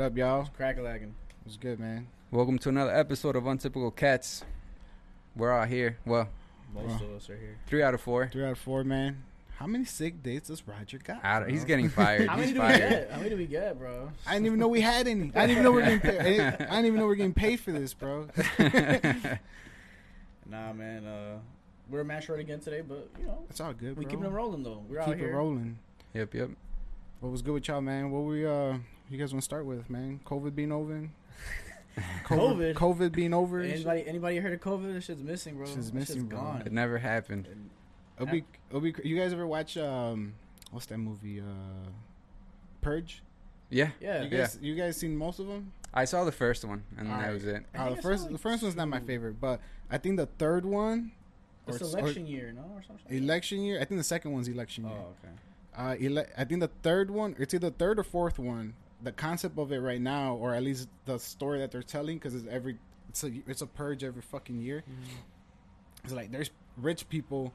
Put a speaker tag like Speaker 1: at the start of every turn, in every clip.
Speaker 1: up, y'all?
Speaker 2: Crack lagging.
Speaker 1: What's good, man?
Speaker 3: Welcome to another episode of Untypical Cats. We're out here. Well,
Speaker 2: Most of us are here.
Speaker 3: three out of four.
Speaker 1: Three out of four, man. How many sick dates does Roger got?
Speaker 3: Out of,
Speaker 1: bro?
Speaker 3: he's getting fired.
Speaker 2: Oh. How many
Speaker 3: he's
Speaker 2: do we
Speaker 3: fired.
Speaker 2: get? How many do we get, bro?
Speaker 1: I didn't even know we had any. I didn't even know we're getting. Paid. I didn't even know we're getting paid for this, bro.
Speaker 2: Nah, man. Uh, we're a match right again today, but you know
Speaker 1: It's all good.
Speaker 2: we
Speaker 1: bro.
Speaker 2: keeping it rolling though. We're out
Speaker 1: Keep it
Speaker 2: here.
Speaker 1: rolling.
Speaker 3: yep, yep.
Speaker 1: What was good with y'all, man? What we uh, you guys want to start with, man? COVID being over. COVID,
Speaker 2: COVID?
Speaker 1: COVID being over. and shit.
Speaker 2: Anybody, anybody heard of COVID? That shit's missing, bro.
Speaker 1: Shit's
Speaker 2: That
Speaker 1: missing, bro.
Speaker 2: Gone.
Speaker 3: It never happened.
Speaker 2: And
Speaker 1: It'll be, it'll be. cr- You guys ever watch um, what's that movie? Uh, Purge.
Speaker 3: Yeah,
Speaker 2: yeah,
Speaker 1: You guys, you guys seen most of them?
Speaker 3: I saw the first one, and that
Speaker 1: Alright.
Speaker 3: was it.
Speaker 1: Uh,
Speaker 2: I think
Speaker 1: the
Speaker 2: I saw,
Speaker 1: first,
Speaker 2: like,
Speaker 1: the first one's not my
Speaker 2: two.
Speaker 1: favorite, but I think the third one, or
Speaker 2: it's
Speaker 1: s- or-
Speaker 2: election year, no, or something.
Speaker 1: election year. I think the second one's election
Speaker 2: Oh,
Speaker 1: year.
Speaker 2: okay.
Speaker 1: Uh, ele- I think the third one, it's either third or fourth one. The concept of it right now, or at least the story that they're telling, because it's every it's a it's a purge every fucking year.
Speaker 3: Mm-hmm.
Speaker 1: It's like there's rich people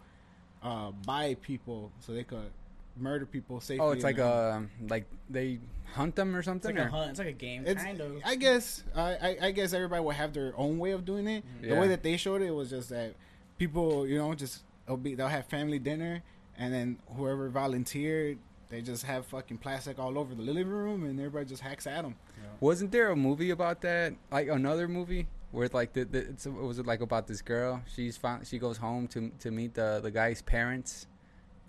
Speaker 1: uh, buy people so they could murder people safely.
Speaker 3: Oh, it's like
Speaker 1: in the-
Speaker 3: um, like they hunt them or
Speaker 2: It's
Speaker 3: something.
Speaker 2: like a
Speaker 3: or-
Speaker 2: hunt. It's like a game,
Speaker 1: It's,
Speaker 2: kind of.
Speaker 1: I guess I, I, I guess everybody will have their own way of doing it. The
Speaker 3: Yeah.
Speaker 1: way that they showed it was just that people, you know, just it'll be they'll have family dinner and then whoever volunteered, they just have fucking plastic all over the living room and everybody just hacks at them.
Speaker 3: Wasn't there a movie about that? Like another movie where it's like the, the it's, was it like about this girl? She's found, she goes home to to meet the the guy's parents.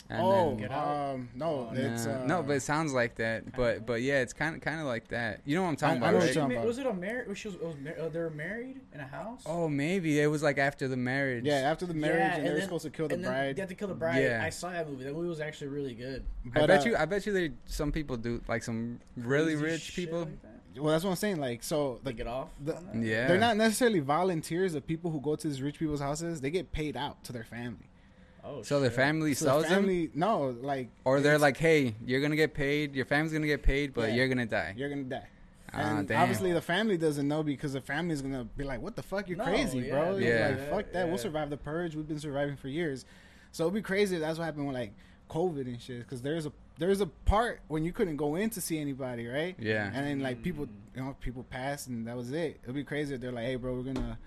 Speaker 3: And
Speaker 1: oh,
Speaker 2: Get out.
Speaker 1: um, no,
Speaker 2: Oh,
Speaker 3: then,
Speaker 1: it's
Speaker 3: nah.
Speaker 1: uh,
Speaker 3: no, but it sounds like that. But but yeah, it's kind of kind of like that. You know what I'm talking
Speaker 1: I
Speaker 3: about?
Speaker 1: know what
Speaker 3: right?
Speaker 1: you're talking
Speaker 2: Ma-
Speaker 1: about.
Speaker 2: Was it a marriage? Was she was, it was mar- uh, they were married in a house?
Speaker 3: Oh, maybe it was like after the marriage.
Speaker 1: yeah, after the marriage,
Speaker 2: Yeah,
Speaker 1: and they're
Speaker 2: then-
Speaker 1: supposed to kill the
Speaker 2: and then
Speaker 1: bride.
Speaker 2: They had to kill the bride.
Speaker 3: Yeah.
Speaker 2: I saw that movie. That movie was actually really good.
Speaker 1: but,
Speaker 3: I bet
Speaker 1: uh,
Speaker 3: you. I bet you. They some people do like some really
Speaker 2: Crazy
Speaker 3: rich
Speaker 2: shit
Speaker 3: people.
Speaker 2: like that.
Speaker 1: well, that's what I'm saying. Like, so
Speaker 2: They
Speaker 1: the,
Speaker 2: get off.
Speaker 1: the-
Speaker 2: on that?
Speaker 3: yeah,
Speaker 1: they're not necessarily volunteers. The people who go to these rich people's houses, they get paid out to their family.
Speaker 2: Oh,
Speaker 3: So their
Speaker 2: shit.
Speaker 3: family
Speaker 1: So
Speaker 3: sells
Speaker 1: the
Speaker 3: them,
Speaker 1: family, no, like
Speaker 3: or they're
Speaker 1: it's-
Speaker 3: like, "Hey, you're gonna get paid. Your family's gonna get paid, but
Speaker 1: Yeah.
Speaker 3: you're gonna die."
Speaker 1: you're gonna die.
Speaker 3: Ah,
Speaker 1: And
Speaker 3: damn.
Speaker 1: obviously the family doesn't know because the family's gonna be like, "What the fuck? You're
Speaker 2: No,
Speaker 1: crazy,
Speaker 2: yeah,
Speaker 1: bro!
Speaker 3: yeah,
Speaker 1: Yeah, like,
Speaker 2: yeah,
Speaker 1: fuck that.
Speaker 2: yeah.
Speaker 1: We'll survive the purge. We've been surviving for years, so it'd be crazy. if That's what happened with like COVID and shit. Because there's a there's a part when you couldn't go in to see anybody, right?
Speaker 3: Yeah.
Speaker 1: And then like people, you know, people passed and that was it. It'd be crazy if they're like, "Hey, bro, we're gonna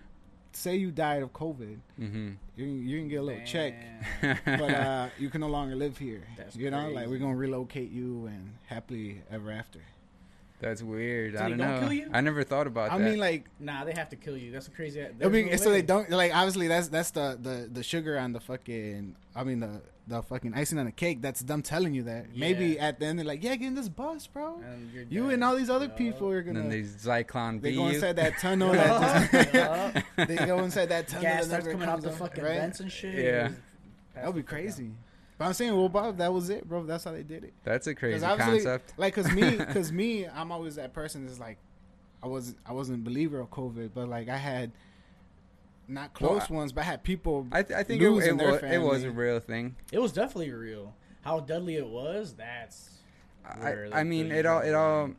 Speaker 1: say you died of COVID.
Speaker 3: mm-hmm.
Speaker 1: You can, you can get a little check."
Speaker 2: Damn.
Speaker 1: But uh, you can no longer live here.
Speaker 2: That's
Speaker 1: you know, like
Speaker 2: crazy.
Speaker 1: we're gonna relocate you and happily ever after.
Speaker 3: That's weird. I
Speaker 2: they
Speaker 3: don't
Speaker 2: don't
Speaker 3: know.
Speaker 2: kill you?
Speaker 3: I never thought about
Speaker 1: I
Speaker 3: that.
Speaker 1: mean, like
Speaker 2: Nah, they have to kill you. That's a crazy.
Speaker 1: I
Speaker 2: there's
Speaker 1: mean,
Speaker 2: no
Speaker 1: so
Speaker 2: way.
Speaker 1: they don't like obviously that's that's the, the the sugar on the fucking I mean the the fucking icing on the cake. That's them telling you that. Maybe
Speaker 2: Yeah.
Speaker 1: at the end they're like, yeah, get in this bus, bro.
Speaker 2: And you're
Speaker 1: You
Speaker 2: dead.
Speaker 1: and all these other
Speaker 2: Yeah.
Speaker 1: people are
Speaker 3: and
Speaker 1: gonna
Speaker 3: then they Zyklon
Speaker 1: uh, they
Speaker 3: B
Speaker 1: go
Speaker 3: you.
Speaker 1: inside that tunnel.
Speaker 2: Yeah.
Speaker 1: that
Speaker 2: Yeah.
Speaker 1: just- they go inside that tunnel.
Speaker 2: Gas
Speaker 1: that
Speaker 2: starts
Speaker 1: never
Speaker 2: coming out
Speaker 1: comes
Speaker 2: the
Speaker 1: up,
Speaker 2: fucking
Speaker 1: right?
Speaker 2: vents and shit.
Speaker 3: Yeah.
Speaker 2: It was-
Speaker 1: That would be crazy. But I'm saying, well, Bob, that was it, bro. That's how they did it.
Speaker 3: That's a crazy
Speaker 1: obviously-
Speaker 3: concept.
Speaker 1: Like, cause me, cause me, I'm always that person that's like, I was I wasn't a believer of COVID, but like I had not
Speaker 3: Well,
Speaker 1: close ones, but I had people.
Speaker 3: I, th- I think it, it,
Speaker 1: losing their
Speaker 3: wa- it was a
Speaker 1: family.
Speaker 3: real thing.
Speaker 2: It was definitely real. How deadly it was. That's.
Speaker 3: I,
Speaker 2: where the
Speaker 3: I mean,
Speaker 2: crazy
Speaker 3: it all,
Speaker 2: shit
Speaker 3: it all,
Speaker 2: was.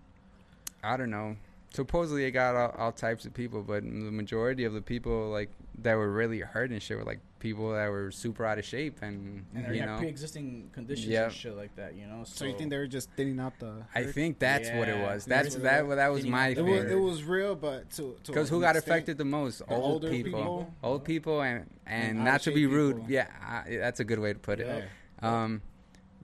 Speaker 3: I don't know. Supposedly, it got all, all types of people, but the majority of the people like that were really hurt and shit were like people that were super out of shape, and,
Speaker 2: And they
Speaker 3: you
Speaker 2: have
Speaker 3: know,
Speaker 2: pre-existing conditions
Speaker 3: Yep.
Speaker 2: and shit like that. You know. So,
Speaker 1: So you think they were just thinning out the?
Speaker 3: I think that's what it
Speaker 2: Yeah.
Speaker 3: was.
Speaker 2: It
Speaker 3: That's
Speaker 2: was-
Speaker 3: that. That was
Speaker 2: Didn't
Speaker 3: my
Speaker 2: even-
Speaker 1: it was, it
Speaker 3: favorite.
Speaker 1: was real, but to
Speaker 3: Because who got affected the most?
Speaker 1: the
Speaker 3: old
Speaker 1: older
Speaker 3: people.
Speaker 1: people.
Speaker 3: old people, and and,
Speaker 1: And
Speaker 3: not to
Speaker 1: out-of-shape
Speaker 3: be rude.
Speaker 1: people.
Speaker 3: Yeah, I, that's a good way to put it.
Speaker 1: Yeah.
Speaker 3: Um,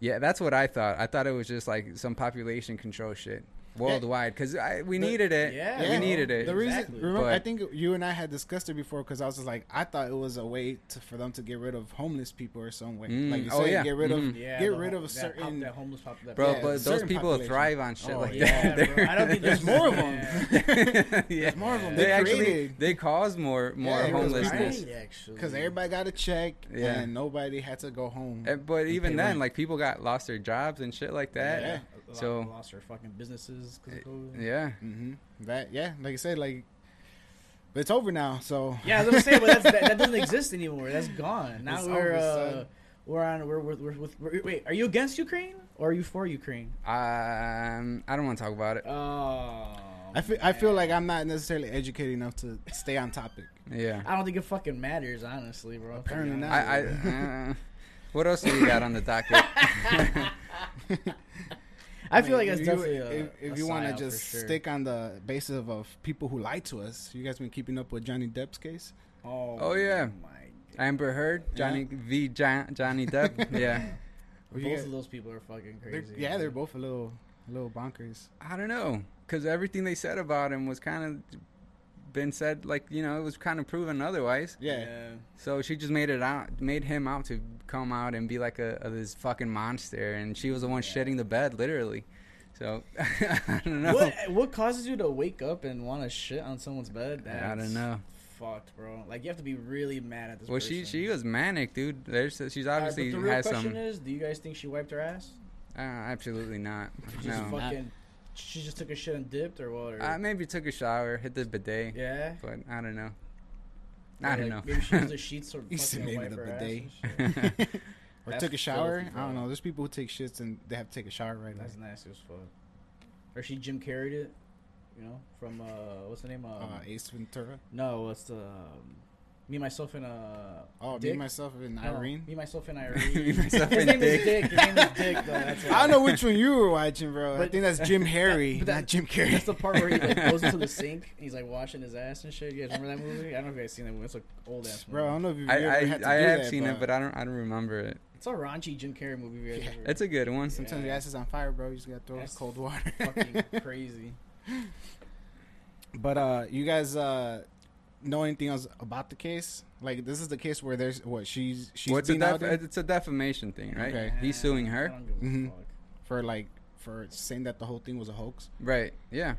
Speaker 3: yeah, that's what I thought. I thought it was just like some population control shit worldwide because we
Speaker 1: The-
Speaker 3: needed it.
Speaker 2: yeah,
Speaker 3: we
Speaker 1: yeah.
Speaker 3: needed it.
Speaker 1: The
Speaker 2: Exactly.
Speaker 1: reason, remember, I
Speaker 3: But-
Speaker 1: think you and I had discussed it before because I was just like, I thought it was a way to, for them to get rid of homeless people or some way,
Speaker 3: Mm,
Speaker 1: like you
Speaker 3: oh,
Speaker 1: said,
Speaker 3: yeah.
Speaker 1: get rid
Speaker 3: Mhm.
Speaker 1: of,
Speaker 2: Yeah,
Speaker 1: get
Speaker 2: the
Speaker 1: rid
Speaker 2: hom-
Speaker 1: of a
Speaker 2: that pop-
Speaker 1: certain.
Speaker 2: that homeless pop- that
Speaker 3: Bro,
Speaker 1: Yeah,
Speaker 3: but those
Speaker 1: certain
Speaker 3: people
Speaker 1: population.
Speaker 3: thrive on shit
Speaker 2: Oh,
Speaker 3: like
Speaker 2: yeah,
Speaker 3: that.
Speaker 2: bro. I don't think
Speaker 1: there's more of them.
Speaker 3: yeah.
Speaker 1: There's more of them.
Speaker 3: They,
Speaker 1: They
Speaker 3: actually
Speaker 1: created-
Speaker 3: they cause more more
Speaker 1: Yeah, it was
Speaker 3: homelessness.
Speaker 1: right.
Speaker 2: actually.
Speaker 1: Because everybody got a check
Speaker 3: Yeah.
Speaker 1: and nobody had to go home.
Speaker 3: Uh, But even
Speaker 1: pay
Speaker 3: then,
Speaker 1: rent.
Speaker 3: like people got lost their jobs and shit like that.
Speaker 2: Yeah. A lot
Speaker 3: So-
Speaker 2: of lost their fucking businesses
Speaker 1: Eh,
Speaker 2: because of COVID.
Speaker 3: yeah.
Speaker 1: hmm That yeah, like I said, like but it's over now. So
Speaker 2: Yeah, I was gonna say, but that's, that, that doesn't exist anymore. That's gone. Now
Speaker 1: It's
Speaker 2: we're
Speaker 1: over,
Speaker 2: uh,
Speaker 1: son.
Speaker 2: we're on we're we're, we're, with- we're wait. Are you against Ukraine or are you for Ukraine?
Speaker 3: Um, I don't want to talk about it.
Speaker 2: Oh,
Speaker 1: I feel I feel like I'm not necessarily educated enough to stay on topic.
Speaker 3: Yeah.
Speaker 2: I don't think it fucking matters, honestly, bro.
Speaker 1: Apparently not.
Speaker 3: I, I uh, what else do we got on the docket?
Speaker 2: I feel like
Speaker 1: if
Speaker 2: that's
Speaker 1: you,
Speaker 2: definitely a,
Speaker 1: if, if
Speaker 2: a
Speaker 1: you want
Speaker 2: psyop
Speaker 1: to
Speaker 2: for
Speaker 1: just
Speaker 2: sure.
Speaker 1: stick on the basis of, of people who lied to us. You guys been keeping up with Johnny Depp's case?
Speaker 2: Oh,
Speaker 3: Oh, yeah.
Speaker 2: my God.
Speaker 3: Amber Heard, Johnny V, John, Johnny Depp. yeah,
Speaker 1: Or
Speaker 2: Both
Speaker 1: you
Speaker 2: of
Speaker 1: guys-
Speaker 2: those people are fucking
Speaker 1: they're-
Speaker 2: crazy.
Speaker 1: yeah, they're
Speaker 2: both.
Speaker 1: both a little, a little bonkers.
Speaker 3: I don't know, because everything they said about him was kind of been said like you know it was kind of proven otherwise.
Speaker 1: Yeah,
Speaker 3: So she just made it out, made him out to come out and be like a, a this fucking monster, and she was the one
Speaker 2: Yeah.
Speaker 3: shedding the bed, literally. So I don't know.
Speaker 2: What what causes you to wake up and want to shit on someone's bed?
Speaker 3: I don't
Speaker 2: That's
Speaker 3: know.
Speaker 2: Fucked, bro. Like you have to be really mad at this.
Speaker 3: Well,
Speaker 2: person.
Speaker 3: she she was manic, dude. There's she's
Speaker 2: Alright,
Speaker 3: obviously
Speaker 2: Uh, but the real
Speaker 3: has
Speaker 2: question
Speaker 3: some.
Speaker 2: is, do you guys think she wiped her ass?
Speaker 3: uh, absolutely not.
Speaker 2: She just
Speaker 3: No,
Speaker 2: fucking. She just took a shit and dipped or what? Or,
Speaker 3: I maybe took a shower, hit the bidet,
Speaker 2: yeah.
Speaker 3: but I don't know.
Speaker 2: Or,
Speaker 3: I don't
Speaker 2: like,
Speaker 3: know.
Speaker 2: Maybe she used the sheets or
Speaker 1: He said
Speaker 2: fucking
Speaker 1: maybe the
Speaker 2: wipe her ass
Speaker 1: bidet.
Speaker 2: and shit.
Speaker 1: or
Speaker 2: That's
Speaker 1: took a shower.
Speaker 2: filthy,
Speaker 1: I don't
Speaker 2: bro.
Speaker 1: know. There's people who take shits and they have to take a shower right
Speaker 2: That's
Speaker 1: away.
Speaker 2: nasty as fuck. Or she Jim carried it, you know, from uh, what's the name? Um,
Speaker 1: uh, Ace Ventura.
Speaker 2: no, what's the um, me myself and uh
Speaker 1: Oh,
Speaker 2: Dick?
Speaker 1: me myself and
Speaker 2: no,
Speaker 1: Irene.
Speaker 2: me myself and
Speaker 3: Me,
Speaker 2: Irene.
Speaker 3: myself,
Speaker 2: His
Speaker 3: and
Speaker 2: name is
Speaker 3: Dick.
Speaker 2: Dick. His name is Dick. Though. That's why.
Speaker 1: I don't know which one you were watching, bro. I
Speaker 2: But-
Speaker 1: think that's Jim Harry,
Speaker 2: but that-
Speaker 1: not Jim Carrey.
Speaker 2: That's the part where he like, goes into the sink. And he's like washing his ass and shit. You guys remember that movie? I don't know if you guys seen that movie. It's an old ass movie.
Speaker 1: bro. I don't know if you've
Speaker 3: I,
Speaker 1: ever
Speaker 3: I,
Speaker 1: had to
Speaker 3: I
Speaker 1: do
Speaker 3: have
Speaker 1: that,
Speaker 3: seen it, but I don't I don't remember it.
Speaker 2: It's a raunchy Jim Carrey movie. if You guys
Speaker 1: Yeah.
Speaker 2: ever-
Speaker 3: It's a good one.
Speaker 1: sometimes your ass is on fire, bro. You just gotta throw
Speaker 2: That's
Speaker 1: cold water.
Speaker 2: fucking crazy.
Speaker 1: But uh, you guys uh, know anything else about the case? Like this is the case where there's what she's she's
Speaker 3: What's a
Speaker 1: being
Speaker 3: def-
Speaker 1: outed
Speaker 3: it's a defamation thing, right?
Speaker 1: Okay.
Speaker 3: He's suing
Speaker 2: I
Speaker 3: her. Mm-hmm.
Speaker 2: don't give
Speaker 1: Mhm.
Speaker 2: a fuck.
Speaker 1: for like for saying that the whole thing was a hoax.
Speaker 3: Right. Yeah.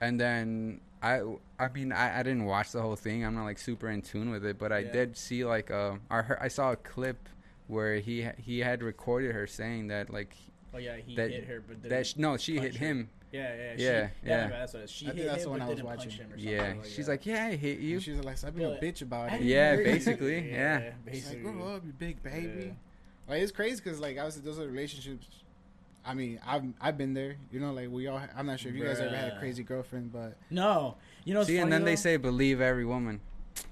Speaker 3: And then I I mean I, I didn't watch the whole thing. I'm not like super in tune with it, but I
Speaker 2: Yeah.
Speaker 3: did see like uh I heard, I saw a clip where he he had recorded her saying that like
Speaker 2: Oh yeah, he
Speaker 3: That-
Speaker 2: hit her, but didn't.
Speaker 3: that sh no she hit
Speaker 2: punch her.
Speaker 3: him.
Speaker 2: yeah, yeah, she,
Speaker 3: Yeah, yeah.
Speaker 2: That's what it is. She
Speaker 1: I think
Speaker 2: hit
Speaker 1: that's
Speaker 2: him,
Speaker 1: the one
Speaker 2: but
Speaker 1: I was
Speaker 2: didn't punch
Speaker 1: watching.
Speaker 2: him or something
Speaker 3: Yeah. She's
Speaker 2: that.
Speaker 3: like, "Yeah, I hit you."
Speaker 1: And she's like, "I've been
Speaker 2: But-
Speaker 1: a bitch about
Speaker 2: I
Speaker 1: it."
Speaker 2: didn't
Speaker 3: Yeah,
Speaker 2: hear you.
Speaker 3: basically, yeah.
Speaker 1: She's like,
Speaker 2: basically.
Speaker 1: "Grow up, you big baby."
Speaker 2: Yeah.
Speaker 1: Like it's crazy because like obviously those are relationships. I mean, I've I've been there. You know, like we all. I'm not sure if you guys ever had a
Speaker 2: Bruh.
Speaker 1: crazy girlfriend, but
Speaker 2: No, you know. what's
Speaker 3: See, and
Speaker 2: funny,
Speaker 3: then they
Speaker 2: though?
Speaker 3: say believe every woman.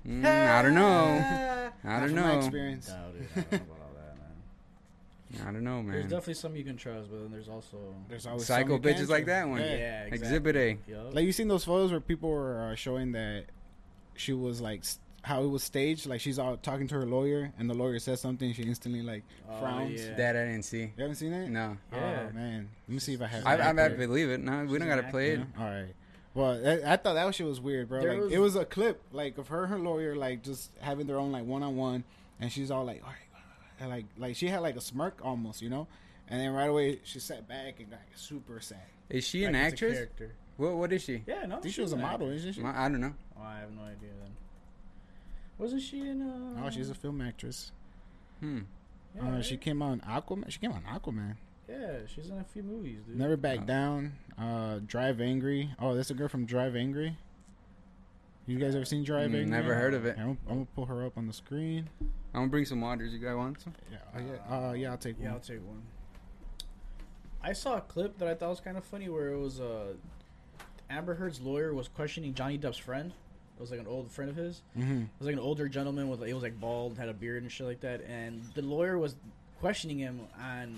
Speaker 3: Mm, I don't know. I
Speaker 1: not
Speaker 3: don't
Speaker 1: from My
Speaker 3: know.
Speaker 1: experience.
Speaker 2: Doubt it. I don't know about all that, man.
Speaker 3: I don't know,
Speaker 2: There's
Speaker 3: man.
Speaker 2: definitely some you can trust, but then there's also
Speaker 1: There's always
Speaker 3: Psycho
Speaker 1: some you
Speaker 3: bitches
Speaker 1: can't
Speaker 3: like
Speaker 1: trust.
Speaker 3: that one.
Speaker 1: Yeah.
Speaker 2: yeah, exactly.
Speaker 3: Exhibit A.
Speaker 2: Yup.
Speaker 1: Like you seen those photos where people were uh, showing that she was like s- how it was staged. Like she's out talking to her lawyer, and the lawyer says something. She instantly like
Speaker 2: Oh,
Speaker 1: frowns.
Speaker 2: yeah.
Speaker 3: That I didn't see.
Speaker 1: You haven't seen that?
Speaker 3: No.
Speaker 2: Yeah.
Speaker 1: Oh man, let me see if I have.
Speaker 3: I,
Speaker 1: it.
Speaker 3: I, I
Speaker 2: actor.
Speaker 3: believe it. No, we
Speaker 2: She's
Speaker 3: don't
Speaker 2: an
Speaker 3: gotta
Speaker 2: actor.
Speaker 3: play it.
Speaker 1: Yeah? All right. Well, that, I thought that shit was weird, bro.
Speaker 2: There
Speaker 1: like
Speaker 2: was-
Speaker 1: it was a clip, like of her and her lawyer, like just having their own like one on one, and she's all like, all right, all right," and like like she had like a smirk almost, you know, and then right away she sat back and got super sad.
Speaker 3: Is she an
Speaker 2: Like, it's a
Speaker 3: actress?
Speaker 2: charactor.
Speaker 3: What What is she?
Speaker 2: Yeah, no.
Speaker 1: I think she
Speaker 2: she's
Speaker 1: was a
Speaker 2: an
Speaker 1: model,
Speaker 2: actor.
Speaker 1: isn't she?
Speaker 3: Well, I don't know.
Speaker 2: Oh, I have no idea then. Wasn't she in? Uh,
Speaker 1: Oh, she's a film actress.
Speaker 3: Hmm.
Speaker 2: Yeah,
Speaker 1: Uh,
Speaker 2: right?
Speaker 1: she came out in Aquaman. She came out in Aquaman.
Speaker 2: yeah, she's in a few movies, dude.
Speaker 1: Never Back
Speaker 3: Oh.
Speaker 1: Down. Uh, Drive Angry. Oh, that's a girl from Drive Angry. You guys ever seen Drive
Speaker 3: Mm,
Speaker 1: Angry?
Speaker 3: Never heard of it.
Speaker 1: Okay, I'm, I'm gonna pull her up on the screen.
Speaker 3: I'm gonna bring some waters. You guys want some?
Speaker 1: Yeah, oh, yeah, uh, yeah. I'll take
Speaker 2: Yeah,
Speaker 1: one.
Speaker 2: I'll take one. I saw a clip that I thought was kind of funny where it was uh, Amber Heard's lawyer was questioning Johnny Depp's friend. It was like an old friend of his.
Speaker 1: Mm-hmm.
Speaker 2: It was like an older gentleman with he was like bald, had a beard and shit like that. And the lawyer was questioning him on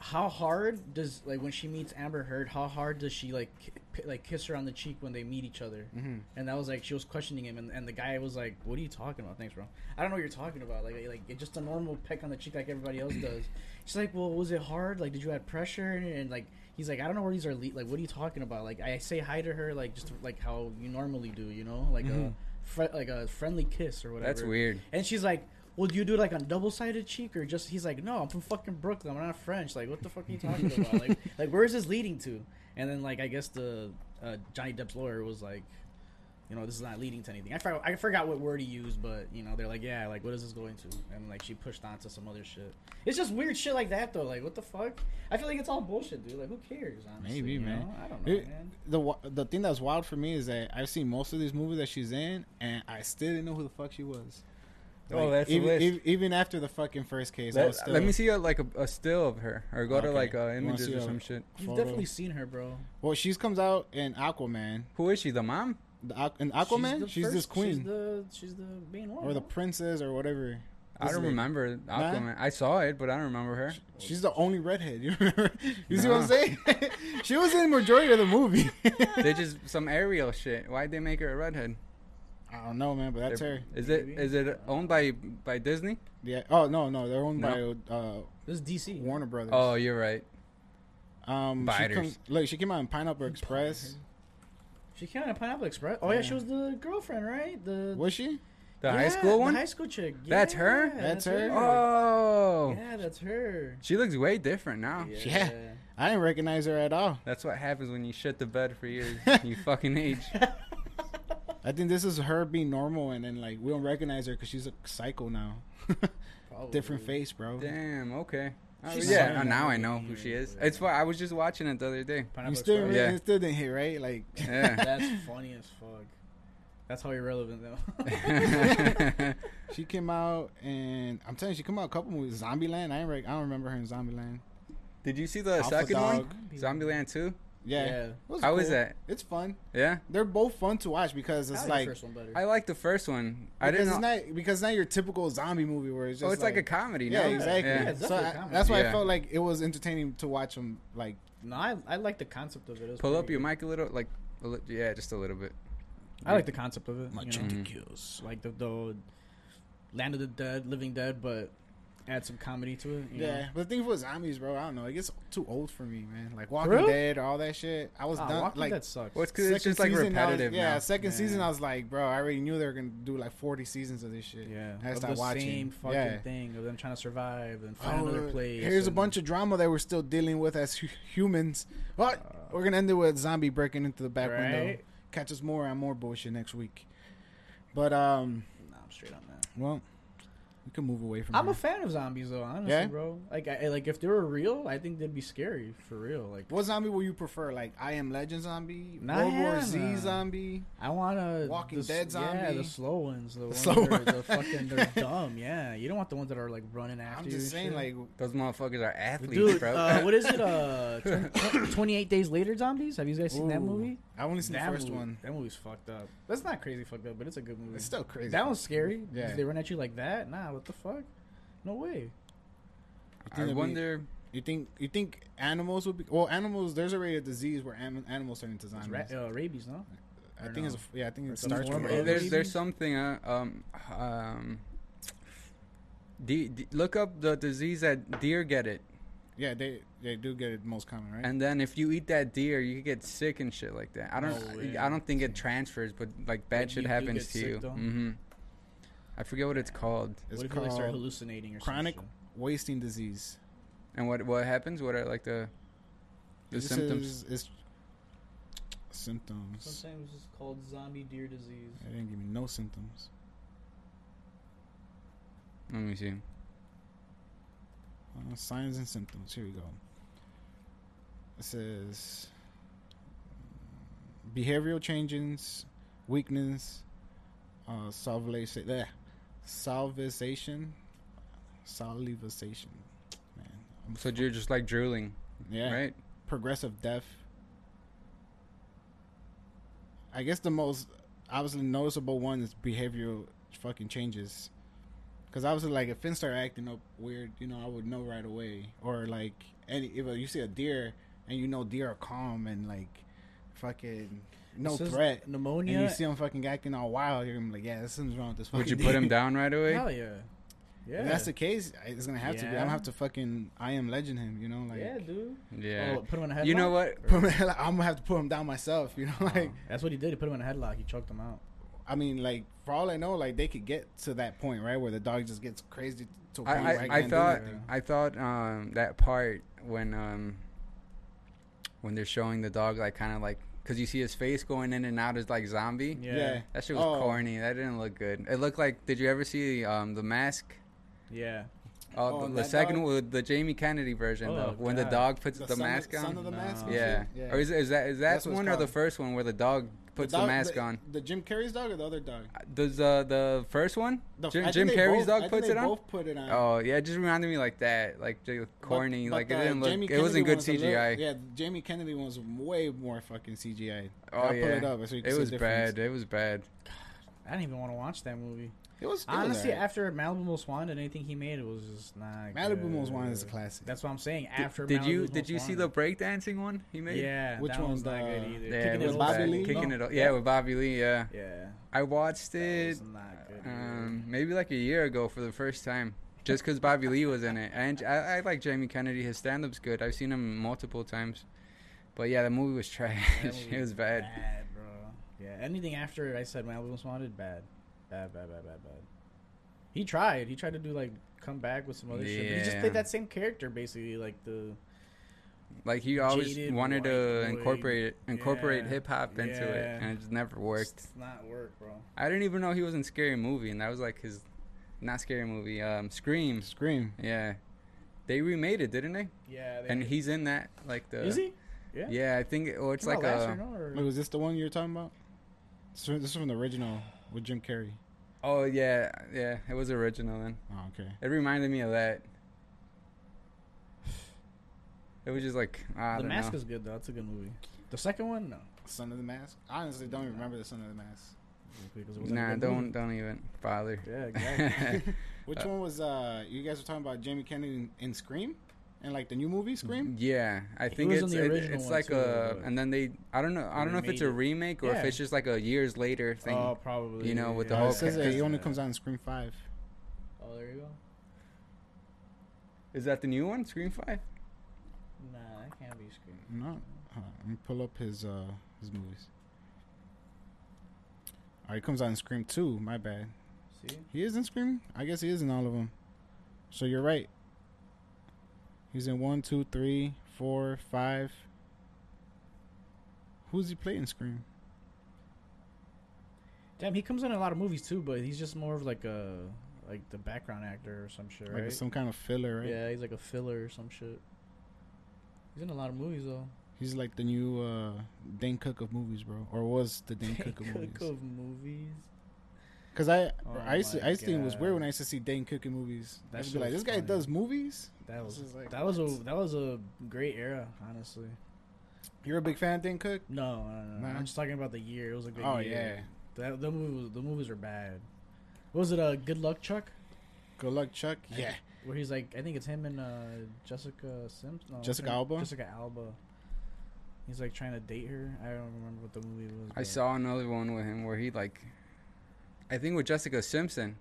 Speaker 2: how hard does like when she meets Amber Heard, how hard does she like ki- pi- like kiss her on the cheek when they meet each other?
Speaker 1: Mm-hmm.
Speaker 2: And that was like she was questioning him, and, and the guy was like, "What are you talking about? Thanks, bro. I don't know what you're talking about. Like like it's just a normal peck on the cheek like everybody else does." She's like, "Well, was it hard? Like, did you add pressure?" And, like he's like, "I don't know where these are. Le- like, what are you talking about? Like, I say hi to her like just like how you normally do, you know, like a
Speaker 1: Mhm.
Speaker 2: fr- like a friendly kiss or whatever."
Speaker 3: Mm-hmm. That's weird.
Speaker 2: And she's like. Well, do you do like on double sided cheek or just? He's like, no, I'm from fucking Brooklyn. I'm not French. Like, what the fuck are you talking about? Like, like where is this leading to? And then like I guess the uh, Johnny Depp's lawyer was like, you know, this is not leading to anything. I forgot, I forgot what word he used, but you know, they're like, yeah, like what is this going to? And like she pushed on to some other shit. It's just weird shit like that though. Like what the fuck? I feel like it's all bullshit, dude. Like who cares? Honestly,
Speaker 1: Maybe,
Speaker 2: you
Speaker 1: man.
Speaker 2: know? I don't know,
Speaker 1: It,
Speaker 2: man.
Speaker 1: the wa- the thing that's wild for me is that I've seen most of these movies that she's in, and I still didn't know who the fuck she was.
Speaker 3: Oh, that's the
Speaker 1: even,
Speaker 3: list.
Speaker 1: even, even after the fucking first case. I
Speaker 3: Let,
Speaker 1: was still
Speaker 3: let me see a, like a, a still of her, or go to
Speaker 1: Okay.
Speaker 3: like
Speaker 1: You
Speaker 3: uh,
Speaker 1: wanna
Speaker 3: images
Speaker 1: see
Speaker 3: or
Speaker 1: a
Speaker 3: some shit.
Speaker 2: You've
Speaker 1: photo.
Speaker 2: definitely seen her, bro.
Speaker 1: Well, she's comes out in Aquaman.
Speaker 3: Who is she? The mom?
Speaker 1: The Aqu- in Aquaman, she's,
Speaker 2: the
Speaker 1: this
Speaker 2: first-
Speaker 1: queen
Speaker 2: She's the she's the main one.
Speaker 3: Mm-hmm.
Speaker 1: or the
Speaker 2: no?
Speaker 1: princess or whatever.
Speaker 3: I
Speaker 1: This
Speaker 3: don't
Speaker 1: lady.
Speaker 3: remember
Speaker 1: Nah.
Speaker 3: Aquaman. I saw it, but I don't remember her.
Speaker 1: She's the only redhead. You remember? You see what
Speaker 3: Nah.
Speaker 1: I'm saying? she was in majority of the movie.
Speaker 3: they just some aerial shit. Why'd they make her a redhead?
Speaker 1: I don't know, man, but that's
Speaker 3: They're-
Speaker 1: her.
Speaker 3: Is it
Speaker 2: Maybe.
Speaker 3: is it owned by by Disney?
Speaker 1: Yeah. Oh no, no, they're owned
Speaker 3: No.
Speaker 1: by uh,
Speaker 2: This is DC.
Speaker 1: Warner Brothers.
Speaker 3: Oh, you're right.
Speaker 1: um, she
Speaker 3: biters.
Speaker 1: come- look, she came out in Pineapple Express.
Speaker 2: She came out of Pineapple Express. Oh yeah. she
Speaker 1: Yeah.
Speaker 2: was the girlfriend, right? The
Speaker 1: Was she?
Speaker 3: The
Speaker 2: Yeah,
Speaker 3: high school one.
Speaker 2: The high school chick.
Speaker 3: That's her?
Speaker 2: Yeah,
Speaker 1: That's her?
Speaker 3: oh,
Speaker 2: Yeah, that's her.
Speaker 3: she looks way different now.
Speaker 1: Yeah. I didn't recognize her at all.
Speaker 3: That's what happens when you shit the bed for years. you fucking age.
Speaker 1: I think this is her being normal, and then like we don't recognize her because she's a psycho now.
Speaker 2: Probably.
Speaker 1: Different face, bro.
Speaker 3: Oh. Damn. Okay. Oh,
Speaker 2: She's
Speaker 3: yeah.
Speaker 1: smart
Speaker 3: now-
Speaker 1: in that
Speaker 3: now I
Speaker 2: movie.
Speaker 3: know who she is.
Speaker 2: Yeah.
Speaker 3: It's why I was just watching it the other day.
Speaker 1: You
Speaker 2: Pineapple
Speaker 1: still,
Speaker 2: Express.
Speaker 1: re-
Speaker 3: Yeah.
Speaker 1: you still didn't hit right, like.
Speaker 3: Yeah.
Speaker 2: That's funny as fuck. That's how irrelevant though.
Speaker 3: I
Speaker 1: She came out, and I'm telling you, she came out a couple movies. Zombieland, I ain't rec- I don't remember her in Zombieland.
Speaker 3: Did you see the
Speaker 1: Alpha
Speaker 3: second one?
Speaker 1: Dog.
Speaker 3: Zombieland Two.
Speaker 1: Yeah,
Speaker 2: Yeah.
Speaker 1: It was
Speaker 3: How is
Speaker 1: cool.
Speaker 3: that?
Speaker 1: It's fun.
Speaker 3: Yeah.
Speaker 1: They're both fun to watch because
Speaker 2: I
Speaker 1: it's
Speaker 2: like,
Speaker 1: like
Speaker 2: the first one better.
Speaker 3: I like the first one. I
Speaker 1: because
Speaker 3: didn't.
Speaker 1: it's
Speaker 3: Know,
Speaker 1: not because it's not your typical zombie movie where it's just
Speaker 3: oh, it's like, a comedy.
Speaker 1: yeah,
Speaker 3: now.
Speaker 1: exactly.
Speaker 2: Yeah,
Speaker 3: Yeah.
Speaker 2: it's
Speaker 1: so
Speaker 2: definitely a
Speaker 1: I-
Speaker 2: comedy.
Speaker 1: that's why
Speaker 3: Yeah.
Speaker 1: I felt like it was entertaining to watch them. Like
Speaker 2: no, I, I like the concept of it. It was
Speaker 3: Pull up
Speaker 2: pretty
Speaker 3: your
Speaker 2: good.
Speaker 3: mic a little, like, a li- yeah, just a little bit.
Speaker 2: I like the concept of it. you know?
Speaker 1: Machete
Speaker 2: Like the, the Land of the Dead, Living Dead, but add some comedy to it. you know?
Speaker 1: Yeah, but the thing with zombies, bro, I don't know. It gets too old for me, man. Like Walking
Speaker 2: real?
Speaker 1: Dead, all that shit. I was
Speaker 2: Ah,
Speaker 1: done.
Speaker 2: Walking
Speaker 1: like
Speaker 2: Dead sucks.
Speaker 3: Well, it's 'cause it's just like
Speaker 1: season, I was-
Speaker 3: repetitive
Speaker 1: yeah,
Speaker 3: now.
Speaker 1: second
Speaker 2: Yeah.
Speaker 1: season, I was like, bro, I already knew they were gonna do like forty seasons of this shit.
Speaker 2: yeah,
Speaker 1: I
Speaker 2: of
Speaker 1: stopped
Speaker 2: the
Speaker 1: watching.
Speaker 2: same fucking
Speaker 1: yeah.
Speaker 2: thing of them trying to survive and find another
Speaker 1: Oh,
Speaker 2: place.
Speaker 1: Here's a
Speaker 2: and-
Speaker 1: bunch of drama that we're still dealing with as hu- humans. But we're gonna end it with zombie breaking into the back window.
Speaker 2: Uh, Right?
Speaker 1: Catch us more and more bullshit next week. But um,
Speaker 2: Nah, I'm straight on that.
Speaker 1: well, we can move away from.
Speaker 2: I'm a
Speaker 1: here.
Speaker 2: fan of zombies though, honestly,
Speaker 1: Yeah?
Speaker 2: bro. Like, I, like if they were real, I think they'd be scary for real. Like,
Speaker 1: what zombie will you prefer? Like I Am Legend zombie,
Speaker 2: Nah,
Speaker 1: World War
Speaker 2: hell
Speaker 1: Z
Speaker 2: nah.
Speaker 1: zombie.
Speaker 2: I want to
Speaker 1: Walking Dead
Speaker 2: Yeah, the
Speaker 1: zombie.
Speaker 2: slow ones, the, ones
Speaker 1: slow
Speaker 2: that are, the
Speaker 1: one.
Speaker 2: fucking they're dumb. Yeah, you don't want the ones that are like running after
Speaker 1: I'm
Speaker 2: you.
Speaker 1: just
Speaker 2: and
Speaker 1: saying,
Speaker 2: shit.
Speaker 1: like
Speaker 3: Those motherfuckers are athletes,
Speaker 2: Dude,
Speaker 3: bro.
Speaker 2: uh, what is it? Uh, tw- tw- 28 Days Later zombies? Have you guys seen that
Speaker 1: Ooh.
Speaker 2: movie?
Speaker 1: I only seen
Speaker 2: that
Speaker 1: the first
Speaker 2: movie-
Speaker 1: one.
Speaker 2: That movie's fucked up. That's not crazy fucked up, but it's a good movie.
Speaker 1: It's still crazy.
Speaker 2: That one's scary. 'cause
Speaker 1: Yeah.
Speaker 2: They run at you like that? Nah, what the fuck? No way.
Speaker 3: I wonder.
Speaker 1: You think you think animals would be? Well, animals. There's already a disease where am, animals turn into
Speaker 2: It's
Speaker 1: zombies.
Speaker 2: ra- uh, rabies, no?
Speaker 1: I
Speaker 2: or
Speaker 1: think it's
Speaker 2: no?
Speaker 1: yeah. I think
Speaker 2: Or
Speaker 1: it
Speaker 2: some
Speaker 1: starts
Speaker 2: form
Speaker 1: from.
Speaker 2: of
Speaker 1: rabies.
Speaker 3: there's
Speaker 2: maybe?
Speaker 3: there's something. Uh, um, um, de- de- look up the disease that deer get it,
Speaker 1: Yeah, they they do get it most common, right?
Speaker 3: and then if you eat that deer, you could get sick and shit like that. I don't.
Speaker 2: No way.
Speaker 3: I don't think it transfers, but like
Speaker 2: Like,
Speaker 3: bad
Speaker 2: you
Speaker 3: shit
Speaker 2: do
Speaker 3: happens
Speaker 2: get
Speaker 3: to
Speaker 2: sick,
Speaker 3: you.
Speaker 2: though?
Speaker 3: hmm I forget what it's called
Speaker 1: it's
Speaker 2: what if you
Speaker 1: called
Speaker 2: like start hallucinating or some
Speaker 1: chronic
Speaker 2: shit?
Speaker 1: wasting disease.
Speaker 3: and what what happens. What are like the the
Speaker 1: This
Speaker 3: symptoms?
Speaker 1: is, is symptoms.
Speaker 2: Sometimes it's called zombie deer disease.
Speaker 1: It didn't give me no symptoms.
Speaker 3: Let me see.
Speaker 1: Uh, signs and symptoms. Here we go. It says mm, behavioral changes, weakness, uh, salivation, bleh, salivation, salivation. Man, I'm
Speaker 3: So you're just like drooling,
Speaker 1: yeah.
Speaker 3: right?
Speaker 1: progressive death. I guess the most obviously noticeable one is behavioral fucking changes. Because obviously, like if Finn started acting up weird, you know, I would know right away. Or like, any if you see a deer and you know deer are calm and like fucking no
Speaker 2: It says
Speaker 1: threat,
Speaker 2: Pneumonia.
Speaker 1: and you see him fucking acting all wild, you're gonna be like, yeah, something's wrong with this.
Speaker 3: Would
Speaker 1: fucking
Speaker 3: you put him
Speaker 1: deer."
Speaker 3: down right away?
Speaker 2: Hell yeah. Yeah.
Speaker 1: If that's the case, it's gonna have to be. I'm
Speaker 2: Yeah.
Speaker 1: gonna have to fucking I am legend him. You know, like
Speaker 2: yeah, dude.
Speaker 3: Yeah.
Speaker 2: Oh, put him in a headlock.
Speaker 3: you know what?
Speaker 1: put him, I'm gonna have to put him down myself. You know,
Speaker 2: Oh,
Speaker 1: like
Speaker 2: that's what he did. He put him in a headlock. He choked him out.
Speaker 1: I mean, like for all I know, like they could get to that point, right, where the dog just gets crazy to a
Speaker 3: I,
Speaker 1: point where
Speaker 3: I,
Speaker 1: he
Speaker 3: I
Speaker 1: can't do
Speaker 3: thought
Speaker 1: nothing.
Speaker 3: I thought um, that part when um, when they're showing the dog like kind of like because you see his face going in and out as like zombie.
Speaker 2: Yeah.
Speaker 1: yeah. yeah,
Speaker 3: That shit was
Speaker 1: Oh.
Speaker 3: corny. That didn't look good. It looked like. Did you ever see um, the mask?
Speaker 2: Yeah.
Speaker 3: Oh,
Speaker 1: Oh,
Speaker 3: the, the
Speaker 1: that
Speaker 3: second
Speaker 1: dog?
Speaker 3: one, the Jamie Kennedy version
Speaker 2: Oh,
Speaker 3: though, when the
Speaker 2: God.
Speaker 3: dog puts
Speaker 1: The
Speaker 3: the,
Speaker 1: son of-
Speaker 3: mask
Speaker 1: son
Speaker 3: on.
Speaker 1: of the mask and
Speaker 3: yeah.
Speaker 1: Oh, shit, yeah.
Speaker 3: Or is, is that is that
Speaker 1: That's what it's
Speaker 3: one or the
Speaker 1: called.
Speaker 3: first one where the dog puts the,
Speaker 1: dog-
Speaker 3: mask on?
Speaker 1: The Jim Carrey's dog or the other dog?
Speaker 3: Does uh, the first one?
Speaker 1: The, I
Speaker 3: Jim,
Speaker 1: think
Speaker 3: Jim
Speaker 1: they
Speaker 3: Carrey's
Speaker 1: both-
Speaker 3: dog
Speaker 1: I think
Speaker 3: puts
Speaker 1: they
Speaker 3: it on.
Speaker 1: Both put it on.
Speaker 3: Oh yeah, it just reminded me like that, like the
Speaker 1: But-
Speaker 3: corny,
Speaker 1: but
Speaker 3: like it
Speaker 1: the
Speaker 3: didn't look.
Speaker 1: Jamie
Speaker 3: it wasn't
Speaker 1: Kennedy
Speaker 3: good
Speaker 1: one's a little-
Speaker 3: CGI.
Speaker 1: yeah, the Jamie Kennedy one was way more fucking CGI.
Speaker 3: Oh
Speaker 1: I'll
Speaker 3: yeah,
Speaker 1: pull it up so you can
Speaker 3: it
Speaker 1: see
Speaker 3: was
Speaker 1: the difference.
Speaker 3: bad. It was bad.
Speaker 2: I didn't even want to watch that movie.
Speaker 1: It was it was
Speaker 2: Honestly,
Speaker 1: alright.
Speaker 2: after Malibu Most Wanted, anything he made was just not.
Speaker 1: Malibu
Speaker 2: good.
Speaker 1: Most Wanted is a classic.
Speaker 2: That's what I'm saying.
Speaker 3: Did-
Speaker 2: After
Speaker 3: did, you
Speaker 2: Malibu's
Speaker 3: did
Speaker 2: Most
Speaker 3: you see the
Speaker 2: Wanted.
Speaker 3: breakdancing one he made?
Speaker 2: yeah?
Speaker 1: Which
Speaker 2: that one's
Speaker 1: one's uh,
Speaker 2: not
Speaker 1: the-
Speaker 2: good either.
Speaker 3: yeah,
Speaker 2: Kicking
Speaker 3: it was
Speaker 2: old
Speaker 1: Bobby
Speaker 3: bad.
Speaker 2: school.
Speaker 1: Lee?
Speaker 3: kicking
Speaker 1: No.
Speaker 3: it. Off. Yeah, with Bobby Lee. Yeah,
Speaker 2: Yeah,
Speaker 3: I watched
Speaker 2: that
Speaker 3: it
Speaker 2: was not good.
Speaker 3: um, maybe like a year ago for the first time, just because Bobby Lee was in it. And I, I like Jamie Kennedy. His stand-up's good. I've seen him multiple times. But yeah, the movie was trash.
Speaker 2: That movie
Speaker 3: it was bad.
Speaker 2: bad, bro. Yeah, anything after I said Malibu Most Wanted, bad, bad, bad, bad, bad, bad. He tried. He tried to do like come back with some other shit. But he just
Speaker 3: Yeah.
Speaker 2: played that same character basically, like the
Speaker 3: Like he always
Speaker 2: Jaded
Speaker 3: wanted to
Speaker 2: white boy.
Speaker 3: incorporate it, incorporate
Speaker 2: Yeah.
Speaker 3: hip hop into
Speaker 2: Yeah.
Speaker 3: it, and it just never worked.
Speaker 2: It's not work, bro.
Speaker 3: I didn't even know he was in Scary Movie, and that was like his, not Scary Movie, um, Scream.
Speaker 1: Scream.
Speaker 3: Yeah, they remade it, didn't they?
Speaker 2: Yeah, they,
Speaker 3: And he's in that, like the.
Speaker 2: is he? Yeah.
Speaker 3: Yeah, I think, or it's
Speaker 2: Came out
Speaker 3: like uh,
Speaker 2: last year,
Speaker 3: a.
Speaker 2: no, or-
Speaker 1: Wait, was this the one you were talking about? This is this is from the original with Jim Carrey.
Speaker 3: Oh yeah, yeah, it was original then.
Speaker 1: Oh, okay.
Speaker 3: It reminded me of that. It was just like I
Speaker 2: the
Speaker 3: don't
Speaker 2: Mask
Speaker 3: know.
Speaker 2: is good though. It's a good movie. The second one, no.
Speaker 1: Son of the Mask. I honestly don't even remember the Son of the Mask.
Speaker 2: Because it wasn't a
Speaker 3: Nah,
Speaker 2: good
Speaker 3: don't
Speaker 2: movie.
Speaker 3: don't even bother.
Speaker 2: Yeah, exactly.
Speaker 1: Which one was uh? You guys were talking about Jamie Kennedy in, in Scream, and like the new movie Scream.
Speaker 3: Yeah, I think
Speaker 2: was
Speaker 3: it's
Speaker 2: in the
Speaker 3: it-
Speaker 2: original
Speaker 3: it's
Speaker 2: one,
Speaker 3: like
Speaker 2: too,
Speaker 3: a,
Speaker 2: but-
Speaker 3: and then they I don't know I don't know if it's a remake or if
Speaker 2: Yeah.
Speaker 3: it's just like a years later thing.
Speaker 2: oh, probably.
Speaker 3: You know, with the
Speaker 1: Uh,
Speaker 3: whole
Speaker 1: it says
Speaker 3: ca-
Speaker 1: that he only comes out in Scream Five.
Speaker 2: Oh, there you go.
Speaker 3: Is that the new one, Scream Five?
Speaker 2: Nah, that can't be Scream.
Speaker 1: No, huh, let me pull up his uh his movies. All right, he comes out in Scream Two. My bad.
Speaker 2: See,
Speaker 1: He is in Scream. I guess he is in all of them. So you're right. He's in one, two, three, four, five. Who's he playing Scream?
Speaker 2: damn, he comes in a lot of movies too, but he's just more of like a like the background actor or some shit,
Speaker 1: Like
Speaker 2: right?
Speaker 1: some kind of filler, right?
Speaker 2: Yeah, he's like a filler or some shit. He's in a lot of movies though.
Speaker 1: He's like the new uh, Dane Cook of movies, bro. Or was the Dane Cook of movies?
Speaker 2: of movies.
Speaker 1: Because I,
Speaker 2: Oh
Speaker 1: I used to,
Speaker 2: my
Speaker 1: I used to think it was weird when
Speaker 2: God.
Speaker 1: I used to see Dane Cook in movies.
Speaker 2: That
Speaker 1: I used to
Speaker 2: shit
Speaker 1: be like,
Speaker 2: was
Speaker 1: this guy
Speaker 2: funny.
Speaker 1: does movies.
Speaker 2: That
Speaker 1: This
Speaker 2: was
Speaker 1: is like,
Speaker 2: that was a
Speaker 1: what?
Speaker 2: that was a great era, honestly.
Speaker 1: You're a big fan of Dane Cook?
Speaker 2: No, no, no, no.
Speaker 1: Nah.
Speaker 2: I'm just talking about the year. It was a good
Speaker 1: Oh yeah.
Speaker 2: year. yeah. That the movie was, the movies were bad. What was it uh, Good Luck Chuck?
Speaker 1: Good luck, Chuck. Yeah.
Speaker 2: Where he's like, I think it's him and uh, Jessica Sims. No, what's
Speaker 1: Jessica
Speaker 2: her-
Speaker 1: Alba?
Speaker 2: Jessica Alba. He's like trying to date her. I don't remember what the movie was.
Speaker 3: I
Speaker 2: but-
Speaker 3: saw another one with him where he like, I think with Jessica Simpson,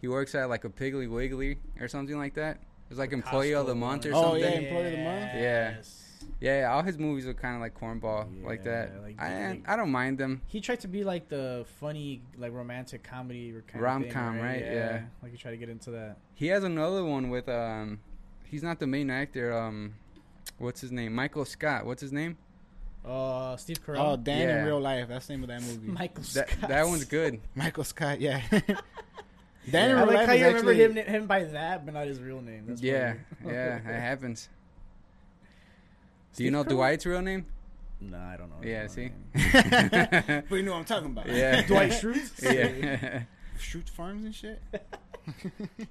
Speaker 3: he works at like a Piggly Wiggly or something like that. It was like employee of the
Speaker 2: Costco
Speaker 3: month or
Speaker 2: one.
Speaker 1: Oh,
Speaker 3: something.
Speaker 1: yeah. Employee of the Month?
Speaker 3: Yeah.
Speaker 2: Yes.
Speaker 3: Yeah, yeah, all his movies are kind of like cornball, like
Speaker 2: Yeah,
Speaker 3: that.
Speaker 2: like-
Speaker 3: I
Speaker 2: like-
Speaker 3: I don't mind them.
Speaker 2: He tried to be like the funny, like romantic comedy kind of thing,
Speaker 3: Rom-com, right? Yeah.
Speaker 2: Like he tried to get into that.
Speaker 3: He has another one with um, he's not the main actor. Um, what's his name? Michael Scott. What's his name?
Speaker 2: Uh, Steve
Speaker 1: Oh,
Speaker 2: Carell.
Speaker 1: Dan
Speaker 3: Yeah.
Speaker 1: in real life. That's the name of that movie.
Speaker 2: Michael
Speaker 3: That
Speaker 2: Scott.
Speaker 3: that one's good.
Speaker 1: Michael Scott. Yeah. Dan
Speaker 3: Yeah.
Speaker 1: in
Speaker 2: I
Speaker 1: real
Speaker 2: like
Speaker 1: life
Speaker 2: how
Speaker 1: is
Speaker 2: you remember
Speaker 1: actually-
Speaker 2: him, him by that, but not his real name. That's
Speaker 3: yeah,
Speaker 2: funny.
Speaker 3: yeah, it happens. Do
Speaker 2: Steve
Speaker 3: you know
Speaker 2: Carell?
Speaker 3: Dwight's real name?
Speaker 2: No, I don't know. his
Speaker 3: Yeah,
Speaker 2: real
Speaker 3: see?
Speaker 2: name.
Speaker 1: but you know what I'm talking about.
Speaker 3: Yeah.
Speaker 2: Dwight Schrute.
Speaker 3: yeah.
Speaker 1: Shoot farms and shit.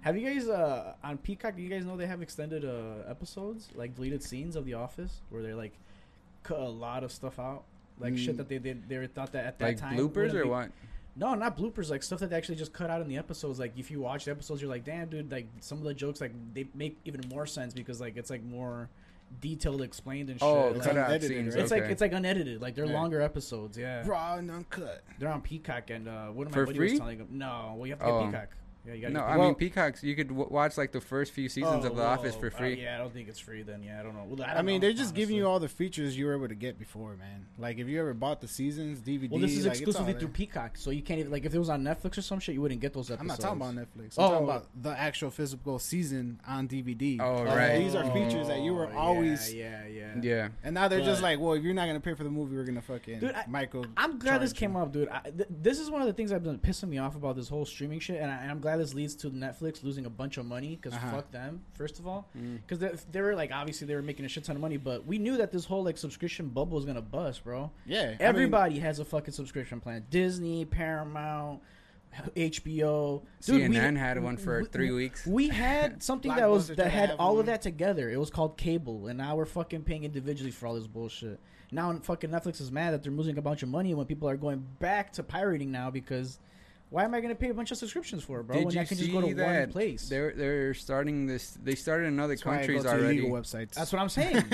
Speaker 2: Have you guys uh, on Peacock? Do you guys know they have extended uh, episodes, like deleted scenes of The Office, where they like cut a lot of stuff out, like shit
Speaker 1: Mm.
Speaker 2: that they did. They thought that at that
Speaker 3: like
Speaker 2: time
Speaker 3: bloopers
Speaker 2: wouldn't
Speaker 3: or
Speaker 2: be-
Speaker 3: what?
Speaker 2: No, not bloopers. Like stuff that they actually just cut out in the episodes. Like if you watch the episodes, you're like, damn, dude. Like some of the jokes, like they make even more sense because like it's like more detailed explained and shit.
Speaker 3: Oh,
Speaker 2: Like,
Speaker 1: It's
Speaker 3: cut out
Speaker 1: unedited,
Speaker 3: scenes.
Speaker 1: right?
Speaker 2: it's like
Speaker 3: okay.
Speaker 2: it's like unedited. Like they're
Speaker 1: Yeah.
Speaker 2: longer episodes. Yeah,
Speaker 1: Raw and uncut.
Speaker 2: they're on Peacock and uh, one of my
Speaker 3: For
Speaker 2: buddies
Speaker 3: free?
Speaker 2: was telling him, no, well you have to get
Speaker 3: Oh.
Speaker 2: Peacock. Yeah, you gotta
Speaker 3: no,
Speaker 2: get
Speaker 3: I
Speaker 2: Peacock.
Speaker 3: mean Peacocks. You could w- watch like the first few seasons
Speaker 2: Oh,
Speaker 3: of The Office
Speaker 2: whoa.
Speaker 3: for
Speaker 2: Uh,
Speaker 3: free.
Speaker 2: yeah, I don't think it's free then. Yeah, I don't know. Well, I,
Speaker 1: I,
Speaker 2: don't
Speaker 1: mean,
Speaker 2: know,
Speaker 1: they're just giving you
Speaker 2: honestly.
Speaker 1: all the features you were able to get before, man. Like if you ever bought the seasons DVD,
Speaker 2: Well, this is
Speaker 1: like, it's
Speaker 2: exclusively
Speaker 1: all
Speaker 2: through
Speaker 1: there.
Speaker 2: Peacock, so you can't even like if it was on Netflix or some shit, you wouldn't get those episodes.
Speaker 1: I'm not talking about Netflix. I'm
Speaker 2: Oh.
Speaker 1: talking about the actual physical season on DVD.
Speaker 3: Oh,
Speaker 1: Like,
Speaker 3: right.
Speaker 1: These are features that you were
Speaker 2: Oh,
Speaker 1: always.
Speaker 2: Yeah, yeah. yeah.
Speaker 3: Yeah.
Speaker 1: And now they're just
Speaker 2: But-
Speaker 1: like, well, if you're not gonna pay for the movie, we're gonna fucking
Speaker 2: Dude, I-
Speaker 1: Michael.
Speaker 2: I'm glad this
Speaker 1: charge
Speaker 2: came
Speaker 1: you.
Speaker 2: up, dude. I, th- this is one of the things I've been pissing me off about this whole streaming shit, and, I, and I'm glad this leads to Netflix losing a bunch of money because
Speaker 1: Uh-huh. Mm.
Speaker 2: fuck them, first of all, because they, they were like obviously they were making a shit ton of money, but we knew that this whole like subscription bubble was gonna bust, bro.
Speaker 1: Yeah, I mean-
Speaker 2: everybody has a fucking subscription plan. Disney, Paramount, HBO.
Speaker 3: CNN had one for three weeks.
Speaker 2: We had something that was
Speaker 1: Blockbuster
Speaker 2: that
Speaker 1: tried to
Speaker 2: had
Speaker 1: have
Speaker 2: all of
Speaker 1: one.
Speaker 2: that together. It was called cable, and now we're fucking paying individually for all this bullshit. now fucking Netflix is mad that they're losing a bunch of money when people are going back to pirating now because why am I going to pay a bunch of subscriptions for, bro?
Speaker 3: Did
Speaker 2: when
Speaker 3: you
Speaker 2: I can
Speaker 3: see
Speaker 2: just go to
Speaker 3: that
Speaker 2: one place.
Speaker 3: They're they're starting this. They started in other
Speaker 1: That's why I
Speaker 3: countries
Speaker 1: go to illegal
Speaker 3: already
Speaker 1: websites.
Speaker 2: That's what I'm saying.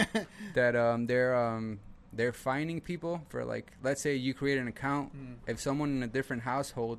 Speaker 3: that um they're um they're finding people for like let's say you create an account.
Speaker 2: Mm.
Speaker 3: If someone in a different household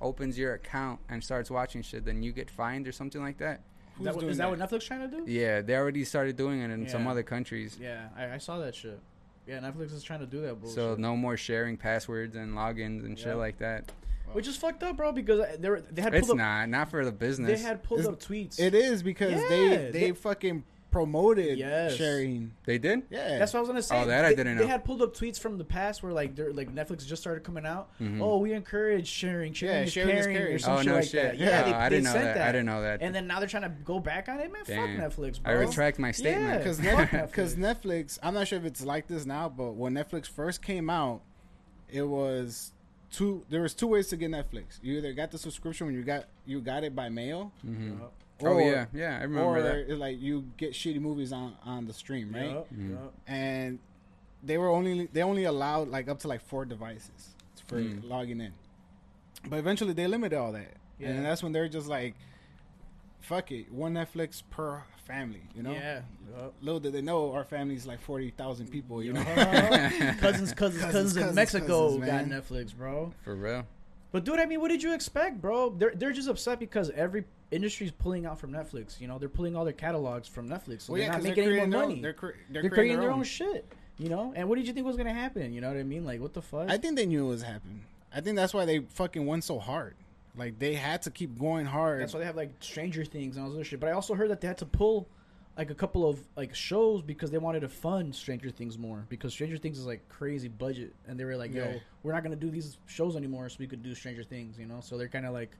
Speaker 3: opens your account and starts watching shit, then you get fined or something like that.
Speaker 2: is that, what, is that what Netflix trying to do?
Speaker 3: Yeah, they already started doing it in some
Speaker 2: Yeah.
Speaker 3: other countries.
Speaker 2: Yeah, I, I saw that shit. Yeah, Netflix is trying to do that bullshit.
Speaker 3: So no more sharing passwords and logins and
Speaker 2: Yeah.
Speaker 3: shit like that.
Speaker 2: Which is fucked up, bro, because uh, they were, they had
Speaker 3: It's
Speaker 2: pulled up
Speaker 3: not not for the
Speaker 2: they
Speaker 3: business. They,
Speaker 2: had pulled
Speaker 1: It's-
Speaker 2: up tweets.
Speaker 1: It is because
Speaker 2: Yeah,
Speaker 1: they, they
Speaker 2: they-
Speaker 1: fucking promoted
Speaker 2: Yes.
Speaker 1: sharing.
Speaker 3: did.
Speaker 1: Yeah,
Speaker 2: That's what I was gonna say.
Speaker 3: Oh, that I
Speaker 2: They-
Speaker 3: didn't
Speaker 2: They
Speaker 3: know.
Speaker 2: had pulled up tweets from the past where like they're like Netflix just started coming out.
Speaker 3: Mhm.
Speaker 2: Oh, we encourage sharing, sharing,
Speaker 1: Yeah,
Speaker 2: is
Speaker 1: sharing is
Speaker 2: caring,
Speaker 1: caring.
Speaker 2: or some
Speaker 3: Oh
Speaker 2: shit
Speaker 3: no
Speaker 2: like
Speaker 3: shit!
Speaker 2: that. Yeah,
Speaker 3: Oh,
Speaker 2: they,
Speaker 3: I
Speaker 2: they
Speaker 3: didn't know
Speaker 2: sent
Speaker 3: that. I didn't know that.
Speaker 2: And then now they're trying to go back on it, man.
Speaker 3: Damn.
Speaker 2: Fuck Netflix,
Speaker 3: I
Speaker 2: bro.
Speaker 3: retract my statement.
Speaker 1: because
Speaker 2: Fuck Netflix.
Speaker 1: because Netflix. I'm not sure if it's like this now, but when Netflix first came out, it was two. There was two ways to get Netflix. You either got the subscription when you got you got it by mail,
Speaker 3: Mhm.
Speaker 2: Yup,
Speaker 3: Oh yeah, yeah, I remember
Speaker 1: or
Speaker 3: that.
Speaker 1: it's like you get shitty movies on on the stream, right?
Speaker 2: yup,
Speaker 3: Mhm.
Speaker 2: yup.
Speaker 1: And they were only they only allowed like up to like four devices for
Speaker 3: Mm.
Speaker 1: logging in, but eventually they limited all that,
Speaker 2: Yeah.
Speaker 1: and that's when they're just like, "Fuck it, one Netflix per family," you know.
Speaker 2: Yeah. yup.
Speaker 1: Little did they know our family's like forty thousand people, you know.
Speaker 2: Yup. cousins, cousins, cousins, in
Speaker 1: cousins,
Speaker 2: Mexico
Speaker 1: cousins,
Speaker 2: got
Speaker 1: man.
Speaker 2: Netflix, bro.
Speaker 3: For real.
Speaker 2: But dude, I mean, what did you expect, bro? They're they're just upset because every industry's pulling out from Netflix. You know, they're pulling all their catalogs from Netflix, so
Speaker 1: Well,
Speaker 2: they're
Speaker 1: yeah,
Speaker 2: not
Speaker 1: 'cause they're
Speaker 2: making any more
Speaker 1: creating their
Speaker 2: money.
Speaker 1: own. They're, cre- they're,
Speaker 2: they're
Speaker 1: creating their own.
Speaker 2: shit. You know, and what did you think was gonna happen? You know what I mean? Like, what the fuck?
Speaker 1: I think they knew it was happening. I think that's why they fucking won so hard. Like they had to keep going hard.
Speaker 2: That's why they have like Stranger Things and all this other shit. But I also heard that they had to pull like a couple of like shows because they wanted to fund Stranger Things more because Stranger Things is like crazy budget, and they were like, "Yo,
Speaker 1: Yeah.
Speaker 2: we're not gonna do these shows anymore, so we could do Stranger Things." You know, so they're kind of like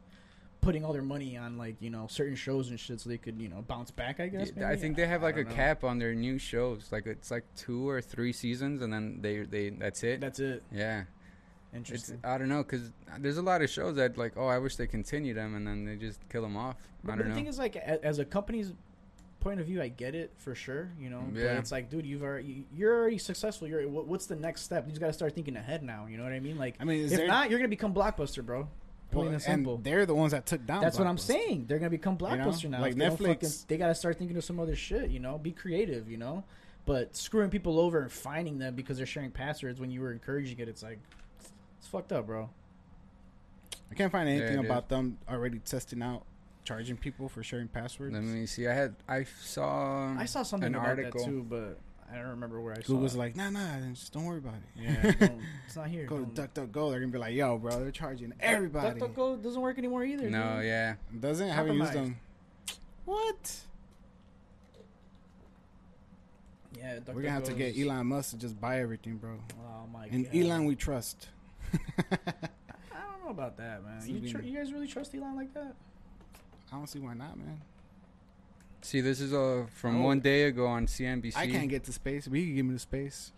Speaker 2: putting all their money on like you know certain shows and shit so they could you know bounce back. I guess.
Speaker 3: I
Speaker 2: maybe?
Speaker 3: think they have like
Speaker 2: I
Speaker 3: a
Speaker 2: don't know.
Speaker 3: cap on their new shows. Like it's like two or three seasons, and then they they that's it.
Speaker 2: That's it.
Speaker 3: yeah, it's
Speaker 2: Interesting.
Speaker 3: I don't know because there's a lot of shows that like oh I wish they continued them, and then they just kill them off.
Speaker 2: But
Speaker 3: I
Speaker 2: but
Speaker 3: don't
Speaker 2: the thing
Speaker 3: know.
Speaker 2: is, like, a- as a company's point of view, I get it for sure. You know,
Speaker 3: Yeah.
Speaker 2: but it's like, dude, you've already you're already successful. You're wh- what's the next step? You just got to start thinking ahead now. You know what I mean? Like,
Speaker 1: I mean, is
Speaker 2: if
Speaker 1: there-
Speaker 2: not, you're gonna become blockbuster, bro. Plain
Speaker 1: Well,
Speaker 2: and simple.
Speaker 1: and they're the ones that took down.
Speaker 2: That's what I'm
Speaker 1: Blockbuster.
Speaker 2: saying. They're gonna become
Speaker 1: know?
Speaker 2: blockbuster now.
Speaker 1: Like
Speaker 2: If they don't
Speaker 1: Netflix.
Speaker 2: fucking- they gotta start thinking of some other shit. You know, be creative. You know, but screwing people over and finding them because they're sharing passwords when you were encouraging it, it's like it's fucked up, bro.
Speaker 1: I can't find
Speaker 3: Yeah,
Speaker 1: anything
Speaker 3: dude.
Speaker 1: about them already testing out charging people for sharing passwords.
Speaker 3: Let me see. I had I saw
Speaker 2: I saw something
Speaker 3: an
Speaker 2: about
Speaker 3: article.
Speaker 2: that too, but I don't remember where I saw.
Speaker 1: Google's
Speaker 2: it.
Speaker 1: like, nah, nah, just don't worry about it.
Speaker 2: yeah, don't, it's not here.
Speaker 1: Go to
Speaker 2: Don't-
Speaker 1: DuckDuckGo. They're gonna be like, yo, bro, they're charging everybody.
Speaker 2: DuckDuckGo doesn't work anymore either.
Speaker 3: No,
Speaker 2: dude.
Speaker 3: yeah,
Speaker 1: Doesn't I haven't used
Speaker 2: Compromised.
Speaker 1: them. What?
Speaker 2: yeah. DuckDuckGo
Speaker 1: We're gonna have to get
Speaker 2: is-
Speaker 1: Elon Musk to just buy everything, bro.
Speaker 2: Oh my
Speaker 1: And
Speaker 2: god.
Speaker 1: Elon, we trust.
Speaker 2: I don't know about that, man.
Speaker 1: This
Speaker 2: You,
Speaker 1: is
Speaker 2: tr-
Speaker 1: being-
Speaker 2: you guys really trust Elon like that?
Speaker 1: I don't see why not, man.
Speaker 3: see this is uh, from
Speaker 1: Oh.
Speaker 3: one day ago on CNBC.
Speaker 1: I can't get to space, but you can give me the space.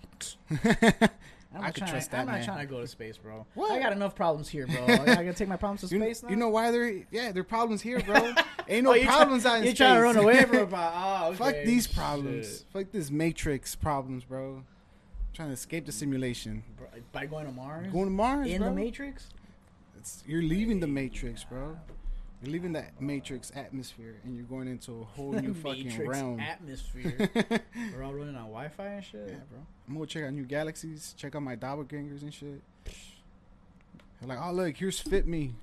Speaker 2: I'm
Speaker 1: I
Speaker 2: not
Speaker 1: could
Speaker 2: tryna-
Speaker 1: trust that
Speaker 2: I'm not
Speaker 1: man.
Speaker 2: trying to go to space, bro.
Speaker 1: What?
Speaker 2: I got enough problems here, bro. I, I gotta take my problems to
Speaker 1: you,
Speaker 2: space now.
Speaker 1: you know why they're yeah, there are problems here, bro. Ain't no
Speaker 2: Oh, you're try-
Speaker 1: problems out in
Speaker 2: You're
Speaker 1: space.
Speaker 2: trying to run away from. Oh, okay.
Speaker 1: Fuck these
Speaker 2: Shit.
Speaker 1: problems. Fuck this matrix problems, bro. I'm trying to escape the simulation.
Speaker 2: Bro, by going to Mars.
Speaker 1: Going to Mars,
Speaker 2: in
Speaker 1: bro.
Speaker 2: the Matrix.
Speaker 1: It's- you're leaving the matrix, bro. You're leaving that matrix atmosphere, and you're going into a whole new fucking
Speaker 2: Matrix
Speaker 1: realm.
Speaker 2: atmosphere.
Speaker 1: I'm
Speaker 2: We're all running on Wi-Fi and shit, yeah, bro.
Speaker 1: gonna check out new galaxies, check out my doppelgangers and shit. They're like, oh look, here's fit me.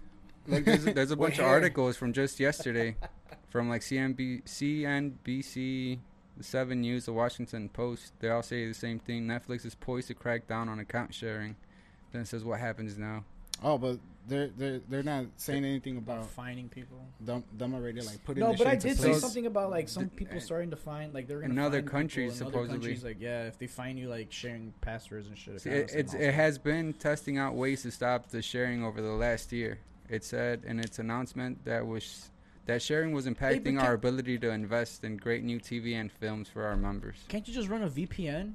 Speaker 3: Like there's, there's a
Speaker 1: With
Speaker 3: bunch of
Speaker 1: hair.
Speaker 3: articles from just yesterday, from like CNB, CNBC, the Seven News, the Washington Post. They all say the same thing. Netflix is poised to crack down on account sharing. Then it says what happens now.
Speaker 1: Oh, but they're they're they're not saying anything
Speaker 2: About
Speaker 1: about
Speaker 2: finding people.
Speaker 1: them, them already like putting.
Speaker 2: No,
Speaker 1: this
Speaker 2: but
Speaker 1: shit
Speaker 2: I
Speaker 1: into
Speaker 2: did say
Speaker 1: place.
Speaker 2: something about like some
Speaker 3: Th- eh,
Speaker 2: people starting to find like they're gonna
Speaker 3: Another
Speaker 2: find people
Speaker 3: country,
Speaker 2: in other
Speaker 3: supposedly.
Speaker 2: countries, like yeah, if they find you like sharing passwords and shit.
Speaker 3: See,
Speaker 2: account
Speaker 3: it,
Speaker 2: and
Speaker 3: it's,
Speaker 2: all
Speaker 3: it
Speaker 2: that.
Speaker 3: has been testing out ways to stop the sharing over the last year. It said in its announcement that was that sharing was impacting
Speaker 2: but
Speaker 3: our
Speaker 2: can-
Speaker 3: ability to invest in great new TV and films for our members.
Speaker 2: Can't you just run a VPN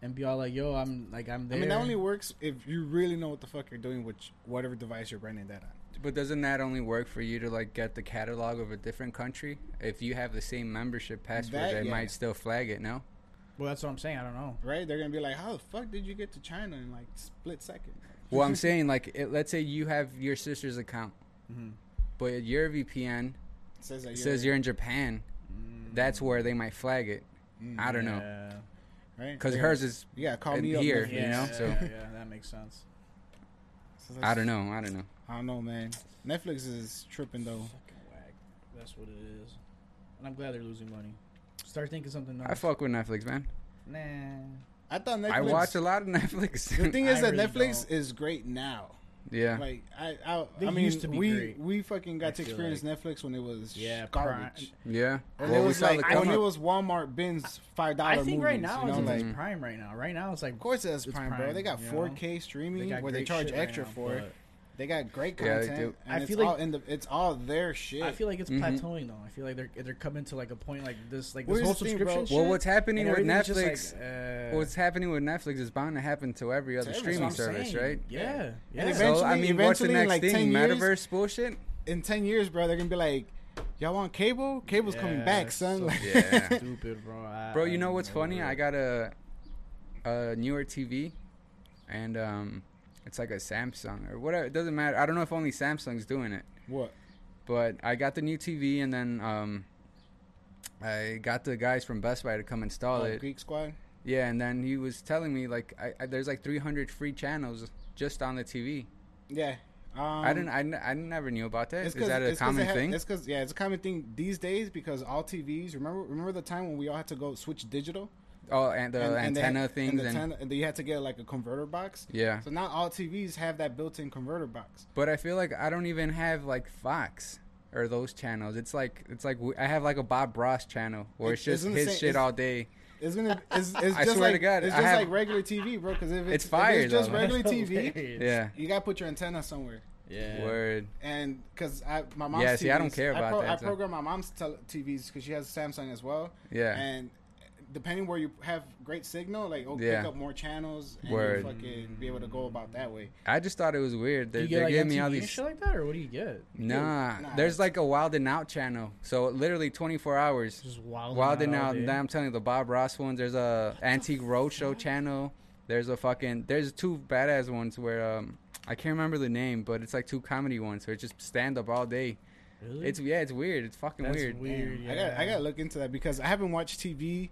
Speaker 2: and be all like, "Yo, I'm like I'm there."
Speaker 1: I mean, that only works if you really know what the fuck you're doing with whatever device you're running that on.
Speaker 3: But doesn't that only work for you to like get the catalog of a different country? If you have the same membership password,
Speaker 1: That-
Speaker 3: they
Speaker 1: yeah.
Speaker 3: might still flag it. No,
Speaker 2: Well, that's what I'm saying. I don't know.
Speaker 1: right? They're gonna be like, "How the fuck did you get to China in like split second?
Speaker 3: Well, I'm saying like, it, let's say you have your sister's account,
Speaker 2: Mhm.
Speaker 3: but your VPN
Speaker 1: It says that
Speaker 3: it
Speaker 1: you're,
Speaker 3: says you're in Japan. That's where they might flag it. I don't know
Speaker 2: Mm. Yeah.
Speaker 1: mm, right
Speaker 3: because
Speaker 1: Yeah.
Speaker 3: hers is.
Speaker 1: Yeah, call
Speaker 3: in
Speaker 1: me up
Speaker 3: here,
Speaker 1: Netflix.
Speaker 3: you know,
Speaker 2: Yeah,
Speaker 3: so-
Speaker 2: yeah, yeah, that makes sense.
Speaker 1: So
Speaker 3: I
Speaker 1: that's-
Speaker 3: don't know. I don't know.
Speaker 1: I don't know, man. Netflix is tripping though.
Speaker 2: Fucking whack. That's what it is. And I'm glad they're losing money. Start thinking something else.
Speaker 3: I fuck with Netflix, man.
Speaker 2: Nah.
Speaker 1: I thought Netflix.
Speaker 3: I watch a lot of Netflix.
Speaker 1: The thing
Speaker 2: I
Speaker 1: is that
Speaker 2: really
Speaker 1: Netflix
Speaker 2: don't.
Speaker 1: is great now.
Speaker 3: yeah.
Speaker 1: Like I, I,
Speaker 2: They
Speaker 1: I mean,
Speaker 2: used to be
Speaker 1: we
Speaker 2: great,
Speaker 1: we fucking got
Speaker 2: I
Speaker 1: to
Speaker 2: feel
Speaker 1: experience Netflix when it was
Speaker 2: Yeah,
Speaker 1: garbage.
Speaker 2: Prime-
Speaker 3: Yeah.
Speaker 1: When
Speaker 3: Well,
Speaker 1: it
Speaker 3: we
Speaker 1: was
Speaker 3: saw the
Speaker 1: like
Speaker 3: come
Speaker 1: when it
Speaker 3: up.
Speaker 1: was Walmart bins five dollar.
Speaker 2: I think right now
Speaker 1: you know?
Speaker 2: it's
Speaker 1: like,
Speaker 2: like,
Speaker 3: Mhm.
Speaker 2: prime right now. Right now it's like
Speaker 1: of course it's,
Speaker 2: It's
Speaker 1: prime, bro.
Speaker 2: Prime,
Speaker 1: They got
Speaker 2: you know?
Speaker 1: 4K streaming where they
Speaker 2: great
Speaker 1: charge
Speaker 2: shit right
Speaker 1: extra
Speaker 2: now,
Speaker 1: for it. They got great
Speaker 3: Yeah, they
Speaker 1: content.
Speaker 3: do.
Speaker 1: And
Speaker 2: I
Speaker 1: it's
Speaker 2: feel like-
Speaker 1: all in the, it's all their shit.
Speaker 2: but I feel like it's
Speaker 3: Mhm.
Speaker 2: plateauing though. I feel like they're they're coming to like a point like this like
Speaker 1: Where's
Speaker 2: this whole
Speaker 1: the thing,
Speaker 2: subscription
Speaker 1: bro?
Speaker 2: shit.
Speaker 3: Well, what's happening
Speaker 2: and
Speaker 3: with
Speaker 2: everything's just,
Speaker 3: Netflix?
Speaker 2: like, uh,
Speaker 3: What's happening with Netflix is bound to happen to every other
Speaker 1: To every-
Speaker 3: streaming
Speaker 1: that's what I'm
Speaker 3: service,
Speaker 2: saying.
Speaker 3: right?
Speaker 2: Yeah, yeah.
Speaker 1: And
Speaker 3: So I
Speaker 1: Eventually-
Speaker 3: mean, what's the
Speaker 1: eventually, in
Speaker 3: next
Speaker 1: like
Speaker 3: thing?
Speaker 1: 10 years-
Speaker 3: Metaverse bullshit.
Speaker 1: in ten years, bro, they're gonna be like, "Y'all want cable? Cable's coming
Speaker 2: Yeah,
Speaker 1: back,
Speaker 2: it's
Speaker 1: son."
Speaker 2: so
Speaker 1: Like,
Speaker 3: Yeah.
Speaker 2: stupid, bro. I,
Speaker 3: Bro, you
Speaker 2: I'm
Speaker 1: Um,
Speaker 3: know what's funny?
Speaker 2: over
Speaker 3: I
Speaker 2: it.
Speaker 3: got a a newer TV, and um, it's like a Samsung or whatever. It doesn't matter. I don't know if only Samsung's doing it,
Speaker 1: what?
Speaker 3: but I got the new TV, and then um, I got the guys from Best Buy to come install
Speaker 1: Oh,
Speaker 3: it.
Speaker 1: Greek Squad.
Speaker 3: Yeah, and then he was telling me like, I, I, there's like 300 free channels just on the TV.
Speaker 1: Yeah. Um,
Speaker 3: I didn't, I, n- I never knew about that. Is
Speaker 1: 'cause-
Speaker 3: that a
Speaker 1: 'cause they
Speaker 3: common
Speaker 1: have-
Speaker 3: thing?
Speaker 1: It's because yeah, it's a common thing these days because all TVs. Remember, remember the time when we all had to go switch digital
Speaker 3: Oh, and the
Speaker 1: they
Speaker 3: antenna
Speaker 1: had-
Speaker 3: things,
Speaker 1: and,
Speaker 3: and,
Speaker 1: the antenna- and you had to get like a converter box.
Speaker 3: yeah.
Speaker 1: So now all TVs have that built-in converter box.
Speaker 3: But I feel like I don't even have like Fox or those channels. It's like it's like w- I have like a Bob Ross channel where it's, just
Speaker 1: It's- isn't it
Speaker 3: his
Speaker 1: saying-
Speaker 3: shit
Speaker 1: it's-
Speaker 3: all day.
Speaker 1: It's gonna. It's, it's
Speaker 3: I
Speaker 1: just
Speaker 3: swear
Speaker 1: like
Speaker 3: to God,
Speaker 1: it's
Speaker 3: I
Speaker 1: just
Speaker 3: have-
Speaker 1: like regular TV, bro. Because if it's, if
Speaker 3: fire,
Speaker 1: it's just
Speaker 3: though, man.
Speaker 1: regular TV,
Speaker 2: Hilarious.
Speaker 3: Yeah.
Speaker 1: you gotta put your antenna somewhere.
Speaker 2: Yeah.
Speaker 3: Word.
Speaker 1: and because I my mom's
Speaker 3: Yeah, see, I don't
Speaker 1: TVs
Speaker 3: care about
Speaker 1: I
Speaker 3: that,
Speaker 1: I
Speaker 3: so-
Speaker 1: program my mom's tele- TVs because she has Samsung as well,
Speaker 3: Yeah.
Speaker 1: and depending where you have great signal, like oh,
Speaker 3: Yeah.
Speaker 1: pick up more channels and
Speaker 3: Word.
Speaker 1: you fucking be able to go about that way.
Speaker 3: I just thought it was weird.
Speaker 2: Do
Speaker 3: They,
Speaker 2: you
Speaker 3: they
Speaker 2: get like
Speaker 3: gave
Speaker 2: MTV
Speaker 3: me all
Speaker 2: and
Speaker 3: these.
Speaker 2: shit like that, or what do you get?
Speaker 3: Nah,
Speaker 1: Nah.
Speaker 3: there's like a Wild and Out channel. So literally 24 hours.
Speaker 2: Just wild.
Speaker 3: Wild and Out.
Speaker 2: all day.
Speaker 3: Now I'm telling you, the Bob Ross ones. There's a Antique Roadshow channel. There's a fucking. There's two badass ones where um I can't remember the name, but it's like two comedy ones where it's just stand up all day.
Speaker 2: Really?
Speaker 3: It's yeah, it's weird. It's fucking
Speaker 2: That's
Speaker 3: weird.
Speaker 2: Weird,
Speaker 1: I got I
Speaker 2: yeah.
Speaker 1: gotta look into that because I haven't watched TV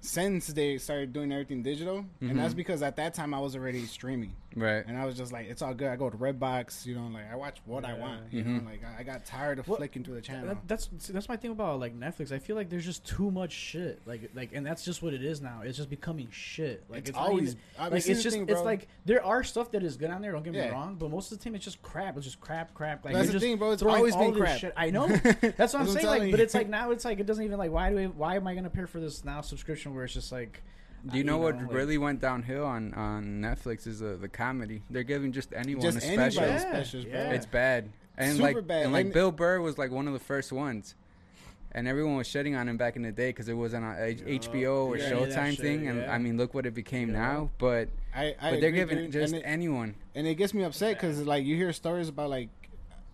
Speaker 1: since they started doing everything digital,
Speaker 3: Mhm.
Speaker 1: and that's because at that time I was already streaming,
Speaker 3: Right.
Speaker 1: and I was just like, it's all good. I go to Redbox, you know, like I watch what I
Speaker 2: Yeah.
Speaker 1: want, you
Speaker 3: Mhm.
Speaker 1: know, like I, I got tired of
Speaker 2: Well,
Speaker 1: flicking through the channel.
Speaker 2: That, that's see, that's my thing about like Netflix. I feel like there's just too much shit. Like like, and that's just what it is now. It's just becoming shit. Like
Speaker 1: It's
Speaker 2: it's, not
Speaker 1: always-
Speaker 2: even-
Speaker 1: I mean,
Speaker 2: like
Speaker 1: see
Speaker 2: it's
Speaker 1: the
Speaker 2: just
Speaker 1: thing,
Speaker 2: it's
Speaker 1: bro.
Speaker 2: like there are stuff that is good on there. Don't get
Speaker 1: Yeah.
Speaker 2: me wrong, but most of the time it's just crap. It's just crap, crap. Like
Speaker 1: That's
Speaker 2: you're
Speaker 1: the
Speaker 2: just
Speaker 1: thing, bro. It's
Speaker 2: throwing
Speaker 1: always
Speaker 2: all
Speaker 1: been
Speaker 2: this
Speaker 1: crap.
Speaker 2: Shit. I know. That's what I'm
Speaker 1: I'm
Speaker 2: saying.
Speaker 1: telling
Speaker 2: Like, but
Speaker 1: you.
Speaker 2: it's like now it's like it doesn't even like why do I, why am I gonna pay for this now subscription where it's just like.
Speaker 3: Do you know what
Speaker 2: like-
Speaker 3: really went downhill on on Netflix is the the comedy. They're giving just anyone
Speaker 1: just
Speaker 3: a special.
Speaker 1: anybody's
Speaker 2: Yeah,
Speaker 1: specials, bro.
Speaker 2: yeah.
Speaker 3: It's bad. And
Speaker 1: Super
Speaker 3: like
Speaker 1: bad.
Speaker 3: and like
Speaker 1: And-
Speaker 3: Bill Burr was like one of the first ones. And everyone was shitting on him back in the day because it wasn't on H-
Speaker 2: Yeah.
Speaker 3: HBO or
Speaker 2: Yeah, that
Speaker 3: Showtime
Speaker 2: shit,
Speaker 3: thing. And
Speaker 2: yeah.
Speaker 3: I mean, look what it became
Speaker 2: Yeah.
Speaker 3: now. But
Speaker 1: I, I
Speaker 3: but they're
Speaker 1: agree,
Speaker 3: giving
Speaker 1: dude.
Speaker 3: just
Speaker 1: And it-
Speaker 3: anyone.
Speaker 1: and it gets me upset because like you hear stories about like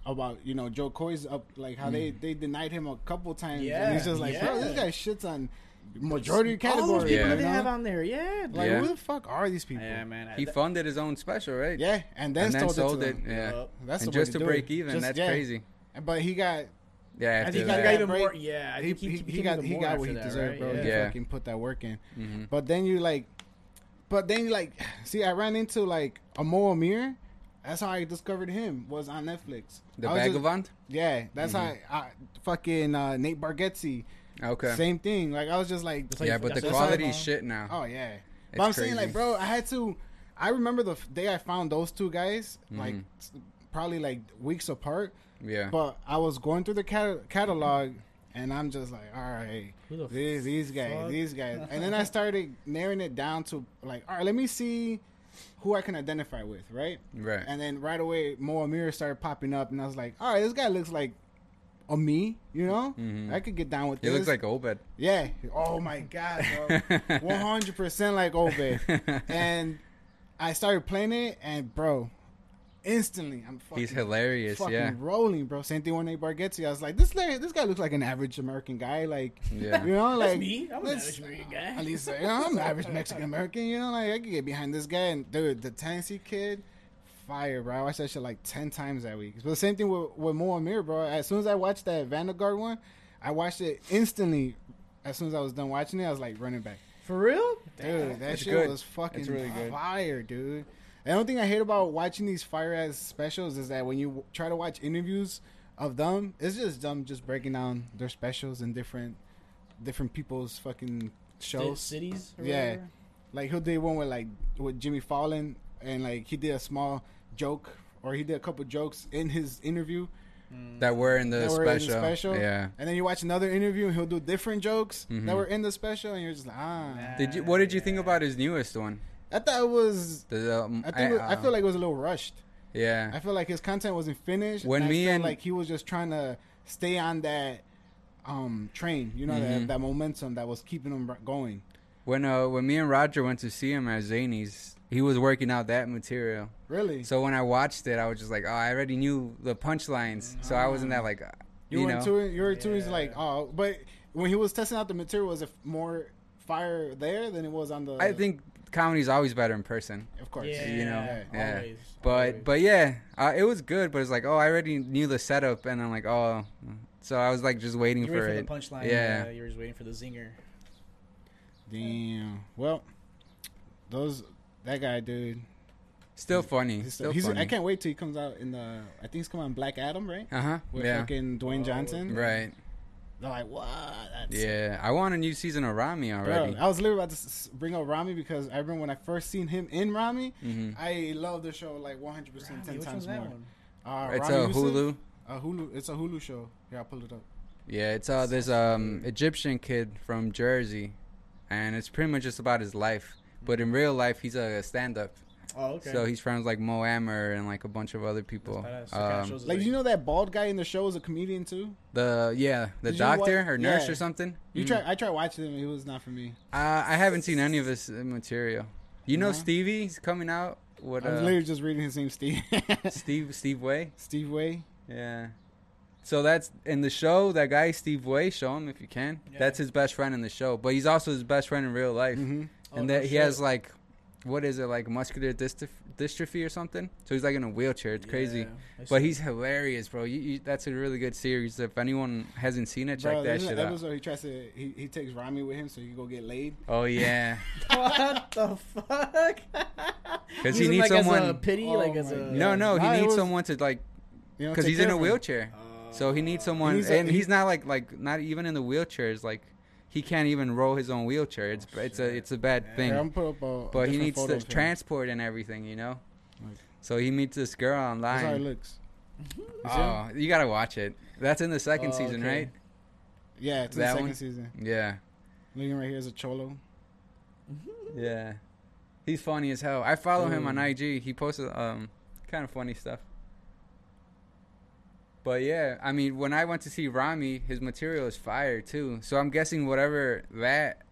Speaker 1: about you know Joe Coy's up like how they they denied him a couple times and he's
Speaker 2: Yeah,
Speaker 1: just like bro
Speaker 2: yeah.
Speaker 1: this guy shits on majority of
Speaker 2: All those
Speaker 1: categories
Speaker 2: people
Speaker 3: Yeah.
Speaker 2: that they
Speaker 1: you know?
Speaker 2: have on there, yeah. dude.
Speaker 1: like
Speaker 3: Yeah.
Speaker 1: who the fuck are these people
Speaker 2: Yeah, man. I-
Speaker 3: He funded his own special, right?
Speaker 1: yeah and then,
Speaker 3: And then
Speaker 1: sold,
Speaker 3: sold
Speaker 1: it,
Speaker 3: it.
Speaker 1: to them.
Speaker 3: Yeah.
Speaker 2: Yup.
Speaker 1: that's
Speaker 3: And
Speaker 1: the way
Speaker 3: just
Speaker 1: to
Speaker 3: to
Speaker 1: do
Speaker 3: break
Speaker 1: it.
Speaker 3: even,
Speaker 1: Just-
Speaker 3: that's
Speaker 1: yeah.
Speaker 3: crazy.
Speaker 1: but he got
Speaker 3: Yeah.
Speaker 2: I
Speaker 3: After
Speaker 2: think he
Speaker 3: that.
Speaker 2: got even
Speaker 1: break-
Speaker 2: more. Yeah, I
Speaker 1: he,
Speaker 2: think
Speaker 1: he,
Speaker 2: he,
Speaker 1: he got he got what he
Speaker 2: that,
Speaker 1: deserved
Speaker 2: right?
Speaker 1: bro
Speaker 2: Yeah.
Speaker 1: he
Speaker 3: Yeah.
Speaker 1: fucking put that work in
Speaker 3: Mhm.
Speaker 1: but then you like but then you like see I ran into like Amol Amir that's how I discovered him was on Netflix
Speaker 3: The
Speaker 1: I was just-
Speaker 3: Bagavant.
Speaker 1: Yeah, that's how I, I fucking uh, Nate Bargatze.
Speaker 3: Mm-hmm. Okay.
Speaker 1: Same thing. Like I was just like,
Speaker 2: It's like-
Speaker 3: yeah, but the
Speaker 2: that's-
Speaker 3: quality is
Speaker 1: that's-
Speaker 3: shit now.
Speaker 1: oh yeah.
Speaker 3: It's
Speaker 1: but I'm saying
Speaker 3: crazy.
Speaker 1: like, bro, I had to. I remember the f- day I found those two guys, like
Speaker 3: Mm-hmm.
Speaker 1: s- probably like weeks apart.
Speaker 3: yeah.
Speaker 1: But I was going through the cat- catalog, and I'm just like, all right,
Speaker 2: Who the
Speaker 1: these these guys,
Speaker 2: fuck?
Speaker 1: these guys, and then I started narrowing it down to like, all right, let me see who I can identify with, right?
Speaker 3: Right.
Speaker 1: And then right away, Mo Amir started popping up, and I was like, all right, this guy looks like a me, you know?
Speaker 3: Mhm.
Speaker 1: I could get down with
Speaker 3: He
Speaker 1: this.
Speaker 3: looks like Obed.
Speaker 1: Yeah. Oh my God, bro. 100% like Obed. and I started playing it, and bro, instantly. I'm fucking,
Speaker 3: He's hilarious.
Speaker 1: fucking
Speaker 3: Yeah.
Speaker 1: rolling, bro. Same thing when they Bargetti. I was like, this guy, this guy looks like an average American guy. Like,
Speaker 3: Yeah.
Speaker 1: you know,
Speaker 2: That's
Speaker 1: like
Speaker 2: me. I'm an
Speaker 1: let's-
Speaker 2: average American guy.
Speaker 1: At least, you know, I'm an average Mexican American. You know, like I could get behind this guy. And dude, the Tennessee kid, fire, bro. I watched that shit like ten times that week. But the same thing with with Mo Amir, bro. As soon as I watched that Vanguard one, I watched it instantly. As soon as I was done watching it, I was like running back.
Speaker 2: For real?
Speaker 1: Dude, that
Speaker 3: It's
Speaker 1: shit
Speaker 3: good.
Speaker 1: was fucking
Speaker 3: It's really good.
Speaker 1: fire, dude. The only thing I hate about watching these fire ass specials is that when you w- try to watch interviews of them, it's just them just breaking down their specials and different different people's fucking
Speaker 2: Damn.
Speaker 1: shows.
Speaker 2: Cities. Or
Speaker 1: Yeah.
Speaker 2: whatever?
Speaker 1: Like he'll do one with like with Jimmy Fallon, and like he did a small joke or he did a couple jokes in his interview,
Speaker 3: That were in the
Speaker 1: That were
Speaker 3: special.
Speaker 1: in the special?
Speaker 3: Yeah.
Speaker 1: and then you watch another interview and he'll do different jokes
Speaker 3: Mhm.
Speaker 1: that were in the special, and you're just like, ah.
Speaker 2: Nah.
Speaker 3: Did you? What did you think about his newest one?
Speaker 1: I thought it was.
Speaker 3: The, um,
Speaker 1: I think it- I feel like it was a little rushed.
Speaker 3: yeah.
Speaker 1: I feel like his content wasn't finished.
Speaker 3: When
Speaker 1: and I
Speaker 3: me
Speaker 1: feel
Speaker 3: and-
Speaker 1: like he was just trying to stay on that um train, you know,
Speaker 3: Mhm.
Speaker 1: that, that momentum that was keeping him r- going.
Speaker 3: When uh when me and Roger went to see him at Zany's, he was working out that material.
Speaker 1: Really,
Speaker 3: So when I watched it, I was just like, oh, I already knew the punchlines. So I wasn't that like, uh,
Speaker 1: you,
Speaker 3: you,
Speaker 1: were
Speaker 3: know,
Speaker 1: into it. You were into it. He's
Speaker 2: Yeah.
Speaker 1: like, oh, but when he was testing out the material, was it more fire there than it was on the?
Speaker 3: I think comedy's always better in person.
Speaker 1: of course,
Speaker 2: Yeah.
Speaker 3: you know,
Speaker 1: Yeah.
Speaker 3: yeah.
Speaker 2: Always,
Speaker 3: But
Speaker 2: always.
Speaker 3: but yeah, uh, it was good. But it's like, oh, I already knew the setup, and I'm like, oh, so I was like just waiting
Speaker 2: you
Speaker 3: for
Speaker 2: waiting for
Speaker 3: it.
Speaker 2: the punchline.
Speaker 3: Yeah.
Speaker 2: Yeah. you were just waiting for the zinger.
Speaker 1: Damn. Well, those that guy, dude.
Speaker 3: Still funny.
Speaker 1: He's,
Speaker 3: Still
Speaker 1: he's-
Speaker 3: funny.
Speaker 1: I can't wait till he comes out in the. I think he's coming on Black Adam, right?
Speaker 3: Uh huh.
Speaker 1: With
Speaker 3: Yeah.
Speaker 1: fucking Dwayne
Speaker 2: Oh,
Speaker 1: Johnson.
Speaker 3: Right.
Speaker 1: They're like, what? That's
Speaker 3: Yeah. I want a new season of Rami already.
Speaker 1: Bro, I was literally about to s- bring up Rami because I remember when I first seen him in Rami,
Speaker 3: hmm
Speaker 1: I love the show like 100% 10 times
Speaker 2: Which one's that
Speaker 1: more.
Speaker 2: one?
Speaker 1: Uh,
Speaker 3: It's
Speaker 1: Rami
Speaker 3: a
Speaker 1: Yusuf?
Speaker 3: Hulu.
Speaker 1: A Hulu. It's a Hulu show. Yeah, I pulled it up.
Speaker 3: Yeah, it's uh this um Egyptian kid from Jersey, and it's pretty much just about his life. But in real life, he's a stand-up,
Speaker 2: Oh, okay.
Speaker 3: so he's friends with, like Mo Ammer and like a bunch of other people.
Speaker 2: That's badass. So kinda
Speaker 3: Um,
Speaker 2: shows
Speaker 1: Like, you know that bald guy in the show is a comedian too?
Speaker 3: the yeah, the
Speaker 1: Did you
Speaker 3: doctor
Speaker 1: watch-
Speaker 3: or nurse
Speaker 1: yeah.
Speaker 3: or something.
Speaker 1: You
Speaker 3: Mm.
Speaker 1: try. I tried watching him. It was not for me.
Speaker 3: Uh, I haven't seen any of his uh, material. You know
Speaker 1: No?
Speaker 3: Stevie? He's coming out. What?
Speaker 1: I was
Speaker 3: Uh,
Speaker 1: Uh-huh. literally just reading his name, Steve.
Speaker 3: Steve Steve Way.
Speaker 1: Steve Way.
Speaker 3: Yeah. So that's in the show. That guy Steve Way. Show him if you can.
Speaker 2: Yeah.
Speaker 3: That's his best friend in the show, but he's also his best friend in real life.
Speaker 1: hmm
Speaker 2: Oh,
Speaker 3: and
Speaker 2: no
Speaker 3: that he
Speaker 2: shit.
Speaker 3: has like what is it like muscular dystrophy, dystrophy or something so he's like in a wheelchair it's crazy
Speaker 2: Yeah, that's
Speaker 3: but
Speaker 2: true.
Speaker 3: he's hilarious bro you, you, that's a really good series if anyone hasn't seen it check
Speaker 1: Bro,
Speaker 3: that
Speaker 1: there's an
Speaker 3: shit out
Speaker 1: episode he tries to he, he takes Rami with him so you go get laid.
Speaker 3: oh yeah
Speaker 2: what the fuck?
Speaker 3: because
Speaker 2: Because
Speaker 3: he needs someone
Speaker 2: As a pity,
Speaker 1: Oh
Speaker 2: like as
Speaker 1: my
Speaker 2: a
Speaker 1: God.
Speaker 3: no no he
Speaker 1: Nah, it
Speaker 3: needs
Speaker 1: was-
Speaker 3: someone to like
Speaker 1: You know,
Speaker 3: because
Speaker 1: take
Speaker 3: he's in
Speaker 1: care
Speaker 3: a
Speaker 1: of him.
Speaker 3: wheelchahe
Speaker 2: Oh.
Speaker 3: so he needs someone
Speaker 1: needs a-
Speaker 3: and
Speaker 1: he-
Speaker 3: he's not like like not even in the wheelchair it's like he can't even roll his own wheelchair it's
Speaker 2: Oh,
Speaker 3: it's a
Speaker 2: shit.
Speaker 3: it's a bad
Speaker 2: Yeah,
Speaker 3: thing
Speaker 1: Here, I'm gonna put up a- a
Speaker 3: but he
Speaker 1: different
Speaker 3: needs
Speaker 1: photo
Speaker 3: the
Speaker 1: of him.
Speaker 3: transport and everything you know
Speaker 1: Like-
Speaker 3: so he meets this girl
Speaker 1: That's
Speaker 3: online
Speaker 1: how he looks. You see him?
Speaker 3: Oh, you gotta watch it. That's in the second
Speaker 2: Oh,
Speaker 3: season,
Speaker 2: okay.
Speaker 3: right?
Speaker 1: Yeah, it's in
Speaker 3: That
Speaker 1: the second
Speaker 3: one?
Speaker 1: season.
Speaker 3: Yeah.
Speaker 1: Looking right here is a cholo.
Speaker 3: Yeah. He's funny as hell. I follow him on
Speaker 1: Ooh.
Speaker 3: IG. He posts um kind of funny stuff. But yeah, I mean, when I went to see Rami, his material is fire too. So I'm guessing whatever that,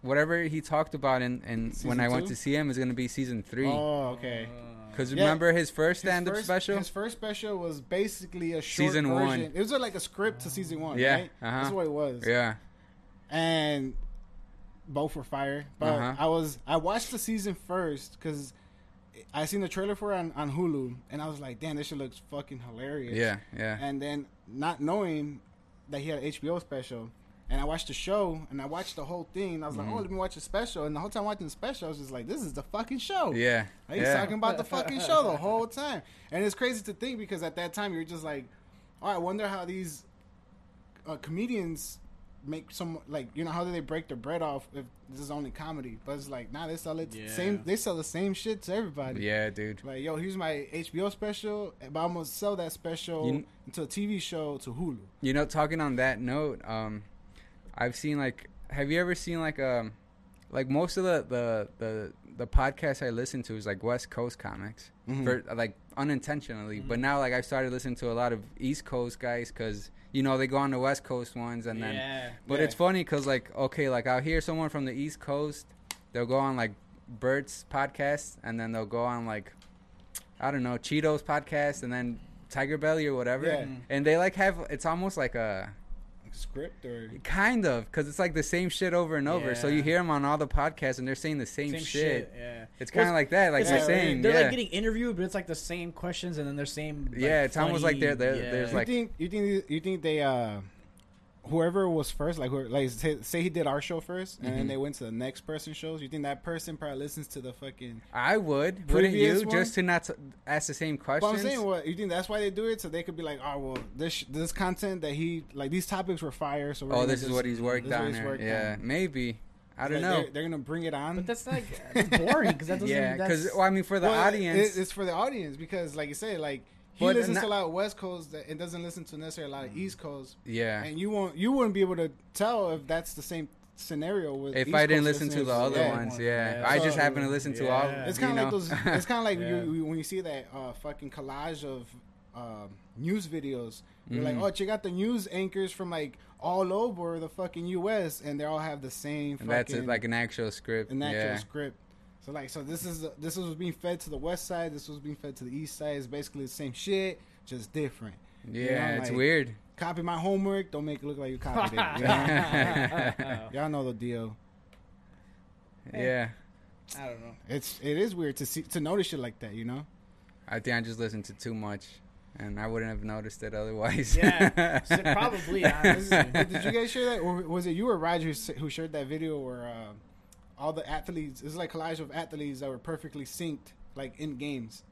Speaker 3: whatever he talked about in, in when
Speaker 1: Season
Speaker 3: I went
Speaker 1: two?
Speaker 3: to see him is gonna be season three.
Speaker 1: Oh, okay.
Speaker 2: Uh,
Speaker 3: Because
Speaker 1: Yeah.
Speaker 3: remember his first
Speaker 1: His
Speaker 3: stand-up
Speaker 1: first-
Speaker 3: special?
Speaker 1: His first special was basically a short
Speaker 3: Season
Speaker 1: version.
Speaker 3: one.
Speaker 1: It was uh, like a script to season one.
Speaker 3: Yeah,
Speaker 1: right?
Speaker 3: uh-huh.
Speaker 1: that's what it was.
Speaker 3: yeah.
Speaker 1: And both were fire. But
Speaker 3: Uh-huh.
Speaker 1: I was I watched the season first because I seen the trailer for it on, on Hulu, and I was like, damn, this shit looks fucking hilarious.
Speaker 3: Yeah, yeah.
Speaker 1: And then not knowing that he had an HBO special. And I watched the show, and I watched the whole thing. And I was like,
Speaker 3: Mhm.
Speaker 1: "Oh, let me watch the special." And the whole time watching the special, I was just like, "This is the fucking show."
Speaker 3: Yeah.
Speaker 1: Like, He's
Speaker 3: yeah.
Speaker 1: oh, talking about the fucking show the whole time. And it's crazy to think because at that time you're just like, oh, I wonder how these uh, comedians make some like you know how do they break their bread off if this is only comedy? But it's like nah, they sell it
Speaker 2: Yeah.
Speaker 1: same. They sell the same shit to everybody.
Speaker 3: Yeah, dude.
Speaker 1: Like yo, here's my HBO special, but I'm gonna sell that special
Speaker 3: You-
Speaker 1: to a TV show to Hulu.
Speaker 3: You know, talking on that note, um, I've seen like, have you ever seen like, um, like most of the the the, the podcasts I listen to is like West Coast comics,
Speaker 1: Mm-hmm.
Speaker 3: for like unintentionally. But now like I've started listening to a lot of East Coast guys because you know they go on the West Coast ones and then.
Speaker 2: yeah.
Speaker 3: But
Speaker 1: Yeah.
Speaker 3: it's funny because like okay, like I'll hear someone from the East Coast, they'll go on like Bert's podcast and then they'll go on like. I don't know Cheetos podcast and then Tiger Belly or whatever,
Speaker 1: Yeah.
Speaker 3: and they like have it's almost like a
Speaker 1: Script or
Speaker 3: kind of because it's like the same shit over and over. So
Speaker 2: Yeah.
Speaker 3: you hear them on all the podcasts and they're saying the same,
Speaker 2: Same
Speaker 3: shit.
Speaker 2: shit. Yeah.
Speaker 3: It's kind of
Speaker 2: Well,
Speaker 3: like that, like
Speaker 2: it's
Speaker 3: you're
Speaker 1: like-
Speaker 3: saying,
Speaker 2: They're
Speaker 3: yeah.
Speaker 2: like getting interviewed, but it's like the same questions and then their same. Like,
Speaker 3: Yeah, it's almost like they're-
Speaker 2: funny-
Speaker 3: they're- there's,
Speaker 1: you
Speaker 3: like-
Speaker 1: think you think you think they uh whoever was first like whoever, like say, say he did our show 1st and then
Speaker 3: Mhm.
Speaker 1: they went to the next person's shows you think that person probably listens to the fucking
Speaker 3: I would, wouldn't you,
Speaker 1: Previous one?
Speaker 3: just to not s ask the same
Speaker 1: but
Speaker 3: questions.
Speaker 1: I'm saying what you think that's why they do it so they could be like oh well this sh- this content that he like these topics were fire so we're
Speaker 3: oh,
Speaker 1: gonna
Speaker 3: this is
Speaker 1: just-
Speaker 3: what he's worked
Speaker 1: this is what
Speaker 3: on.
Speaker 1: he's
Speaker 3: here.
Speaker 1: worked
Speaker 3: yeah,
Speaker 1: on.
Speaker 3: maybe. I
Speaker 1: Like,
Speaker 3: don't know.
Speaker 1: they're, they're gonna bring it on
Speaker 2: But that's like that's boring because that doesn't.
Speaker 3: yeah, because
Speaker 2: that's-
Speaker 3: well, I mean, for the
Speaker 1: Well,
Speaker 3: audience,
Speaker 1: it- it's for the audience because like you said like he
Speaker 3: But
Speaker 1: listens
Speaker 3: not- Mm.
Speaker 1: to a lot of West Coast that- and doesn't listen to necessarily a lot of East Coast
Speaker 3: yeah.
Speaker 1: and you won't you wouldn't be able to tell if that's the same scenario with
Speaker 3: If
Speaker 1: East
Speaker 3: I didn't
Speaker 1: Coast
Speaker 3: listen to
Speaker 1: listeners.
Speaker 3: the other
Speaker 1: Yeah.
Speaker 3: ones,
Speaker 2: One,
Speaker 3: yeah,
Speaker 2: yeah.
Speaker 3: I just
Speaker 1: So-
Speaker 3: happen to listen to all.
Speaker 2: Yeah.
Speaker 1: it's
Speaker 3: you
Speaker 1: kind of like
Speaker 3: know.
Speaker 1: those it's kind of like
Speaker 2: Yeah.
Speaker 1: you, you, when you see that uh, fucking collage of um, news videos you're
Speaker 3: Mhm.
Speaker 1: like oh check out the news anchors from like all over the fucking US and they all have the same
Speaker 3: and
Speaker 1: fucking
Speaker 3: that's it, like an actual script.
Speaker 1: an actual
Speaker 3: yeah.
Speaker 1: script so like so this is this was being fed to the west side this was being fed to the east side it's basically the same shit just different
Speaker 3: Yeah,
Speaker 1: you know,
Speaker 3: it's
Speaker 1: like-
Speaker 3: weird.
Speaker 1: copy my homework don't make it look like you copied it you know? y'all know the deal
Speaker 3: Yeah.
Speaker 2: I don't know.
Speaker 1: It's it is weird to see to notice shit like that, you know.
Speaker 3: I think I just listened to too much, and I wouldn't have noticed it otherwise.
Speaker 2: Yeah, so probably, honestly.
Speaker 1: Did you guys share that, or was it you or Rogers who shared that video where uh, all the athletes? It's like collage of athletes that were perfectly synced, like in games,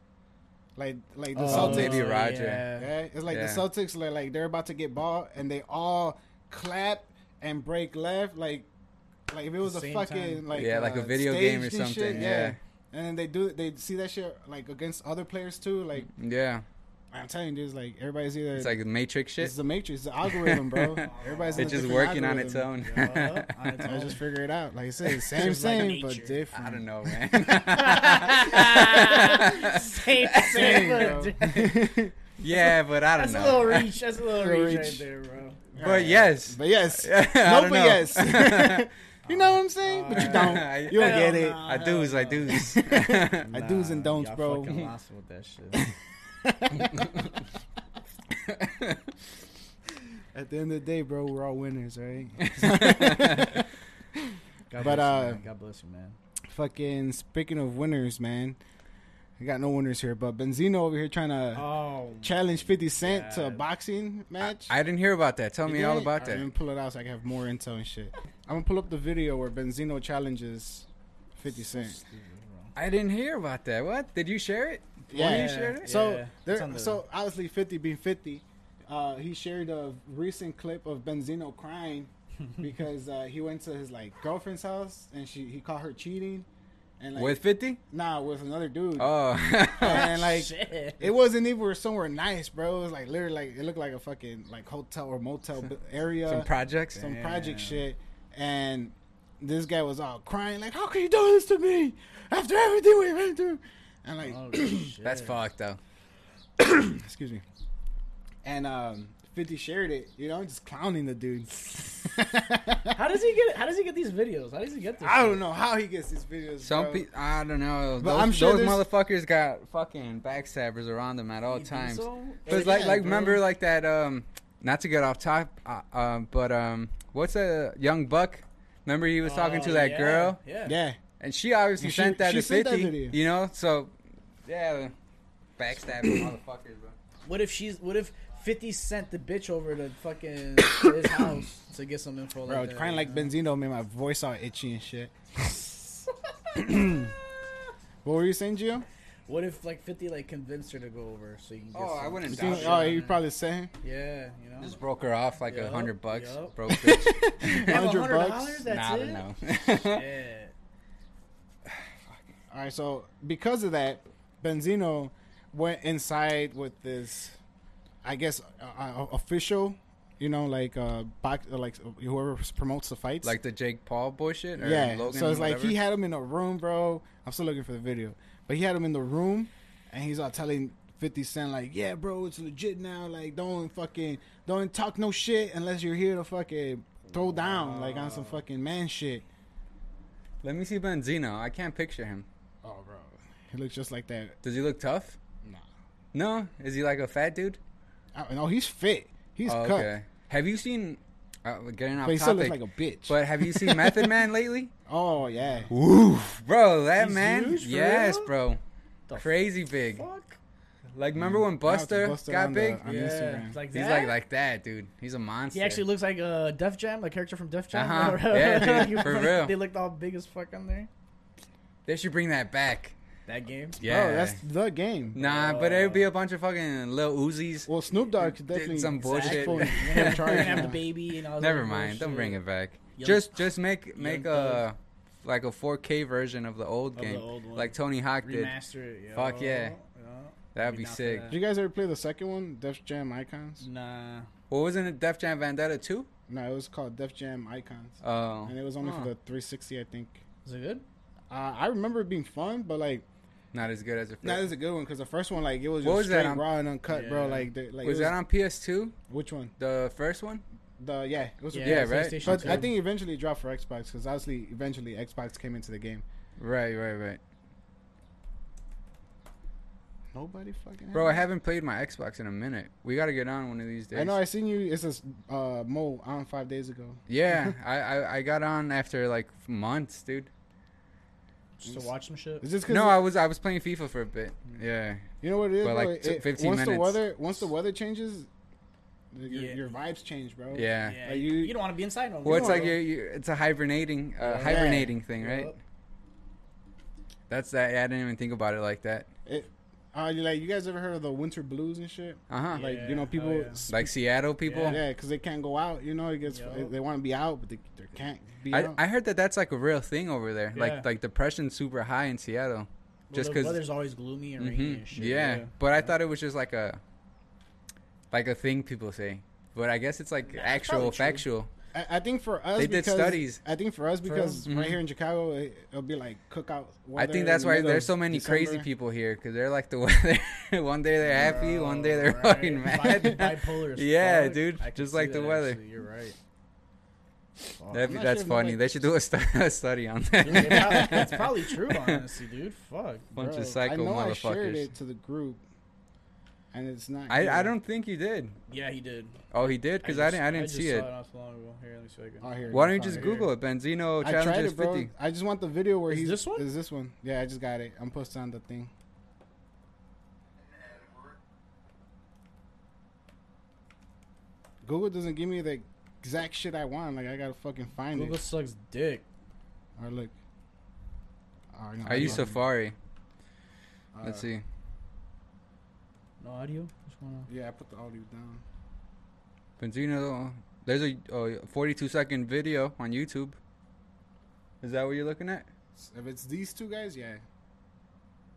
Speaker 1: like like the
Speaker 3: Oh,
Speaker 1: Celtics.
Speaker 3: maybe Roger.
Speaker 2: Yeah.
Speaker 1: Yeah, it's like
Speaker 3: Yeah.
Speaker 1: the Celtics like, like they're about to get ball and they all clap and break left like like if it was a
Speaker 2: Same
Speaker 1: fucking
Speaker 2: time.
Speaker 1: like uh,
Speaker 3: Yeah, like a video game or
Speaker 1: staged and
Speaker 3: something, yeah.
Speaker 1: And then they do they see that shit like against other players too. Like
Speaker 3: yeah.
Speaker 1: I'm telling you, dude, it's like everybody's either
Speaker 3: It's like Matrix shit.
Speaker 1: It's the matrix, the algorithm, bro. Everybody's in
Speaker 3: It's
Speaker 1: a
Speaker 3: just
Speaker 1: different
Speaker 3: working on its
Speaker 1: algorithm.
Speaker 3: own.
Speaker 2: Yeah, on its
Speaker 1: I
Speaker 2: own.
Speaker 1: just figure it out. Like I said, same,
Speaker 2: Just like
Speaker 1: same,
Speaker 2: nature.
Speaker 1: but different.
Speaker 3: I don't know, man.
Speaker 1: Same,
Speaker 2: same, same.
Speaker 1: bro.
Speaker 2: but-
Speaker 3: yeah, but I don't
Speaker 2: That's a little
Speaker 3: know.
Speaker 2: reach. That's a little
Speaker 1: Little
Speaker 2: reach right
Speaker 1: reach.
Speaker 2: there, bro.
Speaker 3: But yes,
Speaker 1: but yes,
Speaker 3: I
Speaker 1: no,
Speaker 3: don't
Speaker 1: but
Speaker 3: know.
Speaker 1: yes. you know what I'm saying? but you
Speaker 2: Uh,
Speaker 1: don't.
Speaker 3: I-
Speaker 1: You don't
Speaker 2: Hell
Speaker 1: get it.
Speaker 2: nah.
Speaker 3: I do's, I do's.
Speaker 1: I do's and don'ts,
Speaker 2: y'all
Speaker 1: bro.
Speaker 2: fucking lost with that shit.
Speaker 1: At the end of the day, bro, we're all winners, right?
Speaker 2: God
Speaker 1: But,
Speaker 2: bless
Speaker 1: uh,
Speaker 2: you, man. God bless you, man.
Speaker 1: Fucking speaking of winners, man. I got no winners here, but Benzino over here trying to
Speaker 2: Oh,
Speaker 1: challenge 50 Cent to a
Speaker 2: God.
Speaker 1: boxing match.
Speaker 3: I didn't hear about that. Tell me all about
Speaker 1: I'm
Speaker 3: that.
Speaker 1: gonna pull it out so I can have more intel and shit. I'm gonna pull up the video where Benzino challenges 50 Cent.
Speaker 3: I didn't hear about that. What? Did you share it?
Speaker 1: Yeah.
Speaker 3: You shared it?
Speaker 1: So
Speaker 2: Yeah, it's
Speaker 1: there,
Speaker 2: on the-
Speaker 1: so obviously Fifty being Fifty, uh, he shared a recent clip of Benzino crying because uh, he went to his like girlfriend's house and she he caught her cheating, and like
Speaker 3: With 50?
Speaker 1: nah with another dude.
Speaker 3: Oh.
Speaker 1: and like
Speaker 2: shit.
Speaker 1: it wasn't even somewhere nice, bro. It was like literally like it looked like a fucking like hotel or motel b- area,
Speaker 3: Some projects?
Speaker 1: some
Speaker 2: Damn.
Speaker 1: project shit, and this guy was all crying like, "How can you do this to me after everything we went through?" And like
Speaker 2: Holy shit.
Speaker 3: That's fucked, though.
Speaker 1: excuse me. And um, Fifty shared it, you know, just clowning the dude.
Speaker 2: How does he get? How does he get these videos? How does he get this?
Speaker 1: I don't know how he gets these videos.
Speaker 3: Some
Speaker 1: bro.
Speaker 3: people, I don't know.
Speaker 1: But
Speaker 3: those
Speaker 1: I'm sure
Speaker 3: those
Speaker 1: there's-
Speaker 3: motherfuckers got fucking backstabbers around them at all
Speaker 2: You think
Speaker 3: times.
Speaker 2: so?
Speaker 3: Cause
Speaker 1: Yeah,
Speaker 3: like, like
Speaker 1: bro.
Speaker 3: remember like that. Um, not to get off top, uh, um, but um, what's a young buck? Remember he was talking to
Speaker 2: Oh,
Speaker 3: that
Speaker 2: yeah,
Speaker 3: girl,
Speaker 2: Yeah.
Speaker 1: Yeah,
Speaker 3: and she obviously
Speaker 1: And she-
Speaker 3: sent that
Speaker 1: she
Speaker 3: to
Speaker 1: sent that
Speaker 3: fifty.
Speaker 1: video.
Speaker 3: you know, so yeah, backstabbing motherfuckers, bro.
Speaker 2: What if she's? What if Fifty sent the bitch over to fucking to his house to get some info?
Speaker 1: bro,
Speaker 2: like that,
Speaker 1: crying
Speaker 2: you
Speaker 1: like
Speaker 2: know?
Speaker 1: Benzino made my voice all itchy and shit. What were you saying, Gio?
Speaker 2: what if like Fifty like convinced her to go over so you can? Get
Speaker 3: Oh,
Speaker 2: some-
Speaker 3: I wouldn't
Speaker 1: You
Speaker 3: doubt
Speaker 1: think-
Speaker 3: it.
Speaker 1: oh, you probably saying
Speaker 2: Yeah, you know.
Speaker 3: Just broke her off like a
Speaker 2: Yup,
Speaker 3: hundred bucks,
Speaker 2: yup.
Speaker 3: broke bitch.
Speaker 2: You have
Speaker 1: hundred
Speaker 2: $100?
Speaker 1: bucks?
Speaker 2: That's
Speaker 3: nah, I
Speaker 2: it.
Speaker 3: don't know.
Speaker 2: Yeah.
Speaker 1: All right, so because of that, Benzino went inside with this, I guess, uh, uh, official, you know, like uh, box, uh, like whoever promotes the fights,
Speaker 3: like the Jake Paul bullshit. Or
Speaker 1: yeah.
Speaker 3: Logan,
Speaker 1: so it's like
Speaker 3: whatever.
Speaker 1: he had him in a room, bro. I'm still looking for the video, but he had him in the room, and he's all telling 50 Cent like, "Yeah, bro, it's legit now. Like, don't fucking, don't talk no shit unless you're here to fucking throw down, like on some fucking man shit."
Speaker 3: Let me see Benzino. I can't picture him.
Speaker 1: Oh, bro, he looks just like that.
Speaker 3: Does he look tough? No, is he like a fat dude?
Speaker 1: I, no, he's fit. He's
Speaker 3: Oh,
Speaker 1: cut.
Speaker 3: Have you seen? Uh, getting off
Speaker 1: But he still looks
Speaker 3: topic,
Speaker 1: like a bitch.
Speaker 3: but have you seen Method Man lately?
Speaker 1: oh yeah,
Speaker 3: Woof, bro, that
Speaker 2: He's
Speaker 3: man.
Speaker 2: huge, for
Speaker 3: yes,
Speaker 2: real?
Speaker 3: bro.
Speaker 2: The
Speaker 3: Crazy big.
Speaker 2: Fuck.
Speaker 3: Like remember when
Speaker 1: Mm. Now it's
Speaker 3: Buster,
Speaker 1: Busta
Speaker 3: got
Speaker 1: on the-
Speaker 3: big?
Speaker 1: on
Speaker 2: yeah.
Speaker 1: Instagram.
Speaker 2: it's Like
Speaker 3: He's
Speaker 2: that?
Speaker 3: like like that, dude. He's a monster.
Speaker 2: He actually looks like uh, Def Jam, the character from Def Jam.
Speaker 3: Uh-huh. Yeah, dude,
Speaker 2: He
Speaker 3: for
Speaker 2: looked-
Speaker 3: real.
Speaker 2: They looked all big as fuck on there.
Speaker 3: they should bring that back.
Speaker 2: That game.
Speaker 3: Yeah.
Speaker 1: Bro, that's the game.
Speaker 3: nah, but it would be a bunch of fucking little Uzis.
Speaker 1: Well, Snoop Dogg could
Speaker 3: Did
Speaker 1: definitely
Speaker 3: some bullshit.
Speaker 1: full-
Speaker 2: Exactly.
Speaker 1: full
Speaker 2: You're gonna
Speaker 1: charge
Speaker 2: have the
Speaker 1: now.
Speaker 2: baby and all
Speaker 3: Never
Speaker 2: that
Speaker 3: mind. Don't
Speaker 2: bullshit.
Speaker 3: bring it back.
Speaker 2: Young-
Speaker 3: just just make make
Speaker 2: Thug.
Speaker 3: a like a 4K version of the old
Speaker 2: the
Speaker 3: game,
Speaker 2: old one.
Speaker 3: like Tony Hawk did.
Speaker 2: Remaster it. Yo.
Speaker 3: Fuck yeah.
Speaker 2: Yo.
Speaker 3: That'd
Speaker 2: I'd
Speaker 3: be
Speaker 2: down for
Speaker 3: sick.
Speaker 1: Did you guys ever play the second one, Def Jam Icons?
Speaker 2: Nah.
Speaker 3: Well, wasn't it Def Jam Vendetta too?
Speaker 1: No, it was called Def Jam Icons,
Speaker 3: Oh,
Speaker 1: and it was only
Speaker 3: Huh.
Speaker 1: for the 360, I think.
Speaker 2: Is it good?
Speaker 1: Uh, I remember it being fun, but like,
Speaker 3: not as good as a.
Speaker 1: that is a good one because the first one, like, it was
Speaker 3: What
Speaker 1: just
Speaker 3: was that
Speaker 1: straight
Speaker 3: on-
Speaker 1: raw and uncut, bro.
Speaker 2: Yeah.
Speaker 1: Like, the, like
Speaker 3: was
Speaker 1: it
Speaker 3: that on PS2?
Speaker 1: which one?
Speaker 3: The first one?
Speaker 1: The yeah, it was.
Speaker 3: Yeah, right.
Speaker 2: PlayStation
Speaker 1: But I
Speaker 2: 2.
Speaker 1: think eventually it dropped for Xbox because obviously eventually Xbox came into the game.
Speaker 3: Right, right, right.
Speaker 1: Nobody fucking.
Speaker 3: Bro, I
Speaker 1: had it.
Speaker 3: haven't played my Xbox in a minute. We got to get on one of these days.
Speaker 1: I know I seen you. It's this uh, mole on five days ago.
Speaker 3: Yeah, I, I, I got on after like months, dude.
Speaker 2: just to watch some shit.
Speaker 1: Is this because
Speaker 3: No, I was I was playing FIFA for a bit. Yeah,
Speaker 1: you know what it is?
Speaker 3: But, like,
Speaker 1: bro?
Speaker 3: took
Speaker 1: It-
Speaker 3: 15
Speaker 1: once the
Speaker 3: minutes.
Speaker 1: weather once the weather changes, your,
Speaker 2: Yeah.
Speaker 1: your vibes change, bro.
Speaker 3: yeah.
Speaker 2: Oh, Yeah,
Speaker 1: Like,
Speaker 2: you,
Speaker 1: you-
Speaker 2: you don't want to be inside no more.
Speaker 3: Well, it's
Speaker 1: know,
Speaker 3: like
Speaker 1: bro.
Speaker 3: you you it's a hibernating uh,
Speaker 2: Yeah.
Speaker 3: hibernating thing, right?
Speaker 2: Yup.
Speaker 3: That's that. Yeah, I didn't even think about it like that.
Speaker 1: It, uh, you like you guys ever heard of the winter blues and shit?
Speaker 3: Uh huh.
Speaker 1: Like
Speaker 2: Yeah.
Speaker 1: you know
Speaker 2: Oh,
Speaker 1: people.
Speaker 2: yeah.
Speaker 1: s-
Speaker 3: Like Seattle people.
Speaker 1: Yeah, because they can't go out. You know, it gets
Speaker 2: Yup.
Speaker 1: they, want to be out, but they, they can't be
Speaker 3: I,
Speaker 1: out.
Speaker 3: I heard that that's like a real thing over there.
Speaker 2: Yeah.
Speaker 3: Like like depression's super high in Seattle. just
Speaker 2: the
Speaker 3: 'cause-
Speaker 2: weather's always gloomy and rainy
Speaker 3: hmm
Speaker 2: and shit.
Speaker 3: Yeah, but I thought it was just like a like a thing people say. But I guess it's like
Speaker 2: Nah, it's probably
Speaker 3: actual
Speaker 2: true.
Speaker 3: factual.
Speaker 1: I, I think for us,
Speaker 3: They did
Speaker 1: because-
Speaker 3: studies.
Speaker 1: I think for us because
Speaker 3: real?
Speaker 2: Mm-hmm.
Speaker 1: right
Speaker 3: Mhm.
Speaker 1: here in Chicago, it, it'll be like
Speaker 3: I
Speaker 1: cookout. weather
Speaker 3: think
Speaker 1: in
Speaker 3: that's
Speaker 1: the
Speaker 3: why
Speaker 1: middle
Speaker 3: there's
Speaker 1: of
Speaker 3: so many crazy
Speaker 1: December.
Speaker 3: people here because they're like the weather. one day they're happy, one day they're
Speaker 2: Right.
Speaker 3: fucking mad.
Speaker 2: Bi- bipolar as
Speaker 3: Yeah,
Speaker 2: fuck.
Speaker 3: dude,
Speaker 2: I can
Speaker 3: just
Speaker 2: see
Speaker 3: like the
Speaker 2: that,
Speaker 3: weather.
Speaker 2: actually, You're right. Fuck.
Speaker 3: That'd
Speaker 1: I'm
Speaker 3: be-
Speaker 1: not
Speaker 3: that's
Speaker 1: sure if
Speaker 3: funny.
Speaker 1: nobody-
Speaker 3: They should do a, stu- a study on
Speaker 2: Dude, it probably- that's
Speaker 3: that.
Speaker 2: probably true, honestly, dude. Fuck.
Speaker 3: Bunch
Speaker 1: Bro,
Speaker 3: of psycho
Speaker 1: I know I shared
Speaker 3: motherfuckers.
Speaker 1: it to the group, and it's not.
Speaker 3: I,
Speaker 1: here.
Speaker 3: I don't think you did.
Speaker 2: Yeah, he did.
Speaker 3: Oh, he did because I,
Speaker 2: just-
Speaker 3: didn't I didn't
Speaker 2: just
Speaker 3: see
Speaker 2: saw
Speaker 3: it.
Speaker 2: not so long ago. Here, let me see if I can-
Speaker 1: Oh, here it
Speaker 3: Why don't
Speaker 1: is.
Speaker 3: you just
Speaker 1: Sorry.
Speaker 3: Google it? Benzino
Speaker 1: I tried
Speaker 3: challenges
Speaker 1: it, bro.
Speaker 3: fifty.
Speaker 1: I just want the video where
Speaker 2: Is
Speaker 1: he's.
Speaker 2: this one?
Speaker 1: Is this one? Yeah, I just got it. I'm posting on the thing. Google doesn't give me the exact shit I want. Like I gotta fucking find
Speaker 2: Google
Speaker 1: it.
Speaker 2: sucks dick.
Speaker 1: All right, look. Oh, no,
Speaker 3: I use
Speaker 1: love it.
Speaker 3: Safari.
Speaker 1: Uh,
Speaker 3: Let's see.
Speaker 2: No audio. What's going on?
Speaker 1: Yeah, I put the audio down.
Speaker 3: Benzino. There's a oh, 42 second video on YouTube. Is that what you're looking at?
Speaker 1: If it's these two guys, yeah.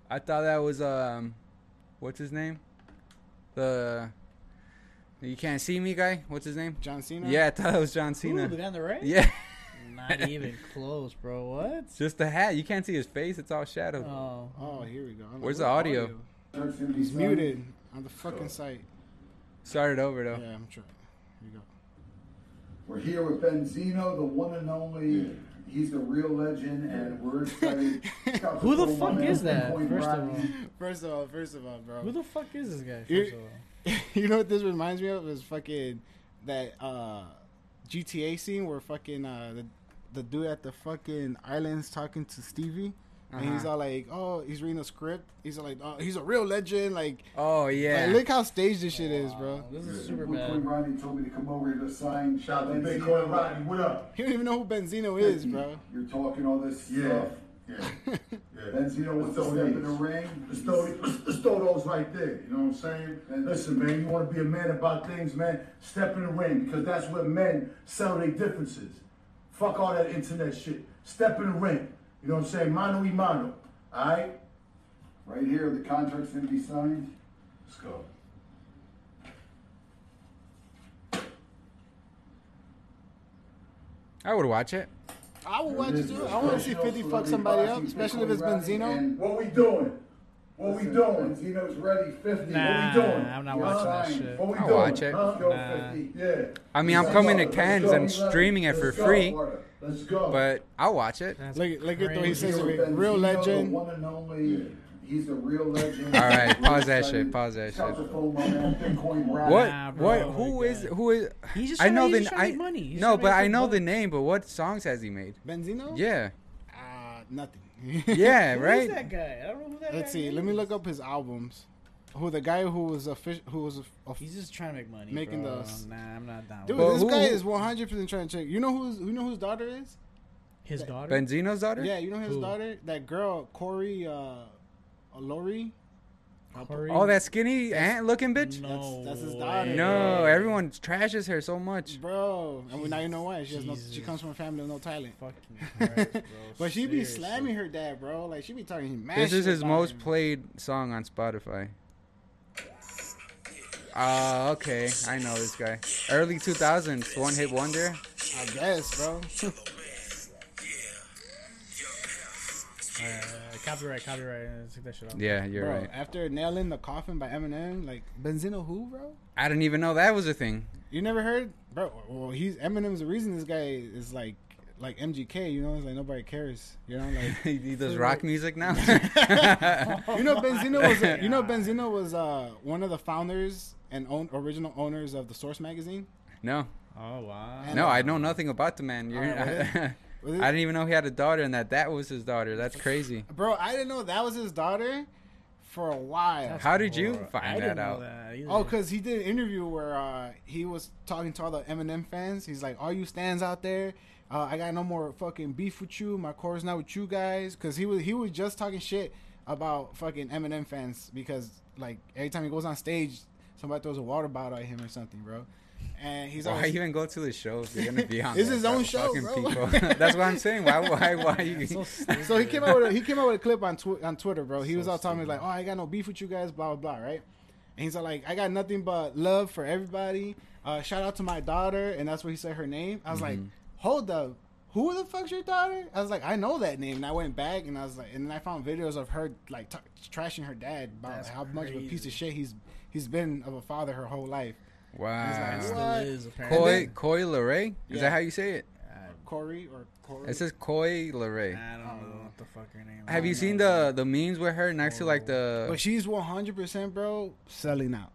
Speaker 3: I thought that was um, what's his name? The you can't see me guy. What's his name?
Speaker 1: John Cena.
Speaker 3: Yeah, I thought it was John
Speaker 2: Ooh,
Speaker 3: Cena.
Speaker 2: the guy on the right?
Speaker 3: yeah,
Speaker 2: Not even close, bro. What?
Speaker 3: it's just the hat. You can't see his face. It's all shadow.
Speaker 2: Oh.
Speaker 1: Oh, here we go. I'm like,
Speaker 3: Where's the audio?
Speaker 1: He's muted on the fucking site.
Speaker 3: Started over though.
Speaker 1: Yeah, I'm trying. Here you go.
Speaker 4: We're here with Benzino, the one and only. He's the real legend, and we're excited.
Speaker 2: Who the fuck is that? First of all,
Speaker 1: First of all, first of all, bro.
Speaker 2: who the fuck is this guy?
Speaker 1: You-
Speaker 2: First of all,
Speaker 1: you know what this reminds me of is fucking that uh GTA scene where fucking uh the, the dude at the fucking island's talking to Stevie. And he's
Speaker 3: Uh-huh.
Speaker 1: all like, "Oh, he's reading a script. He's all like, oh, he's a real legend. Like,
Speaker 3: Oh yeah.
Speaker 1: like, look how staged this shit is, bro.
Speaker 2: Wow, Oh, this is super
Speaker 4: Bitcoin
Speaker 2: bad.
Speaker 4: Ronnie told me to come over here to sign.
Speaker 5: Shout out to
Speaker 4: Benzino.
Speaker 5: Bitcoin Rodney. What up?
Speaker 1: You don't even know who Benzino is, bro.
Speaker 4: You're talking all this
Speaker 5: Yeah.
Speaker 4: stuff.
Speaker 5: Yeah. yeah.
Speaker 4: Benzino was the
Speaker 5: Let's
Speaker 4: step
Speaker 5: throw
Speaker 4: in the
Speaker 5: these.
Speaker 4: ring.
Speaker 5: Let's throw, let's throw those right there. You know what I'm saying? Listen, man, you want to be a man about things, man? Step in the ring because that's where men settle their differences. Fuck all that internet shit. Step in the ring. You know what I'm saying? Mano y mano. All right?
Speaker 4: Right here, the contract's gonna be signed.
Speaker 5: Let's go.
Speaker 3: I would watch it.
Speaker 1: I would watch
Speaker 4: This is
Speaker 1: it too. I want to see
Speaker 4: professional
Speaker 1: 50 fuck
Speaker 4: celebrity
Speaker 1: somebody up,
Speaker 4: boxing,
Speaker 1: especially if
Speaker 4: Bitcoin
Speaker 1: it's
Speaker 4: Ronnie,
Speaker 1: Benzino.
Speaker 4: and
Speaker 5: What we doing? What we
Speaker 4: Listen,
Speaker 5: doing?
Speaker 4: Benzino's ready. 50.
Speaker 2: Nah,
Speaker 5: what we doing?
Speaker 2: I'm not
Speaker 5: You're
Speaker 2: watching that
Speaker 5: signed.
Speaker 2: shit.
Speaker 5: What we
Speaker 3: I'll
Speaker 5: doing?
Speaker 3: watch it.
Speaker 5: Huh?
Speaker 2: Nah.
Speaker 5: Yeah.
Speaker 3: I mean, I'm
Speaker 5: Let's
Speaker 3: coming
Speaker 5: go.
Speaker 3: to
Speaker 5: Let's
Speaker 3: Cannes
Speaker 5: go.
Speaker 3: and streaming it for
Speaker 5: Let's go,
Speaker 3: free,
Speaker 5: Florida. Let's go.
Speaker 3: but I'll watch it.
Speaker 2: That's
Speaker 1: Look, at- look at the way he
Speaker 2: crazy.
Speaker 1: says it.
Speaker 4: Benzino,
Speaker 1: Real
Speaker 4: the
Speaker 1: legend.
Speaker 4: One and only. He's the real legend.
Speaker 3: All right,
Speaker 4: Real
Speaker 3: pause that
Speaker 4: study.
Speaker 3: shit, pause that
Speaker 4: Shout out
Speaker 3: shit.
Speaker 4: to Phone, my man, Bitcoin Rock.
Speaker 3: What?
Speaker 2: Nah, bro,
Speaker 3: what? Who
Speaker 2: my
Speaker 3: is?
Speaker 2: God.
Speaker 3: Who is?
Speaker 2: He's just
Speaker 3: I
Speaker 2: trying to-
Speaker 3: know
Speaker 2: he's
Speaker 3: the.
Speaker 2: just trying to
Speaker 3: I,
Speaker 2: make money. He's
Speaker 3: no,
Speaker 2: trying to
Speaker 3: but
Speaker 2: make
Speaker 3: I
Speaker 2: quick
Speaker 3: know the
Speaker 2: buck.
Speaker 3: name. But what songs has he made?
Speaker 1: Benzino?
Speaker 3: Yeah,
Speaker 1: Uh, nothing.
Speaker 3: yeah,
Speaker 2: Who
Speaker 3: right.
Speaker 2: is that guy? I don't know who that
Speaker 1: Let's
Speaker 2: guy
Speaker 1: see.
Speaker 2: Is.
Speaker 1: Let me look up his albums. Who the guy who was a fish? Who was a, a
Speaker 2: He's just trying to make money.
Speaker 1: Making
Speaker 2: bro.
Speaker 1: those-
Speaker 2: Nah, I'm not down.
Speaker 1: dude?
Speaker 2: with
Speaker 3: But
Speaker 1: this
Speaker 3: who-
Speaker 1: guy
Speaker 3: who-
Speaker 1: is one hundred percent trying to check. You know who's you know whose daughter is?
Speaker 2: it. his daughter.
Speaker 3: Benzino's daughter.
Speaker 1: Yeah, you know his
Speaker 2: Who?
Speaker 1: daughter. That girl, Corey, uh, Lori.
Speaker 2: Corey?
Speaker 3: Oh, that skinny ant-looking bitch.
Speaker 1: That's- that's his
Speaker 2: way.
Speaker 1: daughter.
Speaker 3: No, everyone trashes her so much.
Speaker 1: Bro, and we now you know why she has no. She
Speaker 2: Jesus.
Speaker 1: comes from a family with no talent.
Speaker 2: Fucking Christ, bro.
Speaker 1: But she be
Speaker 2: Seriously.
Speaker 1: slamming her dad, bro. Like she be talking mad.
Speaker 3: This is
Speaker 1: shit
Speaker 3: his
Speaker 1: about
Speaker 3: most
Speaker 1: him.
Speaker 3: played song on Spotify. Ah, okay, I know this guy. Early 2000s, one hit wonder.
Speaker 1: I guess, bro.
Speaker 2: Uh, copyright, copyright. uh, Take that shit off.
Speaker 3: Yeah, you're
Speaker 1: bro,
Speaker 3: right.
Speaker 1: after nailing the coffin by Eminem, like Benzino, who, bro?
Speaker 3: I didn't even know that was a thing.
Speaker 1: You never heard, bro? Well, he's Eminem's the reason this guy is like like MGK. You know, it's like nobody cares. You know, like
Speaker 3: he he does rock music now.
Speaker 1: you know Benzino was
Speaker 2: my
Speaker 1: you know
Speaker 2: God.
Speaker 1: Benzino was uh, one of the founders and own, original owners of the Source magazine.
Speaker 3: no,
Speaker 2: Oh wow.
Speaker 1: And-
Speaker 3: no, I know nothing about the man. You're,
Speaker 1: Alright,
Speaker 3: I,
Speaker 1: Was it-
Speaker 3: didn't even know he had a daughter, and that that was his daughter. That's crazy.
Speaker 1: bro, I didn't know that was his daughter for a while.
Speaker 3: How did you
Speaker 2: Or-
Speaker 3: find
Speaker 2: I
Speaker 3: that
Speaker 2: didn't know
Speaker 3: out?
Speaker 2: that either.
Speaker 1: Oh, because he did an interview where uh, he was talking to all the Eminem fans. He's like, all you stands out there, uh, I got no more fucking beef with you. My core's not with you guys. Because he was, he was just talking shit about fucking Eminem fans because, like, every time he goes on stage, somebody throws a water bottle at him or something, bro. And he's
Speaker 3: Why
Speaker 1: always,
Speaker 3: even go to the show if you're gonna be on?
Speaker 1: It's
Speaker 3: there,
Speaker 1: his own
Speaker 3: bro?
Speaker 1: show,
Speaker 3: Fucking people.
Speaker 1: bro.
Speaker 3: That's what I'm saying. Why? Why? Why? You,
Speaker 2: That's so stupid.
Speaker 1: so he came out with a, he came out with a clip on tw- on Twitter, bro. He
Speaker 2: So
Speaker 1: was all talking
Speaker 2: stupid.
Speaker 1: like, "Oh, I got no beef with you guys, blah blah blah," right? And he's all like, "I got nothing but love for everybody. Uh, shout out to my daughter," and that's where he said her name. I was like,
Speaker 2: Mm-hmm.
Speaker 1: "Hold up, who the fuck's your daughter?" I was like, "I know that name," and I went back and I was like, and then I found videos of her like t- trashing her dad about
Speaker 2: That's
Speaker 1: how much of a piece
Speaker 2: crazy.
Speaker 1: of shit he's he's been of a father her whole life.
Speaker 3: wow.
Speaker 1: He's like,
Speaker 2: Still
Speaker 1: What?
Speaker 2: is
Speaker 3: Koi
Speaker 2: apparently.
Speaker 3: Koi Leray? Is
Speaker 1: Yeah.
Speaker 3: that how you say it?
Speaker 1: Corey or Corey.
Speaker 3: It says Koi Leray.
Speaker 2: I don't know what the fuck her name.
Speaker 3: Have you
Speaker 2: is.
Speaker 3: seen the the memes with her next to like
Speaker 1: but
Speaker 3: the?
Speaker 1: she's one hundred percent, bro, selling out.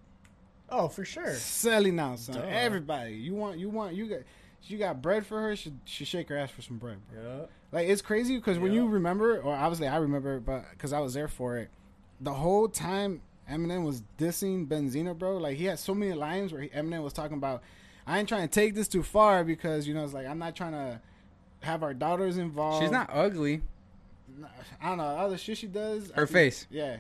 Speaker 2: Oh, for sure.
Speaker 1: selling out, son.
Speaker 2: Duh.
Speaker 1: Everybody, you want, you want, you got, you got bread for her. She she shake her ass for some bread. Bro.
Speaker 2: Yeah.
Speaker 1: Like it's crazy because when you
Speaker 2: Yeah.
Speaker 1: remember, or obviously I remember, but because I was there for it, the whole time Eminem was dissing Benzino, bro. Like he had so many lines where he, Eminem was talking about, I ain't trying to take this too far because you know it's like I'm not trying to have our daughters involved.
Speaker 3: She's not ugly.
Speaker 1: I don't know all the shit she does. I
Speaker 3: Her
Speaker 1: think-
Speaker 3: face.
Speaker 1: Yeah,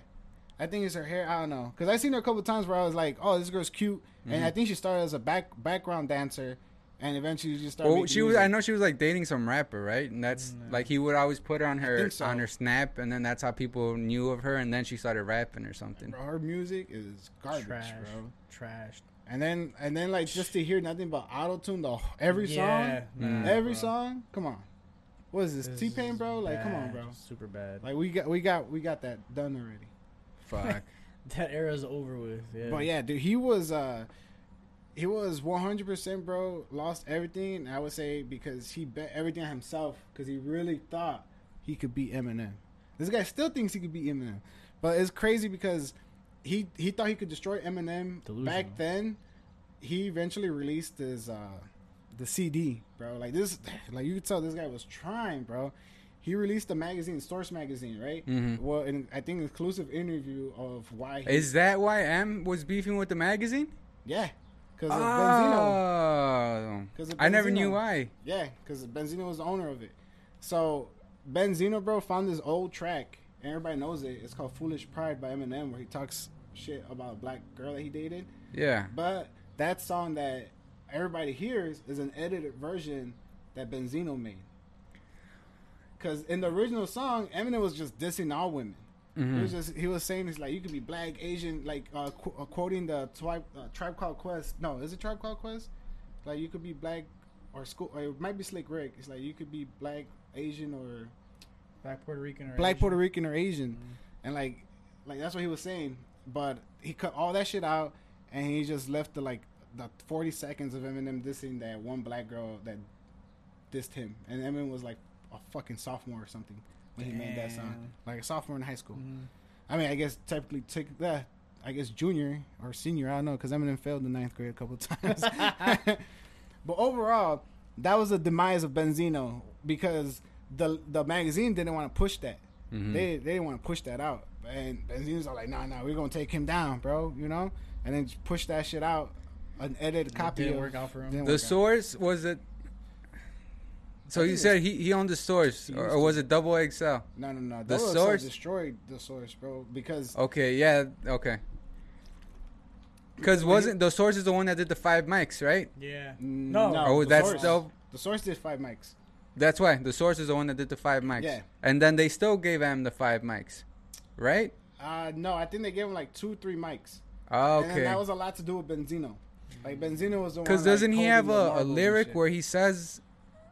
Speaker 1: I think it's her hair. I don't know because I seen her a couple times where I was like, "Oh, this girl's cute,"
Speaker 3: Mm-hmm.
Speaker 1: and I think she started as a back background dancer, and eventually she just started.
Speaker 3: Well,
Speaker 1: making
Speaker 3: Oh, she was.
Speaker 1: music.
Speaker 3: I know she was like dating some rapper, right? And that's like he would always put her on her
Speaker 1: think so.
Speaker 3: on her snap, and then that's how people knew of her. And then she started rapping or something.
Speaker 1: Bro, her music is garbage,
Speaker 2: Trash,
Speaker 1: bro.
Speaker 2: trash.
Speaker 1: And then and then like just to hear nothing but auto tune the every
Speaker 2: Yeah,
Speaker 1: song,
Speaker 3: Mm.
Speaker 2: nah,
Speaker 1: every
Speaker 2: bro.
Speaker 1: song. Come on, what is this,
Speaker 2: This
Speaker 1: T Pain,
Speaker 2: is
Speaker 1: bro? Like, come on,
Speaker 2: bad,
Speaker 1: bro.
Speaker 2: Super bad.
Speaker 1: Like we got we got we got that done already.
Speaker 3: Fuck.
Speaker 2: that era's over with. Yeah.
Speaker 1: But yeah, dude, he was uh he was 100% bro, lost everything, and I would say because he bet everything on himself cuz he really thought he could beat Eminem. This guy still thinks he could beat Eminem. But it's crazy because he he thought he could destroy Eminem
Speaker 2: Delusional.
Speaker 1: back then. He eventually released his uh the CD, bro. Like this like you could tell this guy was trying, bro. He released the magazine, Source magazine, right?
Speaker 2: Mm-hmm.
Speaker 3: Mhm.
Speaker 1: Well, and I think exclusive interview of why he
Speaker 3: Is that why M was beefing with the magazine?
Speaker 1: yeah, because of Benzino.
Speaker 3: Oh,
Speaker 1: 'Cause of
Speaker 3: I never
Speaker 1: Benzino.
Speaker 3: knew why.
Speaker 1: Yeah, because Benzino was the owner of it. So Benzino, bro, found this old track. And everybody knows it. It's called "Foolish Pride" by Eminem, where he talks shit about a black girl that he dated.
Speaker 3: Yeah.
Speaker 1: But that song that everybody hears is an edited version that Benzino made. Because in the original song, Eminem was just dissing all women.
Speaker 3: Mm-hmm.
Speaker 1: He was just he was saying he's like you could be black, Asian, like uh, qu- uh, quoting the tribe, uh, tribe Called Quest. No, is it Tribe Called Quest? Like you could be black or school. Or it might be Slick Rick. It's like you could be black, Asian, or
Speaker 2: Black Puerto Rican. Or
Speaker 1: black
Speaker 2: Asian.
Speaker 1: Puerto Rican or Asian, Hmm. and like, like that's what he was saying. But he cut all that shit out, and he just left the like the forty seconds of Eminem dissing that one black girl that dissed him, and Eminem was like a fucking sophomore or something when he made that song,
Speaker 2: Damn. Hmm. Mm-hmm.
Speaker 1: like a sophomore in high school. I mean, I guess technically take that. I guess junior or senior. I don't know because Eminem failed the ninth grade a couple times. but overall, that was the demise of Benzino because the the magazine didn't want to push that.
Speaker 2: Mm-hmm.
Speaker 3: Mm-hmm.
Speaker 1: They they didn't want to push that out, and Benzino's all like, "Nah, nah, we're gonna take him down, bro." You know, and then just push that shit out. An edited copy
Speaker 2: didn't
Speaker 1: of-
Speaker 2: work out for him.
Speaker 1: didn't
Speaker 3: The
Speaker 1: work out.
Speaker 3: source was it. So you said he, he owned the source, or, or was it double XL?
Speaker 1: No, no, no.
Speaker 3: The
Speaker 1: The
Speaker 3: source-
Speaker 1: source destroyed the source, bro.
Speaker 2: Oh.
Speaker 1: Because
Speaker 3: Okay, yeah, okay. Because wasn't the source is the one that did the five mics, right?
Speaker 2: Yeah.
Speaker 1: no,
Speaker 2: No.
Speaker 3: Oh,
Speaker 1: the
Speaker 3: that's
Speaker 1: source,
Speaker 3: dope.
Speaker 1: the source did five mics.
Speaker 3: That's why the source is the one that did the five mics.
Speaker 1: Yeah.
Speaker 3: And then they still gave him the five mics, right?
Speaker 1: Uh, no, I think they gave him like two, three mics.
Speaker 3: Ah,
Speaker 1: And then that
Speaker 3: Okay.
Speaker 1: was a lot to do with Benzino. Like Benzino was the one.
Speaker 3: Because
Speaker 1: like,
Speaker 3: doesn't he
Speaker 1: holding
Speaker 3: have
Speaker 1: the
Speaker 3: a, a
Speaker 1: marbles and
Speaker 3: lyric
Speaker 1: shit.
Speaker 3: where he says,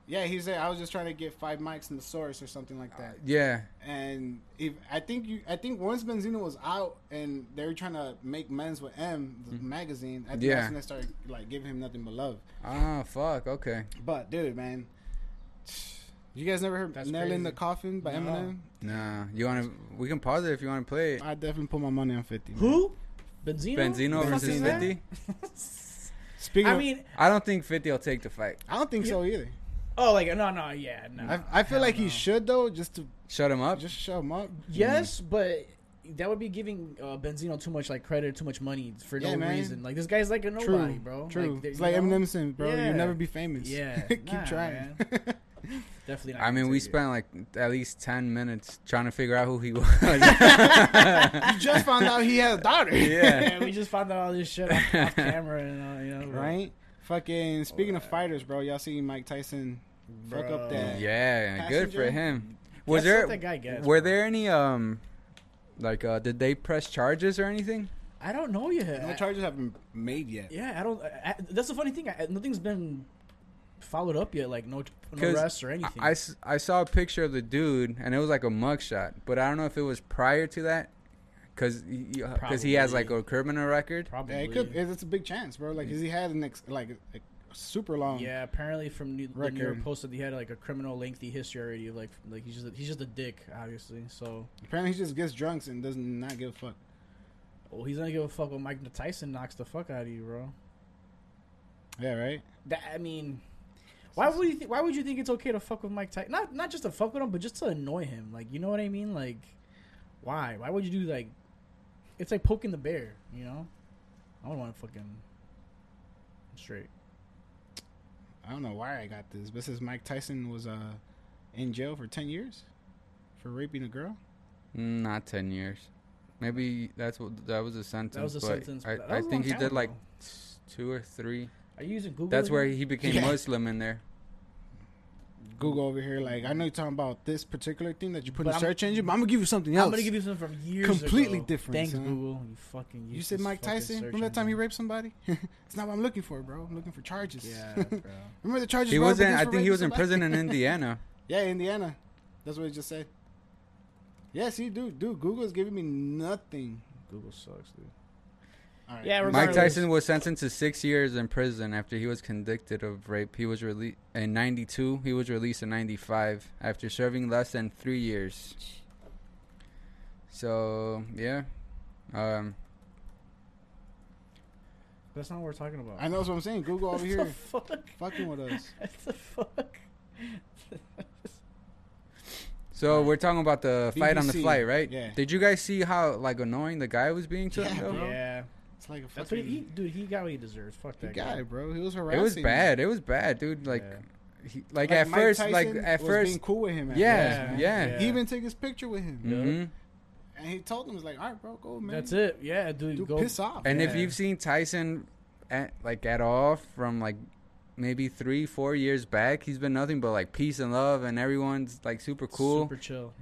Speaker 1: Yeah, he said I was just trying to get five mics in the source or something like that.
Speaker 3: yeah,
Speaker 1: And if I think you, I think once Benzino was out and they were trying to make men's with M the magazine, I think
Speaker 3: Mm-hmm. Yeah.
Speaker 1: that's when they started like giving him nothing but love.
Speaker 3: ah, fuck, okay.
Speaker 1: But dude, man, you guys never heard
Speaker 2: That's
Speaker 1: "Nail in the
Speaker 2: crazy.
Speaker 1: Coffin" by
Speaker 2: No.
Speaker 1: Eminem?
Speaker 3: Nah, you want to? We can pause it if you want to play it.
Speaker 1: I definitely put my money on fifty. man.
Speaker 2: Who? Benzino.
Speaker 3: Benzino
Speaker 2: The fuck
Speaker 3: versus
Speaker 2: is that?
Speaker 3: 50.
Speaker 1: Speaking,
Speaker 2: I
Speaker 1: of-
Speaker 2: mean,
Speaker 3: I don't think 50 will take the fight.
Speaker 1: I don't think so either.
Speaker 2: oh, like no, no, yeah, no.
Speaker 1: I, I feel
Speaker 2: Hell
Speaker 1: like he
Speaker 2: no.
Speaker 1: should though, just to
Speaker 3: Shut him up.
Speaker 1: just shut him up.
Speaker 2: Yes,
Speaker 1: Mm-hmm.
Speaker 2: but that would be giving uh, Benzino too much like credit, too much money for
Speaker 1: Yeah,
Speaker 2: no
Speaker 1: man.
Speaker 2: reason. Like this guy's like a
Speaker 1: True,
Speaker 2: nobody, bro.
Speaker 1: True.
Speaker 2: there-
Speaker 1: it's
Speaker 2: you
Speaker 1: like
Speaker 2: know?
Speaker 1: Eminem saying, bro,
Speaker 2: Yeah.
Speaker 1: you'll never be famous.
Speaker 2: Yeah,
Speaker 1: keep
Speaker 2: nah,
Speaker 1: trying.
Speaker 2: Definitely. Not
Speaker 3: I mean,
Speaker 2: gonna
Speaker 3: we
Speaker 2: take it.
Speaker 3: spent like at least 10 minutes trying to figure out who he was.
Speaker 1: you just found out he had a daughter.
Speaker 3: yeah.
Speaker 2: Yeah, we just found out all this shit off, off camera and all, you know. but-
Speaker 1: right. Fucking speaking of fighters, bro, y'all see Mike Tyson fuck
Speaker 2: Bro.
Speaker 1: up that?
Speaker 3: Yeah, good for
Speaker 1: Passenger?
Speaker 3: him. Was
Speaker 2: That's what
Speaker 3: there
Speaker 2: that guy gets,
Speaker 3: were
Speaker 2: bro.
Speaker 3: there any um like uh did they press charges or anything?
Speaker 2: I don't know yet.
Speaker 1: No
Speaker 2: I-
Speaker 1: charges haven't been made yet.
Speaker 2: yeah, I don't. I, I- that's the funny thing. I, nothing's been followed up yet. Like no, no
Speaker 3: 'Cause
Speaker 2: arrests or
Speaker 3: I-
Speaker 2: anything.
Speaker 3: I, s- I saw a picture of the dude and it was like a mugshot, but I don't know if it was prior to that cuz cuz he has like
Speaker 2: Probably.
Speaker 3: a criminal record.
Speaker 2: Probably. Mm.
Speaker 1: Yeah, it could. It's a big chance, bro. Like, 'cause he had an ex, like a, a super long.
Speaker 2: Yeah, apparently from New, the New
Speaker 1: Record.
Speaker 2: York Post that he had like a criminal lengthy history already. Like, like he's just a, he's just a dick, obviously. So,
Speaker 1: Apparently, he just gets drunks and does not give a fuck.
Speaker 2: well, he's gonna give a fuck when Mike Tyson knocks the fuck out of you, bro.
Speaker 1: Yeah, right.
Speaker 2: That I mean, why would you think? Why would you think it's okay to fuck with Mike Tyson? Not not just to fuck with him, but just to annoy him. Like, you know what I mean? Like, why? Why would you do like? It's like poking the bear, you know. I don't want to fucking straight.
Speaker 1: I don't know why I got this, but it says Mike Tyson was uh in jail for ten years for raping a girl.
Speaker 3: Mm, Not 10 years. Maybe that's what that was a sentence.
Speaker 2: That was a
Speaker 3: but
Speaker 2: sentence.
Speaker 3: I,
Speaker 2: but that
Speaker 3: I
Speaker 2: was a
Speaker 3: think
Speaker 2: long
Speaker 3: he
Speaker 2: time
Speaker 3: did like
Speaker 2: ago.
Speaker 3: s- two or three.
Speaker 2: Are you using Google?
Speaker 3: That's where
Speaker 2: again?
Speaker 3: he became
Speaker 1: Yeah.
Speaker 3: Muslim in there.
Speaker 1: Google over here, like I know you're talking about this particular thing that you put
Speaker 2: But
Speaker 1: in
Speaker 2: I'm-
Speaker 1: search engine, but I'm gonna give you something else.
Speaker 2: I'm gonna give you something from years
Speaker 1: Completely
Speaker 2: ago.
Speaker 1: different,
Speaker 2: Thanks,
Speaker 1: son.
Speaker 2: Google. You fucking.
Speaker 1: You said Mike Tyson. Remember that time he raped somebody? it's not what I'm looking for, bro. I'm looking for charges.
Speaker 2: Yeah, bro.
Speaker 1: Remember the charges?
Speaker 3: He
Speaker 1: brought up
Speaker 3: was in.
Speaker 1: against
Speaker 3: I
Speaker 1: for
Speaker 3: think he
Speaker 1: raping
Speaker 3: was in
Speaker 1: somebody?
Speaker 3: prison in Indiana.
Speaker 1: Yeah, Indiana. That's what he just said. Yeah, see, dude, dude, Google's giving me nothing.
Speaker 2: Google sucks, dude.
Speaker 1: All right.
Speaker 2: Yeah, we're-
Speaker 3: Mike
Speaker 2: Regardless.
Speaker 3: Tyson was sentenced to six years in prison after he was convicted of rape. He was released in '92. He was released in '95 after serving less than three years. So yeah, um,
Speaker 2: That's not what we're talking about.
Speaker 1: I know that's what I'm saying. Google over
Speaker 2: What
Speaker 1: here
Speaker 2: the fuck?
Speaker 1: fucking with us.
Speaker 2: What the fuck?
Speaker 3: so we're talking about the fight on the
Speaker 1: BBC,
Speaker 3: fly, right?
Speaker 1: yeah.
Speaker 3: Did you guys see how like annoying the guy was being to him?
Speaker 1: Yeah,
Speaker 3: Though?
Speaker 1: bro.
Speaker 2: Yeah,
Speaker 1: It's like a fucking
Speaker 2: that's what he, dude. He got what he deserves. Fuck
Speaker 1: he
Speaker 2: that
Speaker 1: got
Speaker 2: guy.
Speaker 1: it, bro. He was
Speaker 3: It
Speaker 1: harassing.
Speaker 3: was
Speaker 1: him.
Speaker 3: bad. It was bad, dude. Like, he, like, at
Speaker 1: Mike
Speaker 3: first, like
Speaker 1: Tyson
Speaker 3: at
Speaker 1: was
Speaker 3: first,
Speaker 1: being cool with him. at
Speaker 3: yeah, yeah.
Speaker 2: Yeah. Yeah.
Speaker 1: He even took his picture with him,
Speaker 3: Mhm.
Speaker 1: and he told him, "He's like, all right, bro, go, man.
Speaker 2: That's it. Yeah, dude.
Speaker 1: Dude,
Speaker 2: go
Speaker 1: piss off."
Speaker 3: And if
Speaker 2: Yeah.
Speaker 3: you've seen Tyson at like at all from like maybe three, four years back, he's been nothing but like peace and love, and everyone's like super cool.
Speaker 2: Super chill.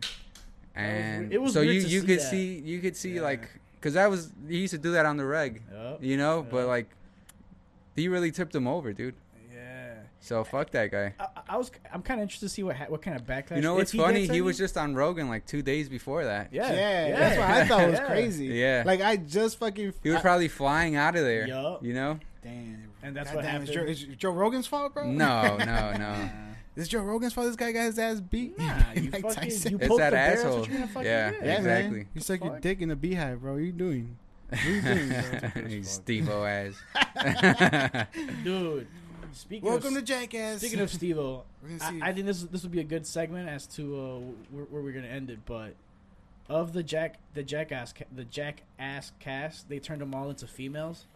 Speaker 3: and
Speaker 2: weird- it was
Speaker 3: so
Speaker 2: weird
Speaker 3: you
Speaker 2: to
Speaker 3: you
Speaker 2: see
Speaker 3: could
Speaker 2: that.
Speaker 3: see you could see
Speaker 2: Yeah.
Speaker 3: like because that was he used to do that on the reg,
Speaker 2: Yup.
Speaker 3: you know. But
Speaker 2: Yeah.
Speaker 3: like he really tipped him over, dude.
Speaker 2: Yeah.
Speaker 3: So fuck that guy.
Speaker 2: I, I was. I'm kind of interested to see what ha- what kind of backlash.
Speaker 3: You know
Speaker 2: if
Speaker 3: what's
Speaker 2: he
Speaker 3: funny?
Speaker 2: gets
Speaker 3: He
Speaker 2: any-
Speaker 3: was just on Rogan like two days before that.
Speaker 2: Yeah.
Speaker 1: Yeah, that's what I thought was
Speaker 2: Yeah.
Speaker 1: crazy.
Speaker 3: Yeah.
Speaker 1: like I just fucking.
Speaker 3: He was
Speaker 1: I-
Speaker 3: probably flying out of there.
Speaker 2: Yup.
Speaker 3: You know?
Speaker 1: Damn.
Speaker 2: And that's
Speaker 1: God
Speaker 2: what
Speaker 1: damn,
Speaker 2: happened.
Speaker 1: Is Joe, is Joe Rogan's fault, bro?
Speaker 3: No, no, no.
Speaker 1: Is Joe Rogan's fault? This guy got his ass beat.
Speaker 2: Nah, you fucking- you
Speaker 3: It's
Speaker 2: Poke
Speaker 3: that
Speaker 2: the bear, that's what
Speaker 3: asshole.
Speaker 2: you're gonna fucking
Speaker 3: Yeah,
Speaker 2: do.
Speaker 1: Yeah, man.
Speaker 3: exactly.
Speaker 1: You suck your
Speaker 2: Fuck.
Speaker 1: dick in a beehive, bro. What are you doing? What are you doing, bro?
Speaker 3: You Steve-O ass.
Speaker 2: dude. Speaking
Speaker 1: Welcome
Speaker 2: of,
Speaker 1: to Jackass.
Speaker 2: Speaking of Steve-O,
Speaker 1: We're gonna see.
Speaker 2: I, I think this this would be a good segment as to uh, where, where we're gonna end it. But of the Jack the Jackass ca- the Jackass cast, they turned them all into females.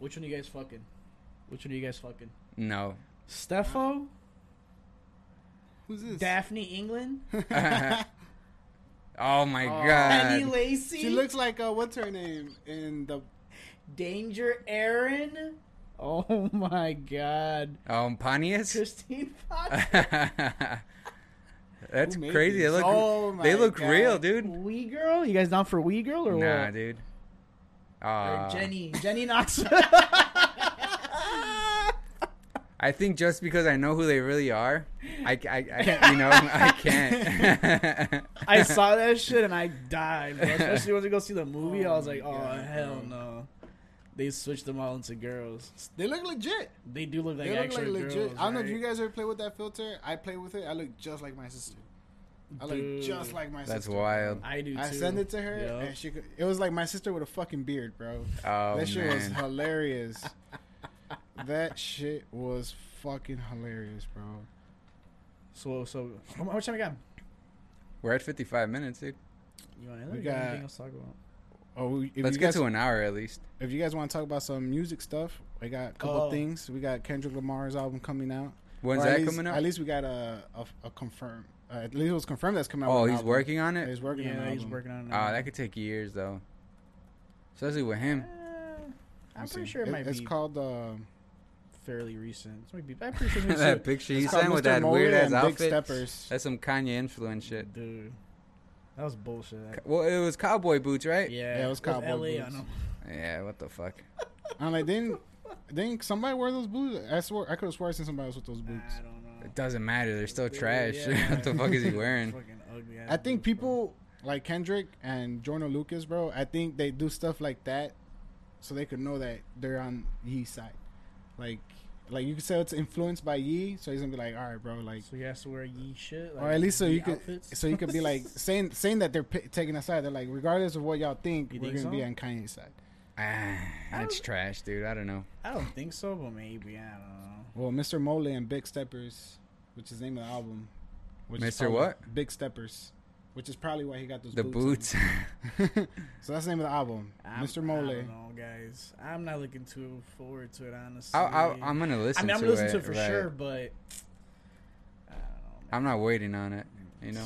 Speaker 2: Which one are you guys fucking? Which one are you guys fucking?
Speaker 3: no.
Speaker 2: Steffo,
Speaker 1: Who's Uh, this?
Speaker 2: Daphne England,
Speaker 3: oh my
Speaker 2: Penny
Speaker 3: god.
Speaker 2: Lacey,
Speaker 1: She looks like uh, what's her name in the
Speaker 2: Danger Aaron. Oh my God,
Speaker 3: Um, Pontius.
Speaker 2: Christine Potter,
Speaker 3: That's
Speaker 1: Who made
Speaker 3: crazy. They
Speaker 1: this?
Speaker 3: look,
Speaker 1: Oh my
Speaker 3: they look
Speaker 1: God.
Speaker 3: real, dude.
Speaker 2: Wee Girl. You guys down for Wee Girl or
Speaker 3: Nah,
Speaker 2: what?
Speaker 3: dude.
Speaker 2: Or
Speaker 3: Uh,
Speaker 2: Jenny, Jenny Knoxville.
Speaker 3: I think just because I know who they really are, I, I, I you know, I can't.
Speaker 2: I saw that shit and I died. Bro. Especially once we go see the movie, I was like, "Oh hell no!" They switched them all into girls.
Speaker 1: They look legit.
Speaker 2: They do look like
Speaker 1: They look
Speaker 2: actual
Speaker 1: like legit.
Speaker 2: girls.
Speaker 1: I don't know if you
Speaker 2: right?
Speaker 1: guys ever play with that filter. I play with it. I look just like my sister. I look
Speaker 2: Dude.
Speaker 1: just like my
Speaker 3: That's
Speaker 1: sister.
Speaker 3: wild.
Speaker 2: I do. Too.
Speaker 1: I sent it to her,
Speaker 2: Yup.
Speaker 1: and she could, it was like my sister with a fucking beard, bro.
Speaker 3: Oh
Speaker 1: that shit was
Speaker 3: man.
Speaker 1: hilarious. that shit was fucking hilarious, bro.
Speaker 2: So so how much time we got?
Speaker 3: We're at 55 minutes, dude.
Speaker 2: You want
Speaker 1: We
Speaker 2: anything else
Speaker 1: got-
Speaker 2: to talk about?
Speaker 1: Oh, if
Speaker 3: Let's
Speaker 1: you
Speaker 3: get
Speaker 1: guys,
Speaker 3: to an hour at least.
Speaker 1: if you guys want to talk about some music stuff, we got a couple
Speaker 2: Oh.
Speaker 1: things. We got Kendrick Lamar's album coming out.
Speaker 3: When's
Speaker 1: Or at
Speaker 3: that
Speaker 1: least-
Speaker 3: coming up?
Speaker 1: At least we got a a, a confirm. Uh, at least it was confirmed that's coming out.
Speaker 3: oh,
Speaker 1: with an
Speaker 3: he's
Speaker 1: album.
Speaker 3: working on
Speaker 1: Yeah,
Speaker 3: it.
Speaker 1: he's working on.
Speaker 2: Yeah,
Speaker 1: an
Speaker 2: he's
Speaker 1: album.
Speaker 2: working on it. Eh,
Speaker 3: Oh, that could take years though, especially with him.
Speaker 2: Uh,
Speaker 1: Let
Speaker 2: I'm
Speaker 1: me see.
Speaker 2: pretty sure it, might
Speaker 1: It's
Speaker 2: be
Speaker 1: called. Uh,
Speaker 2: fairly recent. It might be. I'm pretty sure it's
Speaker 3: that picture
Speaker 1: it's
Speaker 3: you
Speaker 1: called
Speaker 3: sent with
Speaker 1: Mr.
Speaker 3: that
Speaker 1: Molar
Speaker 3: weird ass
Speaker 1: and Big
Speaker 3: outfit.
Speaker 1: Steppers.
Speaker 3: That's some Kanye influence shit.
Speaker 2: dude. That was bullshit.
Speaker 3: Well, it was cowboy boots, right?
Speaker 2: Yeah,
Speaker 1: it was
Speaker 2: with
Speaker 1: cowboy
Speaker 2: LA
Speaker 1: boots.
Speaker 2: on 'em.
Speaker 3: Yeah, what the fuck?
Speaker 1: I'm like, didn't didn't somebody wear those boots? I swore I could have sworn I seen somebody else with those boots.
Speaker 2: I don't know.
Speaker 3: It doesn't matter. They're still
Speaker 2: Dude,
Speaker 3: trash.
Speaker 2: yeah.
Speaker 3: what the fuck is he wearing?
Speaker 2: Fucking ugly ass
Speaker 1: I think
Speaker 2: boots, bro.
Speaker 1: people like Kendrick and Jordan Lucas, bro. I think they do stuff like that so they could know that they're on Yee's side. Like, like you could say it's influenced by Yee, so he's gonna be like, all right, bro, like.
Speaker 2: So you have to wear ye shit, like,
Speaker 1: Or at least so
Speaker 2: ye
Speaker 1: you could,
Speaker 2: outfits?
Speaker 1: so you could be like saying saying that they're p- taking a side. They're like, regardless of what y'all think,
Speaker 2: You
Speaker 1: we're
Speaker 2: think
Speaker 1: gonna be
Speaker 2: so?
Speaker 1: on Kanye's side.
Speaker 3: Ah, that's
Speaker 2: don't-
Speaker 3: trash, dude. I don't know.
Speaker 2: I don't think so, but maybe I don't
Speaker 1: Well, Mr. Mole and Big Steppers, which is the name of the album. Which is
Speaker 3: Mr.
Speaker 1: probably-
Speaker 3: what?
Speaker 1: Big Steppers, which is probably why he got those
Speaker 3: The
Speaker 1: boots.
Speaker 3: boots.
Speaker 1: on. so that's the name of the album,
Speaker 2: know.
Speaker 1: Mr.
Speaker 2: I'm, I
Speaker 1: Mole.
Speaker 2: don't know, guys. I'm not looking too forward to it, honestly.
Speaker 3: I, I, I'm gonna
Speaker 2: I
Speaker 3: listen.
Speaker 2: mean, I'm
Speaker 3: to
Speaker 2: listening
Speaker 3: it,
Speaker 2: to it for
Speaker 3: right.
Speaker 2: sure, but I don't know. Man.
Speaker 3: I'm not waiting on it. You know.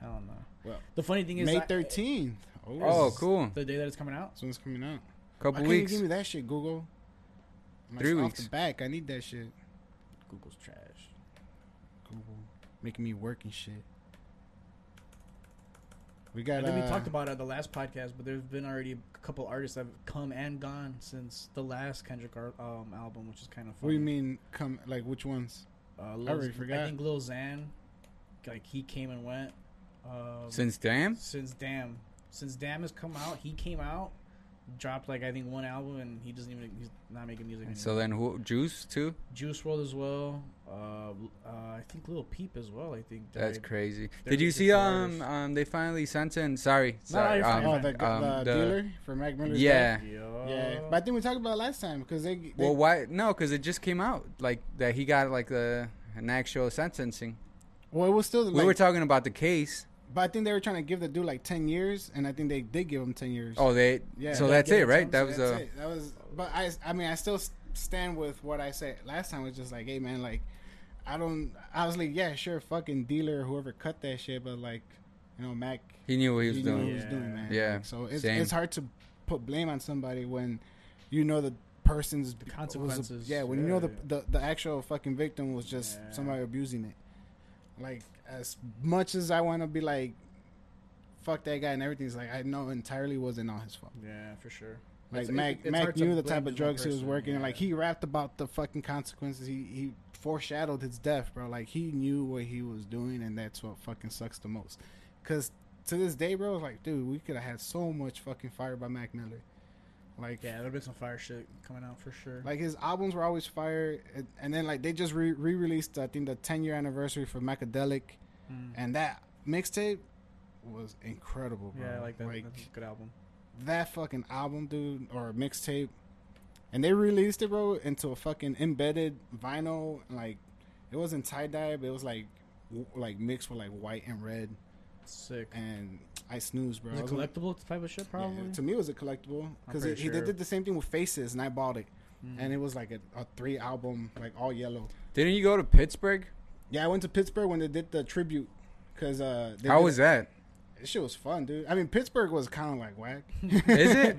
Speaker 2: I don't know.
Speaker 1: Well,
Speaker 2: the funny thing is
Speaker 1: May
Speaker 2: I-
Speaker 1: thirteenth. Oh,
Speaker 3: Oh, cool.
Speaker 2: The day that it's coming out.
Speaker 1: That's when it's coming out. Why
Speaker 3: Couple
Speaker 1: can't
Speaker 3: weeks.
Speaker 1: you give me that shit, Google? I'm
Speaker 3: Three
Speaker 1: off
Speaker 3: weeks.
Speaker 1: the back. I need that shit.
Speaker 2: Google's trash.
Speaker 1: Google making me work and shit. We
Speaker 2: I
Speaker 1: got.
Speaker 2: think we
Speaker 1: uh,
Speaker 2: talked about it at the last podcast, but there's been already a couple artists that have come and gone since the last Kendrick ar- um, album, which is kind of funny.
Speaker 1: What do you mean? Come like which ones?
Speaker 2: Uh, Lil,
Speaker 1: already forgot.
Speaker 2: I think Lil Xan, like he came and went. Um,
Speaker 3: Since damn.
Speaker 2: since Damn, since Damn has come out, he came out, dropped like I think one album, and he doesn't even he's not making music anymore.
Speaker 3: So then, who Juice too?
Speaker 2: Juice World as well. Uh, uh, I think Lil Peep as well. I think
Speaker 3: That's
Speaker 2: died.
Speaker 3: crazy.
Speaker 2: They're
Speaker 3: Did you
Speaker 2: just
Speaker 3: see?
Speaker 2: artists.
Speaker 3: Um, um, they finally sent in. Sorry, sorry.
Speaker 2: you're fine,
Speaker 3: um,
Speaker 1: Oh, the,
Speaker 3: um,
Speaker 1: the,
Speaker 3: the-
Speaker 1: dealer for Mac Miller's
Speaker 3: Yeah.
Speaker 2: Yo.
Speaker 1: death? Yeah, but I think we talked about it last time because they, they
Speaker 3: Um, Well, why? No, because it just came out like that. He got like the an actual sentencing.
Speaker 1: Well, it was still.
Speaker 3: we
Speaker 1: like-
Speaker 3: were talking about the case.
Speaker 1: But I think they were trying to give the dude like ten years, and I think they did give him ten years.
Speaker 3: Oh, they.
Speaker 1: Yeah.
Speaker 3: so
Speaker 1: They
Speaker 3: that's
Speaker 2: gave
Speaker 3: it,
Speaker 2: it to
Speaker 3: right?
Speaker 2: him,
Speaker 3: That
Speaker 1: So
Speaker 3: was uh,
Speaker 1: that's
Speaker 3: a.
Speaker 1: it. that was. But I, I mean, I still s- stand with what I said last time. Was just like, hey man, like, I don't. I was like, yeah, sure, fucking dealer, whoever cut that shit, but like, you know, Mac,
Speaker 3: He knew what he was
Speaker 1: you knew what
Speaker 3: doing.
Speaker 1: he was doing, man.
Speaker 3: Yeah.
Speaker 1: Like, so it's
Speaker 3: Same.
Speaker 1: it's hard to put blame on somebody when you know the person's was a-
Speaker 2: consequences.
Speaker 1: yeah, when you know the,
Speaker 2: Yeah.
Speaker 1: the the actual fucking victim was just
Speaker 2: Yeah.
Speaker 1: somebody abusing it. Like as much as I want to be like, fuck that guy and everything's like I know entirely wasn't all his fault.
Speaker 2: Yeah, for sure.
Speaker 1: Like
Speaker 2: It's-
Speaker 1: Mac,
Speaker 2: it- it's
Speaker 1: Mac
Speaker 2: hard to
Speaker 1: knew the
Speaker 2: blame
Speaker 1: type of
Speaker 2: just one
Speaker 1: drugs he was
Speaker 2: person,
Speaker 1: working.
Speaker 2: yeah.
Speaker 1: Like he rapped about the fucking consequences. He he foreshadowed his death, bro. Like he knew what he was doing, and that's what fucking sucks the most. Cause to this day, bro, like dude, we could have had so much fucking fire by Mac Miller. Like
Speaker 2: Yeah, there'll be some fire shit coming out for sure.
Speaker 1: like his albums were always fire, and, and then like they just re released I think the ten year anniversary for Macadelic,
Speaker 2: Mm. Mm-hmm.
Speaker 1: and that mixtape was incredible, bro.
Speaker 2: yeah, I like that. That's a good album.
Speaker 1: that fucking album, dude, or mixtape, and they released it, bro, into a fucking embedded vinyl. Like it wasn't tie dye, but it was like w- like mixed with like white and red.
Speaker 2: Sick.
Speaker 1: And I snoozed, bro. I
Speaker 2: Is it
Speaker 1: was like-
Speaker 2: collectible type of shit? Probably.
Speaker 1: yeah, to me, it was a collectible because
Speaker 2: pretty
Speaker 1: he they
Speaker 2: sure. Mm-hmm.
Speaker 1: did the same thing with Faces, and I bought it, and it was like a, a three album, like all yellow.
Speaker 3: Didn't you go to Pittsburgh?
Speaker 1: Yeah, I went to Pittsburgh when they did the tribute. Cause uh, they
Speaker 3: How
Speaker 1: did-
Speaker 3: was that?
Speaker 1: This shit was fun, dude. I mean, Pittsburgh was kind of like whack.
Speaker 3: Is it?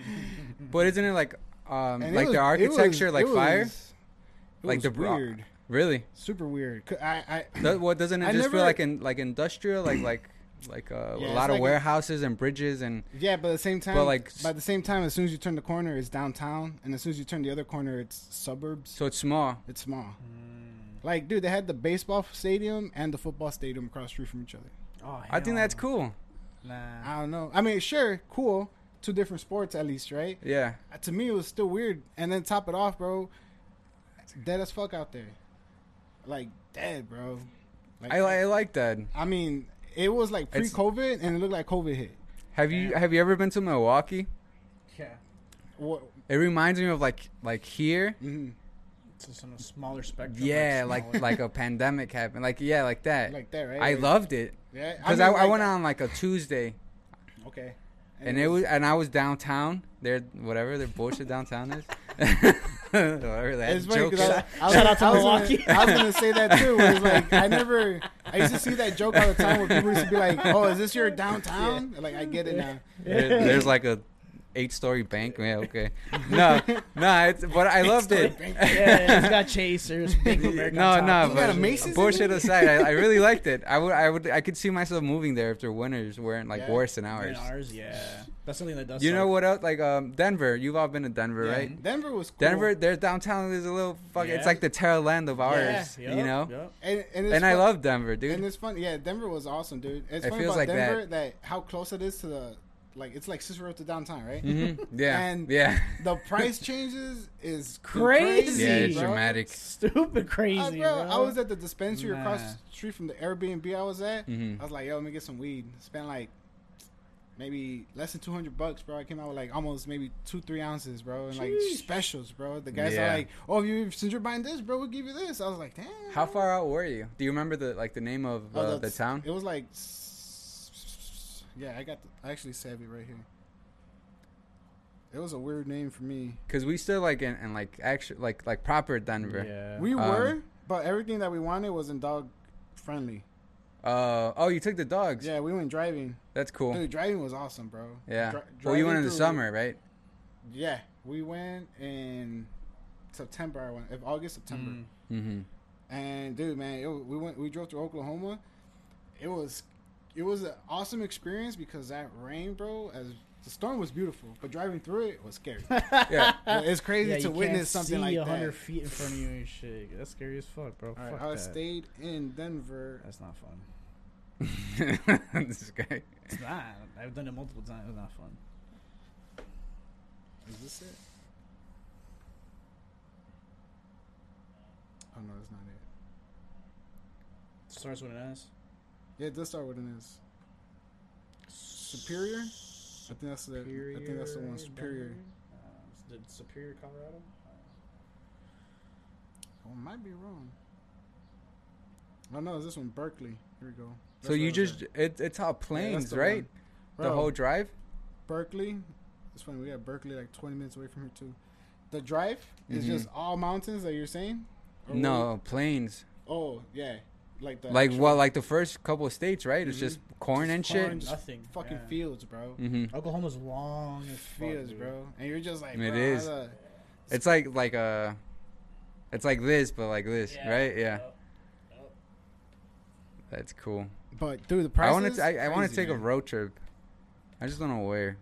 Speaker 3: but isn't it like um
Speaker 1: And it
Speaker 3: like
Speaker 1: was-
Speaker 3: the
Speaker 1: it
Speaker 3: architecture
Speaker 1: was-
Speaker 3: like
Speaker 1: it
Speaker 3: fire?
Speaker 1: was- it
Speaker 3: like
Speaker 1: was
Speaker 3: the bro-
Speaker 1: weird,
Speaker 3: Really?
Speaker 1: super weird. 'Cause I, I
Speaker 3: That, what doesn't it
Speaker 1: I
Speaker 3: just
Speaker 1: never-
Speaker 3: feel like in like industrial like like like uh,
Speaker 1: Yeah,
Speaker 3: a
Speaker 1: it's
Speaker 3: lot of
Speaker 1: like a-
Speaker 3: warehouses and bridges and
Speaker 1: yeah, but at the same time,
Speaker 3: like,
Speaker 1: by the same time, as soon as you turn the corner, it's downtown, and as soon as you turn the other corner, it's suburbs.
Speaker 3: so it's small.
Speaker 1: It's small. Like, dude, they had the baseball stadium and the football stadium across the street from each other.
Speaker 2: Oh,
Speaker 3: I think
Speaker 2: hell
Speaker 3: that's cool.
Speaker 2: no. Nah.
Speaker 1: I don't know. I mean, sure, cool. Two different sports, at least, right?
Speaker 3: Yeah.
Speaker 1: Uh, To me, it was still weird. And then top it off, bro, dead as fuck out there. Like, dead, bro. Like,
Speaker 3: I, I like that.
Speaker 1: I mean, it was like pre
Speaker 3: It's-
Speaker 1: COVID, and it looked like COVID hit.
Speaker 3: Have you
Speaker 2: Damn.
Speaker 3: have you ever been to Milwaukee?
Speaker 2: Yeah.
Speaker 1: What?
Speaker 3: It reminds me of like like here.
Speaker 1: mhm.
Speaker 2: So some smaller spectrum.
Speaker 3: Yeah, like
Speaker 2: smaller.
Speaker 3: like a pandemic happened. Like yeah, like that.
Speaker 1: Like that, right?
Speaker 3: I
Speaker 1: Like-
Speaker 3: loved it
Speaker 1: Yeah.
Speaker 3: because I,
Speaker 1: mean,
Speaker 3: I,
Speaker 1: like-
Speaker 3: went on like a Tuesday
Speaker 1: Okay.
Speaker 3: and it was and I was downtown. There, whatever their bullshit downtown is. whatever that
Speaker 1: It's funny
Speaker 3: joke.
Speaker 1: because I,
Speaker 3: is.
Speaker 1: I was,
Speaker 2: Shout out to
Speaker 1: I was
Speaker 2: Milwaukee.
Speaker 1: Gonna, I was gonna say that too. Where it's like I never, I used to see that joke all the time where people used to be like, "Oh, is this your downtown?" Like I get it now.
Speaker 3: There- there's like a eight story bank. Yeah, okay. No, no, it's, but I loved it.
Speaker 2: yeah, yeah, it's got chasers, big American.
Speaker 3: No, no,
Speaker 1: You got
Speaker 3: but
Speaker 1: a Macy's in
Speaker 3: bullshit
Speaker 1: there?
Speaker 3: aside, I, I really liked it. I would, I would, I could see myself moving there if their winters weren't like
Speaker 1: Yeah.
Speaker 3: worse than
Speaker 2: Ours.
Speaker 3: ours.
Speaker 2: ours, yeah. That's something that does.
Speaker 3: You know
Speaker 2: suck.
Speaker 3: what else? Like um, Denver. You've all been to Denver,
Speaker 1: Yeah,
Speaker 3: right?
Speaker 1: Denver was cool.
Speaker 3: Denver, their downtown is a little fucking.
Speaker 2: Yeah.
Speaker 3: It's like the terra land of ours.
Speaker 2: Yeah,
Speaker 3: you
Speaker 2: yup,
Speaker 3: know.
Speaker 2: yup.
Speaker 1: and, and, it's
Speaker 3: And I
Speaker 1: fun-
Speaker 3: love Denver, dude.
Speaker 1: And it's fun. Yeah, Denver was awesome, dude. It's
Speaker 3: It
Speaker 1: funny
Speaker 3: feels
Speaker 1: about
Speaker 3: like
Speaker 1: Denver
Speaker 3: that.
Speaker 1: that. how close it is to the like it's like Cicero to downtown, right?
Speaker 3: Mhm. Yeah,
Speaker 1: and
Speaker 3: yeah,
Speaker 1: The price changes is
Speaker 2: Crazy.
Speaker 3: yeah. It's
Speaker 1: bro.
Speaker 3: dramatic.
Speaker 2: Stupid crazy,
Speaker 1: Uh,
Speaker 2: bro.
Speaker 1: bro, I was at the dispensary across
Speaker 2: Nah.
Speaker 1: the street from the Airbnb I was at.
Speaker 3: Mhm.
Speaker 1: I was like, yo, let me get some weed. Spent like maybe less than 200 bucks, bro. I came out with like almost maybe two, three ounces, bro. And like specials, bro. The guys
Speaker 3: Yeah.
Speaker 1: are like, oh, if you, since you're buying this, bro, we'll give you this. I was like, damn.
Speaker 3: How far out were you? Do you remember the like the name of uh,
Speaker 1: Oh,
Speaker 3: the
Speaker 1: that's-
Speaker 3: town?
Speaker 1: It was like, s- s- yeah, I got, the, I actually saved it right here. It was a weird name for me.
Speaker 3: Because we still like in, in like actually like like proper Denver.
Speaker 2: Yeah.
Speaker 1: We
Speaker 3: Um,
Speaker 1: were, but everything that we wanted wasn't dog friendly.
Speaker 3: Uh, oh, you took the dogs.
Speaker 1: Yeah, we went driving.
Speaker 3: That's cool.
Speaker 1: Dude, driving was awesome, bro.
Speaker 3: yeah.
Speaker 1: Dri-
Speaker 3: well, you went in
Speaker 1: driving
Speaker 3: the
Speaker 1: through-
Speaker 3: summer, right?
Speaker 1: Yeah, we went in September. I went, if August, September.
Speaker 2: Mm.
Speaker 3: Mm-hmm.
Speaker 1: And dude, man, it, wa- we went. We drove to Oklahoma. It was, it was an awesome experience because that rain, bro. As the storm was beautiful, but driving through it was scary.
Speaker 3: Yeah.
Speaker 1: it's crazy
Speaker 2: Yeah, you
Speaker 1: to witness
Speaker 2: can't
Speaker 1: something like
Speaker 2: see 100
Speaker 1: that.
Speaker 2: feet in front of you and shit. That's scary as fuck, bro.
Speaker 1: All right,
Speaker 2: fuck
Speaker 1: I
Speaker 2: that.
Speaker 1: stayed in Denver.
Speaker 2: That's not fun.
Speaker 3: this guy.
Speaker 2: It's not. I've done it multiple times. It's not fun.
Speaker 1: Is this it? Oh no, that's not it.
Speaker 2: Starts with an S.
Speaker 1: Yeah, it does start with an S. Superior. I think that's the. I think that's the one. Superior.
Speaker 2: Denver? Uh, did Superior, Colorado?
Speaker 1: Oh, I might be wrong. Oh no, it's this one Berkeley. Here we go.
Speaker 3: So you just it, it's all planes,
Speaker 1: the
Speaker 3: right?
Speaker 1: one.
Speaker 3: The whole
Speaker 1: drive
Speaker 3: drive.
Speaker 1: Berkeley. It's funny we got Berkeley like 20 minutes away from here too. The drive is
Speaker 3: Mhm.
Speaker 1: just all mountains that you're saying. Or what?
Speaker 3: No planes.
Speaker 1: Oh yeah, like Oh, the
Speaker 3: Like
Speaker 1: actual
Speaker 3: well, like the first couple of states, right? It's just corn and
Speaker 1: corn,
Speaker 3: shit.
Speaker 1: just
Speaker 2: Nothing,
Speaker 1: Fucking
Speaker 2: yeah.
Speaker 1: fields, bro.
Speaker 3: Mm-hmm.
Speaker 2: Oklahoma's long as fuck,
Speaker 1: Fields,
Speaker 2: dude.
Speaker 1: bro. And you're just like
Speaker 3: It
Speaker 1: bro, how
Speaker 3: is.
Speaker 1: the-
Speaker 3: It's like like uh, it's like this, but like this, right? Yeah, that's cool.
Speaker 1: But dude, the price.
Speaker 3: I want to. I, I want to take a road trip. I just don't know where.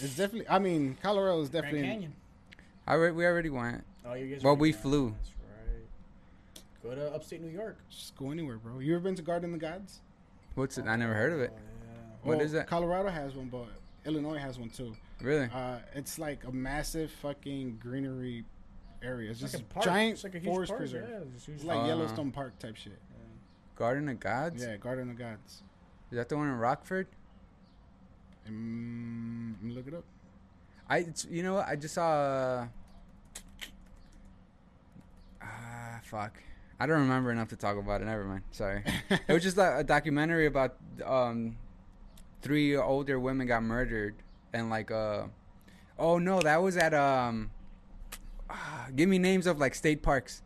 Speaker 1: It's definitely. I mean, Colorado is
Speaker 2: Grand
Speaker 1: definitely.
Speaker 2: Canyon.
Speaker 3: I re- we already went.
Speaker 2: Oh, you guys.
Speaker 3: Well,
Speaker 2: already
Speaker 3: we
Speaker 2: went.
Speaker 3: flew.
Speaker 2: That's right. Go to upstate New York.
Speaker 1: Just go anywhere, bro. You ever been to Garden of the Gods?
Speaker 3: What's it? I never heard of it.
Speaker 2: Oh, yeah.
Speaker 3: What
Speaker 1: Well,
Speaker 3: is that?
Speaker 1: Colorado has one, but Illinois has one too.
Speaker 3: Really?
Speaker 1: Uh, it's like a massive fucking greenery area. It's
Speaker 2: It's
Speaker 1: just
Speaker 2: like a park.
Speaker 1: giant
Speaker 2: It's like a huge
Speaker 1: forest
Speaker 2: park,
Speaker 1: preserve.
Speaker 2: yeah, it's huge.
Speaker 1: It's like
Speaker 3: Uh,
Speaker 1: Yellowstone Park type shit.
Speaker 3: Garden of Gods?
Speaker 1: yeah, Garden of Gods.
Speaker 3: Is that the one in Rockford?
Speaker 1: Um, let me look it up.
Speaker 3: I, it's- you know what? I just saw. Uh, ah, fuck. I don't remember enough to talk about it. Never mind. Sorry. it was just a, a documentary about um, three older women got murdered and like uh, oh no, that was at um, ah, give me names of like state parks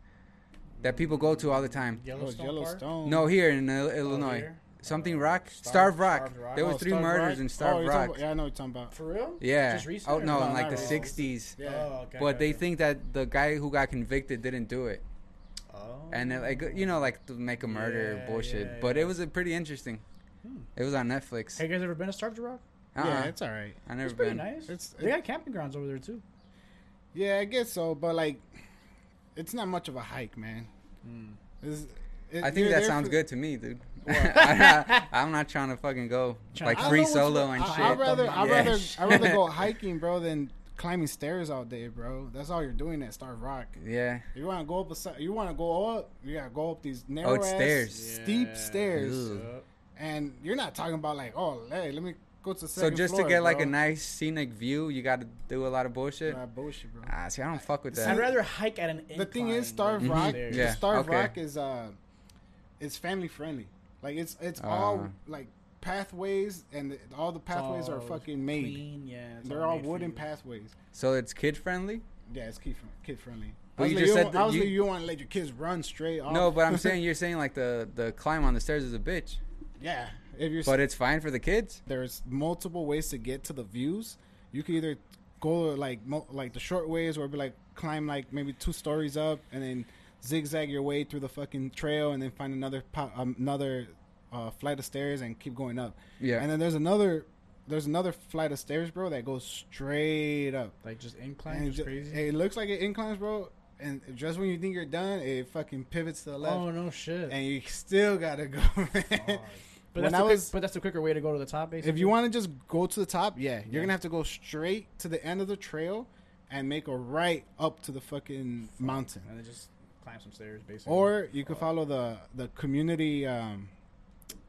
Speaker 3: that people go to all the time.
Speaker 1: Yellowstone.
Speaker 2: Yellowstone.
Speaker 1: Oh,
Speaker 2: Park? Oh,
Speaker 1: Yellowstone.
Speaker 3: No, here in Ill- Illinois.
Speaker 2: here?
Speaker 3: Something Rock,
Speaker 2: Starved-
Speaker 3: Starved Rock.
Speaker 2: Starved Rock.
Speaker 3: There was
Speaker 1: Oh,
Speaker 3: three
Speaker 1: Starved
Speaker 3: murders
Speaker 1: Rock?
Speaker 3: in
Speaker 1: Oh,
Speaker 3: Starved
Speaker 1: you're talking
Speaker 3: Rock.
Speaker 1: about- yeah, I know what you're talking about.
Speaker 2: For real?
Speaker 3: Yeah.
Speaker 2: Just recent
Speaker 3: Oh
Speaker 2: or
Speaker 3: no,
Speaker 2: not?
Speaker 3: in like the
Speaker 1: recent.
Speaker 3: '60s.
Speaker 1: Yeah.
Speaker 2: Oh, okay.
Speaker 3: But they
Speaker 2: okay.
Speaker 3: think that the guy who got convicted didn't do it,
Speaker 2: Oh.
Speaker 3: and it, like you know, like to make a murder
Speaker 2: Yeah,
Speaker 3: bullshit.
Speaker 2: yeah,
Speaker 3: But
Speaker 2: yeah.
Speaker 3: it was a pretty interesting.
Speaker 2: Hmm.
Speaker 3: It was on Netflix.
Speaker 2: Have you guys ever been to Starved Rock?
Speaker 3: uh-uh.
Speaker 1: Yeah, it's all right.
Speaker 3: I never
Speaker 2: It's pretty
Speaker 3: been.
Speaker 2: nice.
Speaker 1: It's-
Speaker 2: they got camping grounds over there too.
Speaker 1: Yeah, I guess so, but like, it's not much of a hike, man. It's-
Speaker 3: I
Speaker 1: it- you're
Speaker 3: think that
Speaker 1: there
Speaker 3: sounds
Speaker 1: for-
Speaker 3: good to me, dude. I'm, not, I'm not trying to fucking go
Speaker 2: Tryna-
Speaker 1: I
Speaker 3: like
Speaker 1: don't
Speaker 3: free
Speaker 1: know what's-
Speaker 3: solo and
Speaker 1: I,
Speaker 3: shit.
Speaker 1: I'd rather, I'd
Speaker 3: Yeah.
Speaker 1: rather, I'd rather go hiking, bro, than climbing stairs all day, bro. That's all you're doing at Star Rock.
Speaker 3: yeah.
Speaker 1: If you want to go up a, si- you want to go up, you gotta go up these narrow ass,
Speaker 3: Oh, stairs.
Speaker 1: steep
Speaker 2: Yeah.
Speaker 1: stairs,
Speaker 3: Ugh.
Speaker 1: and you're not talking about like, oh, hey, let me go to the
Speaker 3: So
Speaker 1: second
Speaker 3: just
Speaker 1: floor,
Speaker 3: to get like
Speaker 1: bro.
Speaker 3: a nice scenic view, you got to do a lot of bullshit.
Speaker 1: Nah, bullshit, bro.
Speaker 3: Ah, see, I don't fuck with
Speaker 1: See,
Speaker 3: that. Mm-hmm.
Speaker 2: I'd rather hike at an.
Speaker 1: the thing is,
Speaker 2: incline
Speaker 1: Starved
Speaker 2: than
Speaker 1: Rock,
Speaker 2: stairs.
Speaker 3: Yeah.
Speaker 1: Starved
Speaker 3: okay.
Speaker 1: Rock is uh, it's family friendly. Like it's it's all
Speaker 3: Uh.
Speaker 1: like pathways, and the, all the pathways are
Speaker 2: all
Speaker 1: fucking made.
Speaker 2: clean, yeah, it's
Speaker 1: They're all
Speaker 2: made for
Speaker 1: wooden
Speaker 2: you.
Speaker 1: pathways.
Speaker 3: so it's kid friendly.
Speaker 1: Yeah, it's kid kid friendly.
Speaker 3: But you
Speaker 1: Obviously,
Speaker 3: just
Speaker 1: you
Speaker 3: said
Speaker 1: don't-
Speaker 3: that
Speaker 1: obviously
Speaker 3: you-
Speaker 1: you don't want to let your kids run straight. Off.
Speaker 3: No, but I'm saying you're saying like the the climb on the stairs is a bitch,
Speaker 1: yeah, if you're
Speaker 3: but it's fine for the kids.
Speaker 1: there's multiple ways to get to the views. You can either go like mo- like the short ways, or be like climb like maybe two stories up, and then zigzag your way through the fucking trail, and then find another po- um, another uh, flight of stairs and keep going up.
Speaker 3: Yeah.
Speaker 1: And then there's another there's another flight of stairs, bro, that goes straight up.
Speaker 2: Like just
Speaker 1: And
Speaker 2: incline,
Speaker 1: it,
Speaker 2: just
Speaker 1: ju-
Speaker 2: crazy.
Speaker 1: it looks like it inclines, bro. And just when you think you're done, it fucking pivots to the left,
Speaker 2: oh no, shit.
Speaker 1: and you still gotta go. Man.
Speaker 2: but
Speaker 1: when
Speaker 2: that's the
Speaker 1: I
Speaker 2: quick-
Speaker 1: was-
Speaker 2: but that's the quicker way to go to the top, basically.
Speaker 1: If you want to just go to the top, yeah, you're
Speaker 2: Yeah.
Speaker 1: gonna have to go straight to the end of the trail and make a right up to the fucking mountain.
Speaker 2: and then just climb some stairs, basically.
Speaker 1: Or you could follow the the community um,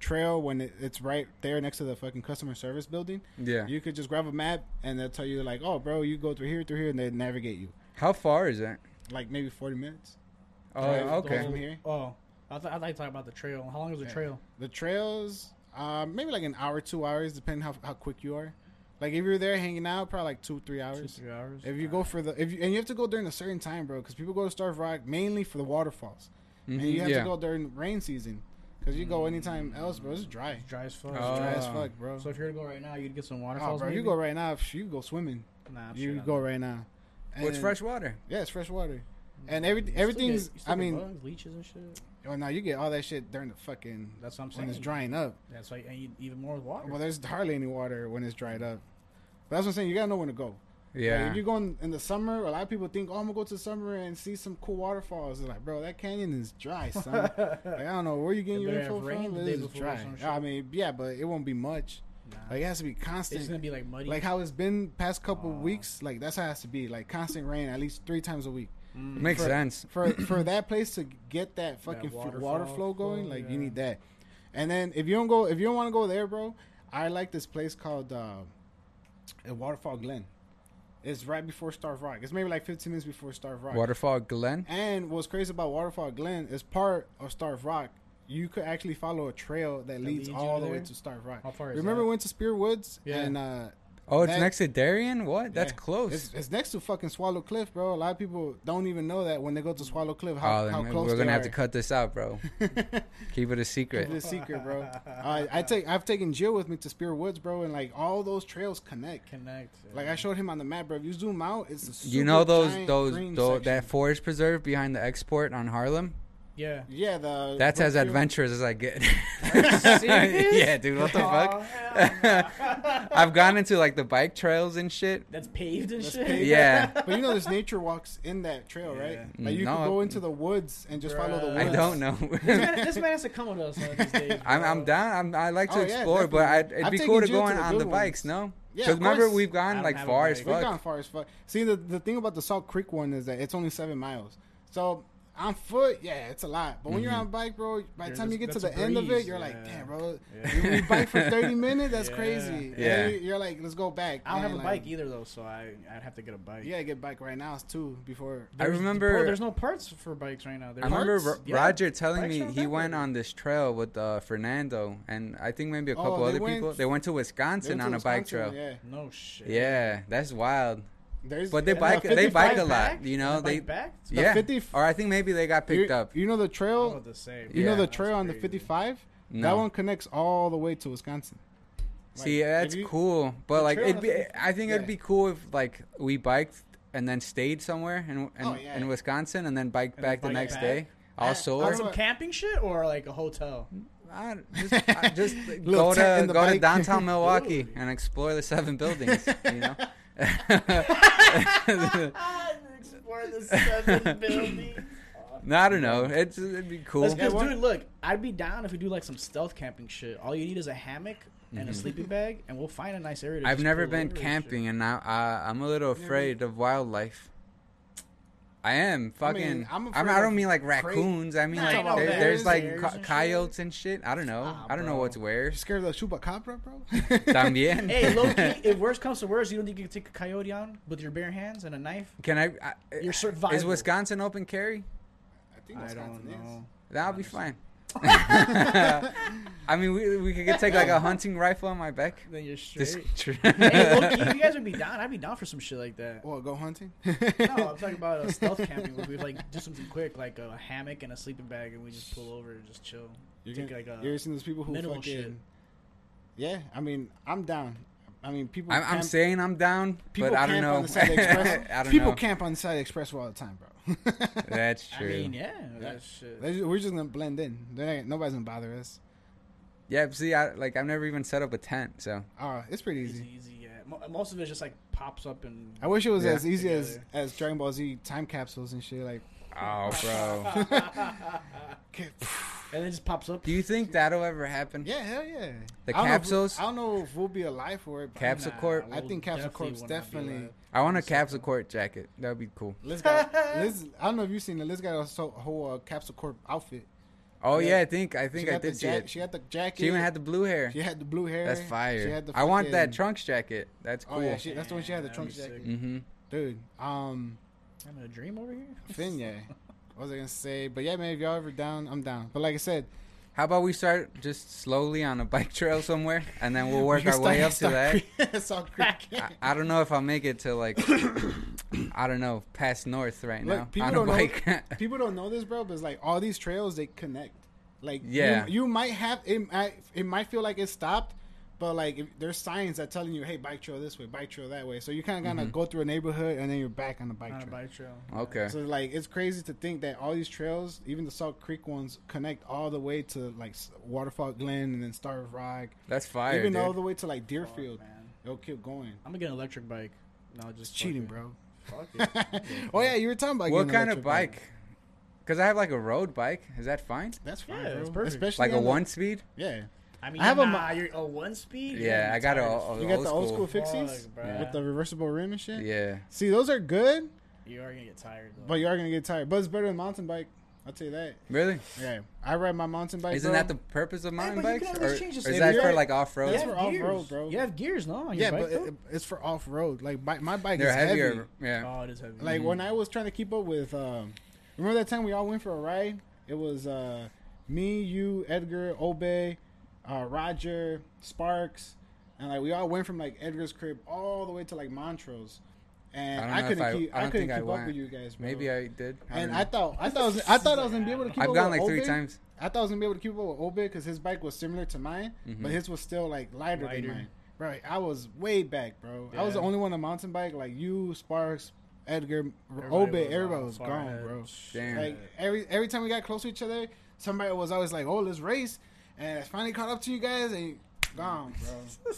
Speaker 1: trail when it, it's right there next to the fucking customer service building.
Speaker 3: Yeah.
Speaker 1: You could just grab a map and they'll tell you like, oh, bro, you go through here, through here, and they navigate you
Speaker 3: How far is that?
Speaker 1: like maybe 40 minutes.
Speaker 3: Oh,
Speaker 1: Drive
Speaker 2: The
Speaker 3: okay.
Speaker 1: From here.
Speaker 2: Oh, I th- I'd like to talk about the trail. How long is the trail?
Speaker 1: The trails, uh, maybe like an hour, two hours, depending how how quick you are. Like if you're there hanging out, probably like two, three
Speaker 2: Two,
Speaker 1: hours.
Speaker 2: three hours.
Speaker 1: If you go for the if you, and you have to go during a certain time, bro, because people go to Starved Rock mainly for the waterfalls, and
Speaker 2: Mm-hmm.
Speaker 3: Mhm,
Speaker 1: you have
Speaker 3: yeah.
Speaker 1: to go during rain season because you go anytime else, bro. It's dry,
Speaker 2: It's dry as fuck.
Speaker 1: It's dry as
Speaker 3: Oh.
Speaker 1: fuck, bro.
Speaker 2: Uh, So if you were to go right now, you'd get some
Speaker 1: Oh,
Speaker 2: waterfalls.
Speaker 1: bro, you
Speaker 2: maybe?
Speaker 1: go right now. psh, You go swimming.
Speaker 2: Nah, I'm
Speaker 1: You
Speaker 2: sure
Speaker 1: go
Speaker 2: not.
Speaker 1: right now.
Speaker 3: Well, it's
Speaker 1: And-
Speaker 3: fresh water.
Speaker 1: Yeah, it's fresh water, and
Speaker 2: Mm-hmm. You
Speaker 1: every
Speaker 2: still
Speaker 1: everything's.
Speaker 2: get- you still
Speaker 1: I
Speaker 2: get
Speaker 1: mean,
Speaker 2: bugs, leeches and shit.
Speaker 1: well, now you get all that shit during the fucking
Speaker 2: That's what I'm
Speaker 1: when it's
Speaker 2: saying.
Speaker 1: drying up.
Speaker 2: That's why, and you, even more with water.
Speaker 1: Well, there's hardly any water when it's dried up. But that's what I'm saying. You gotta know when to go. Like,
Speaker 3: Yeah.
Speaker 1: if you're going in the summer, a lot of people think, oh, I'm gonna go to the summer and see some cool waterfalls. They're like, bro, that canyon is dry, son. like, I don't know where you getting
Speaker 2: It
Speaker 1: your
Speaker 2: better
Speaker 1: info
Speaker 2: have rained
Speaker 1: from.
Speaker 2: the
Speaker 1: but
Speaker 2: day
Speaker 1: It's
Speaker 2: before or
Speaker 1: dry.
Speaker 2: some shit.
Speaker 1: I mean, yeah, but it won't be much.
Speaker 2: Nah.
Speaker 1: Like it has to be
Speaker 2: it's just gonna
Speaker 1: constant.
Speaker 2: be like muddy.
Speaker 1: Like how it's been past couple
Speaker 2: Aw.
Speaker 1: weeks. Like that's how it has to be. Like constant rain, at least three times a week.
Speaker 3: Mm-hmm. Makes
Speaker 1: for-
Speaker 3: sense.
Speaker 1: For for that place to get that fucking f- water,
Speaker 2: waterfall
Speaker 1: flow going,
Speaker 2: flow,
Speaker 1: like
Speaker 2: yeah.
Speaker 1: you need that. And then if you don't go, if you don't want to go there, bro, I like this place called uh, uh, Waterfall Glen. It's right before Starved Rock. It's maybe like 15 minutes before Starved Rock.
Speaker 3: Waterfall Glen.
Speaker 1: And what's crazy about Waterfall Glen is part of Starved Rock. You could actually follow a trail that leads
Speaker 2: leads you
Speaker 1: all the way
Speaker 2: there?
Speaker 1: to Starved Rock.
Speaker 2: How far is
Speaker 1: Remember
Speaker 2: that?
Speaker 1: we went to Spear Woods
Speaker 2: Yeah.
Speaker 1: and uh,
Speaker 3: Oh, it's
Speaker 1: that-
Speaker 3: next to Darien. What? That's
Speaker 1: yeah.
Speaker 3: close.
Speaker 1: It's, it's next to fucking Swallow Cliff, bro. A lot of people don't even know that when they go to Swallow Cliff how,
Speaker 3: oh, then
Speaker 1: how
Speaker 3: maybe
Speaker 1: close
Speaker 3: we're
Speaker 1: they
Speaker 3: gonna
Speaker 1: are.
Speaker 3: have to cut this out, bro. Keep it a secret.
Speaker 1: Keep it a secret, bro. Uh, I take I've taken Jill with me to Spear Woods, bro, and like all those trails connect.
Speaker 2: connect.
Speaker 1: Like I showed him on the map, bro. If you zoom out, it's the
Speaker 3: you know
Speaker 1: super
Speaker 3: those
Speaker 1: giant
Speaker 3: those
Speaker 1: green
Speaker 3: tho-
Speaker 1: section.
Speaker 3: that forest preserve behind the export on Harlem.
Speaker 2: Yeah.
Speaker 1: Yeah, the
Speaker 3: That's as
Speaker 1: Brookfield-
Speaker 3: adventurous as I get.
Speaker 2: serious?
Speaker 3: yeah, dude, what the fuck? I've gone into like the bike trails and shit.
Speaker 2: That's paved and
Speaker 1: That's
Speaker 2: shit.
Speaker 1: paved.
Speaker 3: Yeah.
Speaker 1: But you know, there's nature walks in that trail, right?
Speaker 3: Yeah.
Speaker 1: Like you
Speaker 3: No,
Speaker 1: can go
Speaker 3: I-
Speaker 1: into the woods and just follow the
Speaker 2: Bruh.
Speaker 1: woods.
Speaker 3: I don't know.
Speaker 2: This man, this man has to come with us. On these days,
Speaker 3: I'm,
Speaker 2: bro.
Speaker 3: I'm down. I'm, I like to
Speaker 1: Oh, yeah,
Speaker 3: explore, but i
Speaker 1: definitely.
Speaker 3: it'd
Speaker 1: I've
Speaker 3: be
Speaker 1: taken
Speaker 3: cool to
Speaker 1: you
Speaker 3: go
Speaker 1: to
Speaker 3: on,
Speaker 1: the
Speaker 3: on
Speaker 1: good
Speaker 3: the
Speaker 1: ones.
Speaker 3: bikes, no?
Speaker 1: Yeah,
Speaker 3: Because
Speaker 1: of
Speaker 3: remember,
Speaker 1: course.
Speaker 3: we've
Speaker 2: I
Speaker 3: gone
Speaker 2: don't
Speaker 3: like
Speaker 2: have a
Speaker 3: far
Speaker 2: bike.
Speaker 3: as
Speaker 1: We've
Speaker 3: fuck.
Speaker 1: gone far as fuck. See, the, the thing about the Salt Creek one is that it's only seven miles. So on foot, yeah, it's a lot. But when you're on bike, bro, by the
Speaker 2: Mm-hmm. You're
Speaker 1: time you
Speaker 2: just-
Speaker 1: get to the
Speaker 2: that's a
Speaker 1: end of it,
Speaker 2: breeze,
Speaker 1: you're like,
Speaker 2: yeah.
Speaker 1: damn, bro,
Speaker 2: Yeah.
Speaker 1: you, you bike for 30 minutes? That's
Speaker 2: Yeah.
Speaker 1: crazy.
Speaker 3: Yeah.
Speaker 1: And you- You're like, let's go back.
Speaker 2: I don't have
Speaker 1: man,
Speaker 2: a
Speaker 1: like,
Speaker 2: bike either though, so I I'd have to get a bike.
Speaker 1: You gotta get bike right now, too, before.
Speaker 3: I
Speaker 2: There's-
Speaker 3: remember-
Speaker 2: bro, there's no parts for bikes right now. There's
Speaker 3: I remember
Speaker 2: parts?
Speaker 3: Ro-
Speaker 2: Yeah.
Speaker 3: Roger telling
Speaker 2: Bikes
Speaker 3: me
Speaker 2: aren't
Speaker 3: he
Speaker 2: that
Speaker 3: went
Speaker 2: big.
Speaker 3: on this trail with uh, Fernando, and I think maybe a
Speaker 1: Oh,
Speaker 3: couple
Speaker 1: they
Speaker 3: other
Speaker 1: went-
Speaker 3: people. They went to
Speaker 1: They
Speaker 3: Wisconsin
Speaker 1: went to
Speaker 3: on a bike
Speaker 1: Wisconsin,
Speaker 3: trail. Yeah.
Speaker 1: Yeah.
Speaker 2: No shit.
Speaker 3: that's wild.
Speaker 1: There's,
Speaker 3: But they
Speaker 1: and the
Speaker 3: bike- they
Speaker 1: 55
Speaker 3: bike a lot,
Speaker 2: Bike back?
Speaker 3: you know,
Speaker 2: The bike
Speaker 3: they-
Speaker 2: back.
Speaker 1: The
Speaker 3: yeah,
Speaker 1: 50
Speaker 3: or I think maybe they got picked
Speaker 1: you,
Speaker 3: up.
Speaker 1: You know the trail?
Speaker 2: the same.
Speaker 1: You know
Speaker 3: Yeah.
Speaker 1: the
Speaker 2: That's
Speaker 1: trail on the
Speaker 2: crazy.
Speaker 1: 55? That
Speaker 3: No.
Speaker 1: one connects all the way to Wisconsin.
Speaker 3: See,
Speaker 1: Like, if
Speaker 3: that's
Speaker 1: you-
Speaker 3: cool, but
Speaker 1: the
Speaker 3: like
Speaker 1: trail
Speaker 3: it'd be.
Speaker 1: has
Speaker 3: I think
Speaker 1: yeah.
Speaker 3: it'd be cool if like we biked and then stayed somewhere in in,
Speaker 1: Oh, yeah.
Speaker 3: in Wisconsin and then biked
Speaker 2: And then
Speaker 3: back the
Speaker 2: bike
Speaker 3: next
Speaker 2: back.
Speaker 3: day.
Speaker 1: I-
Speaker 3: All
Speaker 1: I
Speaker 3: sore.
Speaker 1: don't-
Speaker 2: Some camping shit or like a hotel.
Speaker 3: I, just I, just
Speaker 1: Little
Speaker 3: go
Speaker 1: tent
Speaker 3: to
Speaker 1: in the
Speaker 3: go to
Speaker 1: bike.
Speaker 3: downtown Milwaukee
Speaker 2: Ooh.
Speaker 3: and explore the seven buildings. You know.
Speaker 1: Ah,
Speaker 2: Explore the seven buildings.
Speaker 3: No, I don't know. It's it'd be cool.
Speaker 2: Let's just,
Speaker 1: one-
Speaker 2: dude, look, I'd be down if we do like some stealth camping shit. All you need is a hammock and a sleeping bag, and we'll find a nice area. To
Speaker 3: Mm-hmm. I've
Speaker 2: just
Speaker 3: never
Speaker 2: pull
Speaker 3: been
Speaker 2: over and
Speaker 3: camping,
Speaker 2: shit.
Speaker 3: and I, I I'm a little afraid of wildlife. I am fucking. I,
Speaker 1: mean, I'm
Speaker 3: I'm
Speaker 1: afraid
Speaker 3: I
Speaker 1: of
Speaker 3: don't mean like
Speaker 1: cra-
Speaker 3: raccoons. I mean
Speaker 2: Nah,
Speaker 3: like
Speaker 2: you know,
Speaker 3: there-
Speaker 2: bears
Speaker 3: there's
Speaker 2: and
Speaker 3: like
Speaker 2: bears
Speaker 3: co-
Speaker 2: and shit.
Speaker 3: coyotes and shit. I don't know.
Speaker 2: Ah,
Speaker 3: I don't know
Speaker 2: bro.
Speaker 3: what's where.
Speaker 1: You're scared of the chupacabra, bro?
Speaker 3: También.
Speaker 2: Hey, low key, if worse comes to worse, you don't think you can take a coyote on with your bare hands and a knife?
Speaker 3: Can I? I
Speaker 2: You're
Speaker 3: Is
Speaker 2: survival.
Speaker 3: Wisconsin open carry?
Speaker 1: I think
Speaker 2: I don't
Speaker 1: Wisconsin is.
Speaker 2: know.
Speaker 3: That'll be fine. I mean, we we could take like a hunting rifle on my back.
Speaker 2: Then you're straight.
Speaker 3: This
Speaker 2: hey, low key, if you guys would be down, I'd be down for some shit like that.
Speaker 1: Well, go hunting?
Speaker 2: No, I'm talking about uh, stealth camping where we like do something quick, like a hammock and a sleeping bag, and we just pull over and just chill.
Speaker 1: You
Speaker 2: Take
Speaker 1: can-
Speaker 2: like a
Speaker 1: you ever seen those people who
Speaker 2: minimal
Speaker 1: fucking?
Speaker 2: shit.
Speaker 1: Yeah, I mean, I'm down. I mean, people.
Speaker 3: I'm, I'm
Speaker 1: camp-
Speaker 3: saying I'm down,
Speaker 1: people
Speaker 3: but I don't
Speaker 1: camp
Speaker 3: know.
Speaker 1: On the side of the express.
Speaker 3: I don't
Speaker 1: people
Speaker 3: know.
Speaker 1: camp on the side of the expressway all the time, bro.
Speaker 3: That's
Speaker 2: I
Speaker 3: true.
Speaker 2: mean, yeah, that shit.
Speaker 1: They ju- We're just gonna blend in. They're not, nobody's gonna bother us.
Speaker 3: Yeah, but see, I like I've never even set up a tent, so
Speaker 1: Oh, it's pretty
Speaker 2: Easy,
Speaker 1: easy.
Speaker 2: easy, yeah. Mo- Most of it just like pops up and.
Speaker 1: I wish it was
Speaker 3: Yeah.
Speaker 1: as easy as,
Speaker 2: Together.
Speaker 1: as Dragon Ball Z time capsules and shit. Like,
Speaker 3: oh, bro.
Speaker 2: And it just pops up.
Speaker 3: Do you think that'll ever happen?
Speaker 1: yeah, hell yeah.
Speaker 3: The
Speaker 1: I don't know if-
Speaker 3: capsules?
Speaker 1: I don't know if we'll be alive for it. But
Speaker 3: Capsule Corp?
Speaker 1: I think Capsule Corp's definitely-
Speaker 3: I want a capsule court jacket. That would be cool.
Speaker 1: Liz got. Liz, I don't know if you've seen it. Liz got a so, whole uh, Capsule Corp outfit.
Speaker 3: Oh
Speaker 1: Yeah.
Speaker 3: yeah, I think I think
Speaker 1: she
Speaker 3: I
Speaker 1: got
Speaker 3: did
Speaker 1: the
Speaker 3: see
Speaker 1: jack-
Speaker 3: it.
Speaker 1: She had the jacket.
Speaker 3: She even had the blue hair.
Speaker 1: She had the blue hair.
Speaker 3: That's
Speaker 1: She
Speaker 3: fire.
Speaker 1: had the
Speaker 3: I want that
Speaker 1: fucking-
Speaker 3: trunks jacket. That's cool.
Speaker 1: Oh yeah, she, that's the one she had the
Speaker 2: Damn,
Speaker 1: trunks
Speaker 2: that'd be
Speaker 1: jacket.
Speaker 3: mm-hmm.
Speaker 1: Dude, um,
Speaker 2: I'm in a dream over here.
Speaker 1: Finn, yeah. what was I gonna say? But yeah, man, if y'all ever down, I'm down. But like I said,
Speaker 3: How about we start just slowly on a bike trail somewhere, and then we'll work
Speaker 1: we
Speaker 3: our way up to
Speaker 1: start-
Speaker 3: that.
Speaker 1: start crack- start cracking.
Speaker 3: I, I don't know if I'll make it to like I don't know past north right
Speaker 1: Look,
Speaker 3: now
Speaker 1: people
Speaker 3: on a
Speaker 1: don't know-
Speaker 3: bike.
Speaker 1: People don't know this, bro, but it's like all these trails they connect. Like, you-
Speaker 3: Yeah.
Speaker 1: you, might have it. Might, it might feel like it stopped, but like if, there's signs that telling you, hey, bike trail this way, bike trail that way. So you kind of gotta
Speaker 3: Mm-hmm.
Speaker 1: go through a neighborhood and then you're back on the bike
Speaker 2: On a
Speaker 1: trail.
Speaker 2: bike trail.
Speaker 3: okay.
Speaker 1: So like it's crazy to think that all these trails, even the Salt Creek ones, connect all the way to like S- Waterfall Glen and then Star Rock,
Speaker 3: That's fire.
Speaker 1: even
Speaker 3: dude.
Speaker 1: all the way to like
Speaker 2: Fuck,
Speaker 1: Deerfield.
Speaker 2: Oh, man. Oh,
Speaker 1: It'll keep going.
Speaker 2: I'm gonna get an electric bike. No, just
Speaker 1: It's cheating,
Speaker 2: fucking-
Speaker 1: bro.
Speaker 2: Fuck it.
Speaker 1: oh yeah, you were talking about
Speaker 3: what
Speaker 1: getting an
Speaker 3: kind of
Speaker 1: electric
Speaker 3: bike? Because I have like a road bike. Is that fine?
Speaker 1: That's fine.
Speaker 2: Yeah,
Speaker 1: bro.
Speaker 2: it's perfect.
Speaker 1: Especially
Speaker 3: Like a
Speaker 1: on the-
Speaker 3: one speed?
Speaker 1: Yeah,
Speaker 2: I mean,
Speaker 1: I have a
Speaker 2: nah,
Speaker 1: mo-
Speaker 2: you're a one speed. You're
Speaker 3: Yeah,
Speaker 2: gonna be
Speaker 3: I got a,
Speaker 2: tired
Speaker 3: a-
Speaker 2: as
Speaker 3: a
Speaker 1: you
Speaker 3: old,
Speaker 1: got the old school,
Speaker 3: school.
Speaker 1: fixies
Speaker 2: Fuck, bruh.
Speaker 1: with the reversible rim and shit.
Speaker 3: Yeah.
Speaker 1: See, those are good,
Speaker 2: fuck. You are gonna get tired. Though.
Speaker 1: but you are gonna get tired. But it's better than mountain bike. I'll tell you that.
Speaker 3: Really?
Speaker 1: Yeah, I ride my mountain bike.
Speaker 3: Isn't
Speaker 1: bro.
Speaker 3: that the purpose of mountain
Speaker 2: but you
Speaker 3: bikes?
Speaker 2: can
Speaker 3: Or,
Speaker 2: always
Speaker 3: or
Speaker 2: change the
Speaker 3: is
Speaker 2: speed.
Speaker 3: that
Speaker 1: Yeah.
Speaker 3: for like off road?
Speaker 1: That's for off
Speaker 2: gears.
Speaker 1: road, bro.
Speaker 2: You have gears, no? On your
Speaker 1: Yeah,
Speaker 2: bike,
Speaker 1: but
Speaker 2: though?
Speaker 1: it, it's for off road. Like my, my bike
Speaker 3: They're
Speaker 1: is
Speaker 3: heavier.
Speaker 1: heavy.
Speaker 3: Yeah.
Speaker 2: oh, it is heavy.
Speaker 1: Like
Speaker 3: Mm-hmm.
Speaker 1: when I was trying to keep up with, um, remember that time we all went for a ride? It was uh, me, you, Edgar, Obey, uh, Roger, Sparks, and like we all went from like Edgar's crib all the way to like Montrose,
Speaker 3: I
Speaker 1: and I,
Speaker 3: don't know if
Speaker 1: couldn't
Speaker 3: I-
Speaker 1: keep
Speaker 3: I
Speaker 1: I,
Speaker 3: don't
Speaker 1: couldn't
Speaker 3: think I
Speaker 1: keep up
Speaker 3: went.
Speaker 1: with you guys, bro.
Speaker 3: Maybe I did. I
Speaker 1: and
Speaker 3: don't
Speaker 1: I
Speaker 3: know.
Speaker 1: thought I thought I was, I thought I was gonna be able to keep
Speaker 3: I've
Speaker 1: up
Speaker 3: gone
Speaker 1: with
Speaker 3: like three
Speaker 1: Obey.
Speaker 3: times.
Speaker 1: I thought I was gonna be able to keep up with Obed because his bike was similar to mine,
Speaker 3: Mm-hmm.
Speaker 1: but his was still like lighter,
Speaker 2: Lighter.
Speaker 1: than mine. Bro, I was way back, bro. I was the
Speaker 2: Yeah.
Speaker 1: only one on mountain bike. Like you, Sparks, Edgar,
Speaker 2: Everybody
Speaker 1: Obed,
Speaker 2: was, uh,
Speaker 1: everybody was
Speaker 2: far
Speaker 1: gone,
Speaker 2: ahead.
Speaker 1: bro.
Speaker 3: Damn.
Speaker 1: Like every every time we got close to each other, somebody was always like, "Oh, let's race," and I finally caught up to you guys and gone, bro.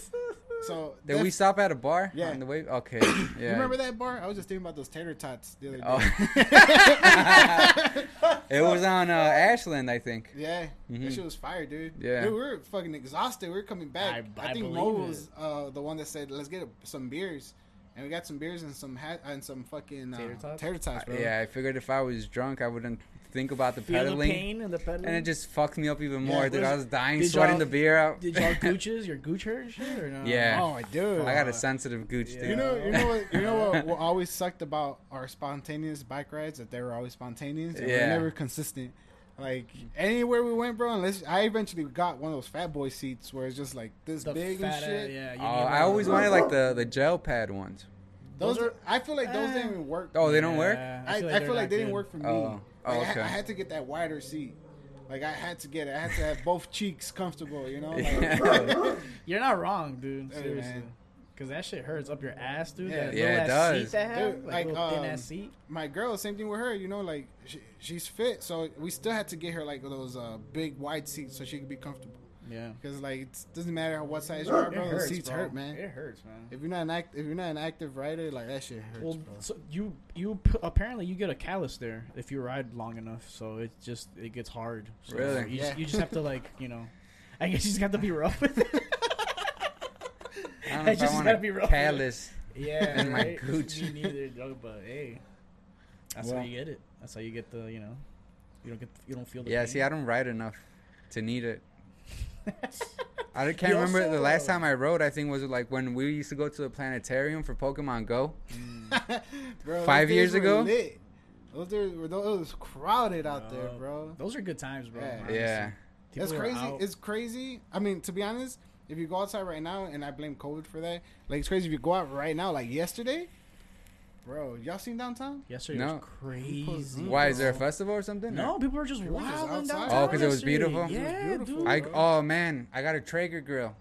Speaker 1: so
Speaker 3: Did we
Speaker 1: def-
Speaker 3: stop at a bar?
Speaker 1: Yeah.
Speaker 3: On the way. Okay. Yeah.
Speaker 1: You remember that bar? I was just thinking about those tater tots the other day.
Speaker 3: Oh. it was on uh, Ashland, I think.
Speaker 1: Yeah,
Speaker 3: Mhm.
Speaker 1: that shit was fire, dude.
Speaker 3: Yeah.
Speaker 1: dude, we were fucking exhausted. We were coming back.
Speaker 2: I-
Speaker 1: I,
Speaker 2: I
Speaker 1: think
Speaker 2: believe
Speaker 1: Mo
Speaker 2: it.
Speaker 1: was uh, the one that said, "Let's get some beers," and we got some beers and some hat and some fucking uh,
Speaker 2: Tater tots?
Speaker 1: Tater tots, bro.
Speaker 3: Yeah, I figured if I was drunk, I wouldn't think about the
Speaker 2: Feel the
Speaker 3: pedaling,
Speaker 2: pain and the pedaling.
Speaker 3: and it just fucked me up even
Speaker 1: Yeah,
Speaker 3: more. dude,
Speaker 2: was-
Speaker 3: I was dying,
Speaker 2: did
Speaker 3: sweating
Speaker 2: y'all-
Speaker 3: the beer out.
Speaker 2: Did y'all gooches your gooch hurt and shit or no?
Speaker 3: Yeah.
Speaker 1: Oh, dude.
Speaker 3: I got a sensitive gooch, dude. Uh,
Speaker 1: You know, you know what, you know what, what always sucked about our spontaneous bike rides that they were always spontaneous and
Speaker 3: Yeah.
Speaker 1: we're never consistent. Like anywhere we went, bro. Unless I eventually got one of those fat boy seats where it's just like this
Speaker 2: The
Speaker 1: big and
Speaker 2: fat ass-
Speaker 1: shit.
Speaker 2: yeah. you
Speaker 3: Oh,
Speaker 2: need like
Speaker 3: I always
Speaker 2: a-
Speaker 3: wanted like the the gel pad ones.
Speaker 1: Those,
Speaker 2: Those
Speaker 1: are. I feel like those
Speaker 2: eh.
Speaker 1: didn't even work.
Speaker 3: Oh, they don't work.
Speaker 2: Yeah,
Speaker 1: I, I feel like,
Speaker 2: they're not
Speaker 1: they didn't
Speaker 2: good.
Speaker 1: work for me.
Speaker 3: Oh. Oh,
Speaker 1: Like, I,
Speaker 3: okay.
Speaker 1: ha- I had to get that wider seat. Like I had to get it. I had to have both cheeks comfortable. You know. Like,
Speaker 3: Yeah.
Speaker 2: You're not wrong, dude.
Speaker 1: Hey,
Speaker 2: Seriously.
Speaker 1: man.
Speaker 2: Because that shit hurts up your ass, dude.
Speaker 1: Yeah.
Speaker 2: that
Speaker 3: Yeah,
Speaker 2: little
Speaker 3: it
Speaker 2: ass
Speaker 3: does.
Speaker 2: Seat that have,
Speaker 1: Dude,
Speaker 2: like,
Speaker 1: like,
Speaker 2: thin
Speaker 1: um,
Speaker 2: ass seat.
Speaker 1: my girl, same thing with her. You know, like she, she's fit, so we still had to get her like those uh, big wide seats so she could be comfortable.
Speaker 2: Yeah.
Speaker 1: Because like it doesn't matter what size you are, bro. the seats
Speaker 2: bro.
Speaker 1: hurt, man.
Speaker 2: It hurts, man.
Speaker 1: If you're not an act, if you're not an active rider, like that shit hurts.
Speaker 2: Well,
Speaker 1: bro.
Speaker 2: so you you p- apparently you get a callus there if you ride long enough, so it just it gets hard. So
Speaker 3: Really?
Speaker 2: You,
Speaker 1: Yeah.
Speaker 2: just, you just have to like you know, I guess you just have to be rough with it.
Speaker 3: I don't
Speaker 2: I
Speaker 3: know if I
Speaker 2: just
Speaker 3: want
Speaker 2: gotta be real.
Speaker 3: a callus.
Speaker 2: yeah,
Speaker 3: And my
Speaker 2: right?
Speaker 3: gooch.
Speaker 2: Me neither, dog. But hey, that's how
Speaker 1: Well.
Speaker 2: you get it. That's how you get the you know, you don't get you don't feel the
Speaker 3: Yeah,
Speaker 2: pain.
Speaker 3: see, I don't ride enough to need it. I can't
Speaker 2: You
Speaker 3: remember the
Speaker 2: also-
Speaker 3: last time I rode. I think was like when we used to go to the planetarium for Pokemon Go.
Speaker 1: Bro, those
Speaker 3: five
Speaker 1: days
Speaker 3: years
Speaker 1: were
Speaker 3: ago?
Speaker 1: lit. those days were those it was crowded out there,
Speaker 2: No.
Speaker 1: bro.
Speaker 2: Those are good times, bro.
Speaker 1: Yeah.
Speaker 2: honestly.
Speaker 3: Yeah,
Speaker 2: People
Speaker 1: it's
Speaker 2: are
Speaker 1: crazy.
Speaker 2: out.
Speaker 1: It's crazy. I mean, to be honest, if you go outside right now, and I blame COVID for that. Like it's crazy if you go out right now, like yesterday, bro. Y'all seen downtown?
Speaker 2: yesterday
Speaker 3: No.
Speaker 2: was crazy.
Speaker 3: why is there a
Speaker 2: bro.
Speaker 3: festival or something?
Speaker 2: No, people are just
Speaker 1: People just
Speaker 2: wild
Speaker 1: outside.
Speaker 2: downtown.
Speaker 1: Oh, 'cause
Speaker 3: it was
Speaker 2: yesterday.
Speaker 3: beautiful? It was
Speaker 2: Yeah,
Speaker 1: beautiful.
Speaker 2: dude.
Speaker 3: I oh man, I got a Traeger grill.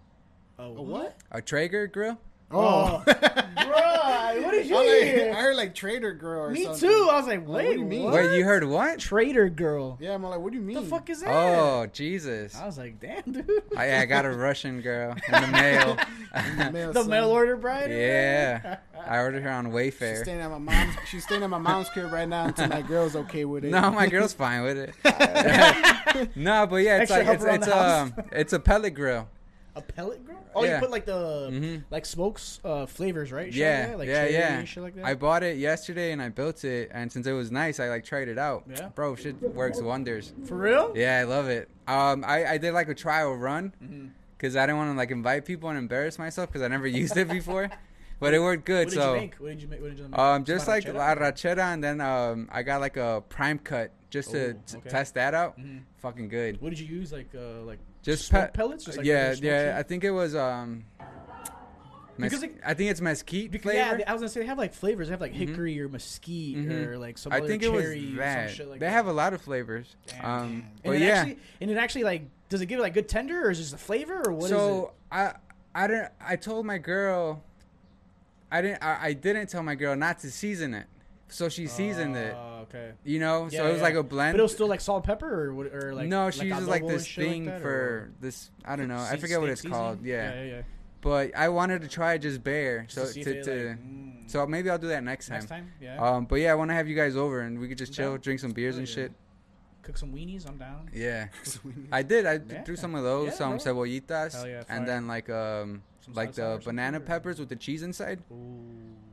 Speaker 2: A
Speaker 1: A what?
Speaker 3: A Traeger grill?
Speaker 1: Oh,
Speaker 2: Bruh, what did you
Speaker 1: I, heard,
Speaker 2: hear?
Speaker 1: I heard like Trader Girl or
Speaker 2: Me
Speaker 1: something.
Speaker 2: too. I was like,
Speaker 1: What
Speaker 2: wait,
Speaker 1: do you mean?
Speaker 2: What?
Speaker 3: Wait, you heard what?
Speaker 2: Traitor girl.
Speaker 1: Yeah, I'm like, what do you mean?
Speaker 2: The fuck is that?
Speaker 3: Oh Jesus!
Speaker 2: I was like, damn, dude.
Speaker 3: I, I got a Russian girl in the mail.
Speaker 1: Male
Speaker 2: the
Speaker 1: son.
Speaker 2: mail order bride.
Speaker 3: yeah, I ordered her on
Speaker 1: She's
Speaker 3: Wayfair.
Speaker 1: staying at my mom's. She's staying at my mom's crib right now until my girl's okay with it.
Speaker 3: No, my girl's fine with it. no, but yeah, it's
Speaker 2: Extra
Speaker 3: like it's
Speaker 2: helper
Speaker 3: it's
Speaker 2: on
Speaker 3: um it's a pellet grill.
Speaker 2: A pellet girl. Oh,
Speaker 3: Yeah.
Speaker 2: you put like the
Speaker 3: Mhm.
Speaker 2: like smokes uh, flavors, right? Shit
Speaker 3: yeah,
Speaker 2: like that? like
Speaker 3: yeah,
Speaker 2: cherry
Speaker 3: yeah.
Speaker 2: and shit like that.
Speaker 3: I bought it yesterday and I built it, and since it was nice, I like tried it out.
Speaker 2: Yeah.
Speaker 3: Bro, shit works wonders.
Speaker 2: For real?
Speaker 3: Yeah, I love it. Um, I, I did like a trial run
Speaker 2: Mm-hmm.
Speaker 3: because I didn't want to like invite people and embarrass myself because I never used it before, but it worked good.
Speaker 2: What did
Speaker 3: so
Speaker 2: you make? What did you make? What did you make?
Speaker 3: um, just like
Speaker 2: Sriracha?
Speaker 3: la rachera, and then um, I got like a prime cut just to
Speaker 2: Ooh,
Speaker 3: t-
Speaker 2: okay. Mm-hmm.
Speaker 3: test that out. Fucking good.
Speaker 2: What did you use? Like uh, like
Speaker 3: Just
Speaker 2: smoke
Speaker 3: pe-
Speaker 2: pellets? Just like
Speaker 3: yeah,
Speaker 2: regular smoke
Speaker 3: yeah.
Speaker 2: shit?
Speaker 3: I think it was um. mes-
Speaker 2: Because it-
Speaker 3: I think it's mesquite
Speaker 2: Because,
Speaker 3: flavor.
Speaker 2: yeah, they- I was gonna say they have like flavors. They have like hickory or mesquite
Speaker 3: Mhm.
Speaker 2: or like some
Speaker 3: I
Speaker 2: other
Speaker 3: think it was
Speaker 2: cherry or
Speaker 3: that.
Speaker 2: some shit like
Speaker 3: they
Speaker 2: that.
Speaker 3: have a lot of flavors.
Speaker 2: Damn.
Speaker 3: Um,
Speaker 2: And
Speaker 3: but
Speaker 2: it
Speaker 3: yeah.
Speaker 2: actually, and it actually like does it give it like good tender or is it just the flavor or what is
Speaker 3: so I I didn't I told my girl I didn't I, I didn't tell my girl not to season it. So she
Speaker 2: it?
Speaker 3: seasoned it.
Speaker 2: Oh, okay.
Speaker 3: You know, so
Speaker 2: Yeah,
Speaker 3: it was
Speaker 2: yeah.
Speaker 3: like a blend.
Speaker 2: But it was still like salt and pepper or what- or like
Speaker 3: no, she uses like
Speaker 2: adobo and
Speaker 3: this
Speaker 2: shit like
Speaker 3: thing
Speaker 2: that, or
Speaker 3: for this. I don't know. I
Speaker 2: Sea-
Speaker 3: forget what
Speaker 2: steak
Speaker 3: it's
Speaker 2: seasoning?
Speaker 3: called. Yeah.
Speaker 2: yeah, yeah.
Speaker 3: but I wanted to try just bare.
Speaker 2: Just
Speaker 3: So
Speaker 2: see if
Speaker 3: to,
Speaker 2: they,
Speaker 3: to
Speaker 2: like, mm,
Speaker 3: so maybe I'll do that next time.
Speaker 2: next time, yeah,
Speaker 3: Um, but yeah, I want to have you guys over and we could just
Speaker 2: I'm
Speaker 3: chill,
Speaker 2: down.
Speaker 3: drink some beers
Speaker 2: Hell
Speaker 3: and
Speaker 2: yeah.
Speaker 3: shit.
Speaker 2: cook some weenies. I'm down.
Speaker 3: Yeah.
Speaker 1: Sweet.
Speaker 3: I did. I th-
Speaker 2: Yeah.
Speaker 3: threw some of those,
Speaker 2: Yeah,
Speaker 3: some
Speaker 2: bro.
Speaker 3: cebollitas,
Speaker 2: Hell yeah,
Speaker 3: and
Speaker 2: fire.
Speaker 3: then like um
Speaker 2: Some
Speaker 3: like
Speaker 2: salsa or
Speaker 3: the
Speaker 2: something,
Speaker 3: banana
Speaker 2: or-
Speaker 3: peppers with the cheese inside.
Speaker 2: Ooh,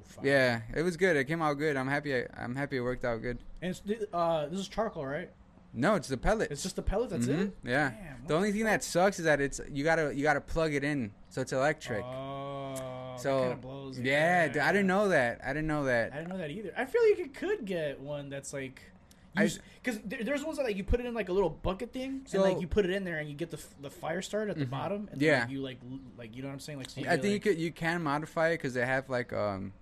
Speaker 2: fuck.
Speaker 3: Yeah, it was good. It came out good. I'm happy. I, I'm happy it worked out good.
Speaker 2: And it's, th- uh, this is charcoal, right?
Speaker 3: No, it's the pellet.
Speaker 2: It's just the pellet. That's
Speaker 3: Mhm,
Speaker 2: it.
Speaker 3: Yeah.
Speaker 2: Damn,
Speaker 3: the
Speaker 2: what
Speaker 3: only thing that sucks is that it's you gotta you gotta plug it in, so it's electric.
Speaker 2: Oh, that
Speaker 3: so
Speaker 2: kinda blows it.
Speaker 3: yeah, dude, I didn't know that. I didn't know
Speaker 2: I
Speaker 3: that.
Speaker 2: didn't know that either. I feel like you could get one that's like.
Speaker 3: I-
Speaker 2: Because there, there's ones that like you put it in like a little bucket thing,
Speaker 3: So- Mm-hmm.
Speaker 2: and like you put it in there, and you get the f- the fire started at the bottom, and then,
Speaker 3: Yeah.
Speaker 2: like, you like l- like you know what I'm saying, like so
Speaker 3: I, think you could you can modify it because they have like um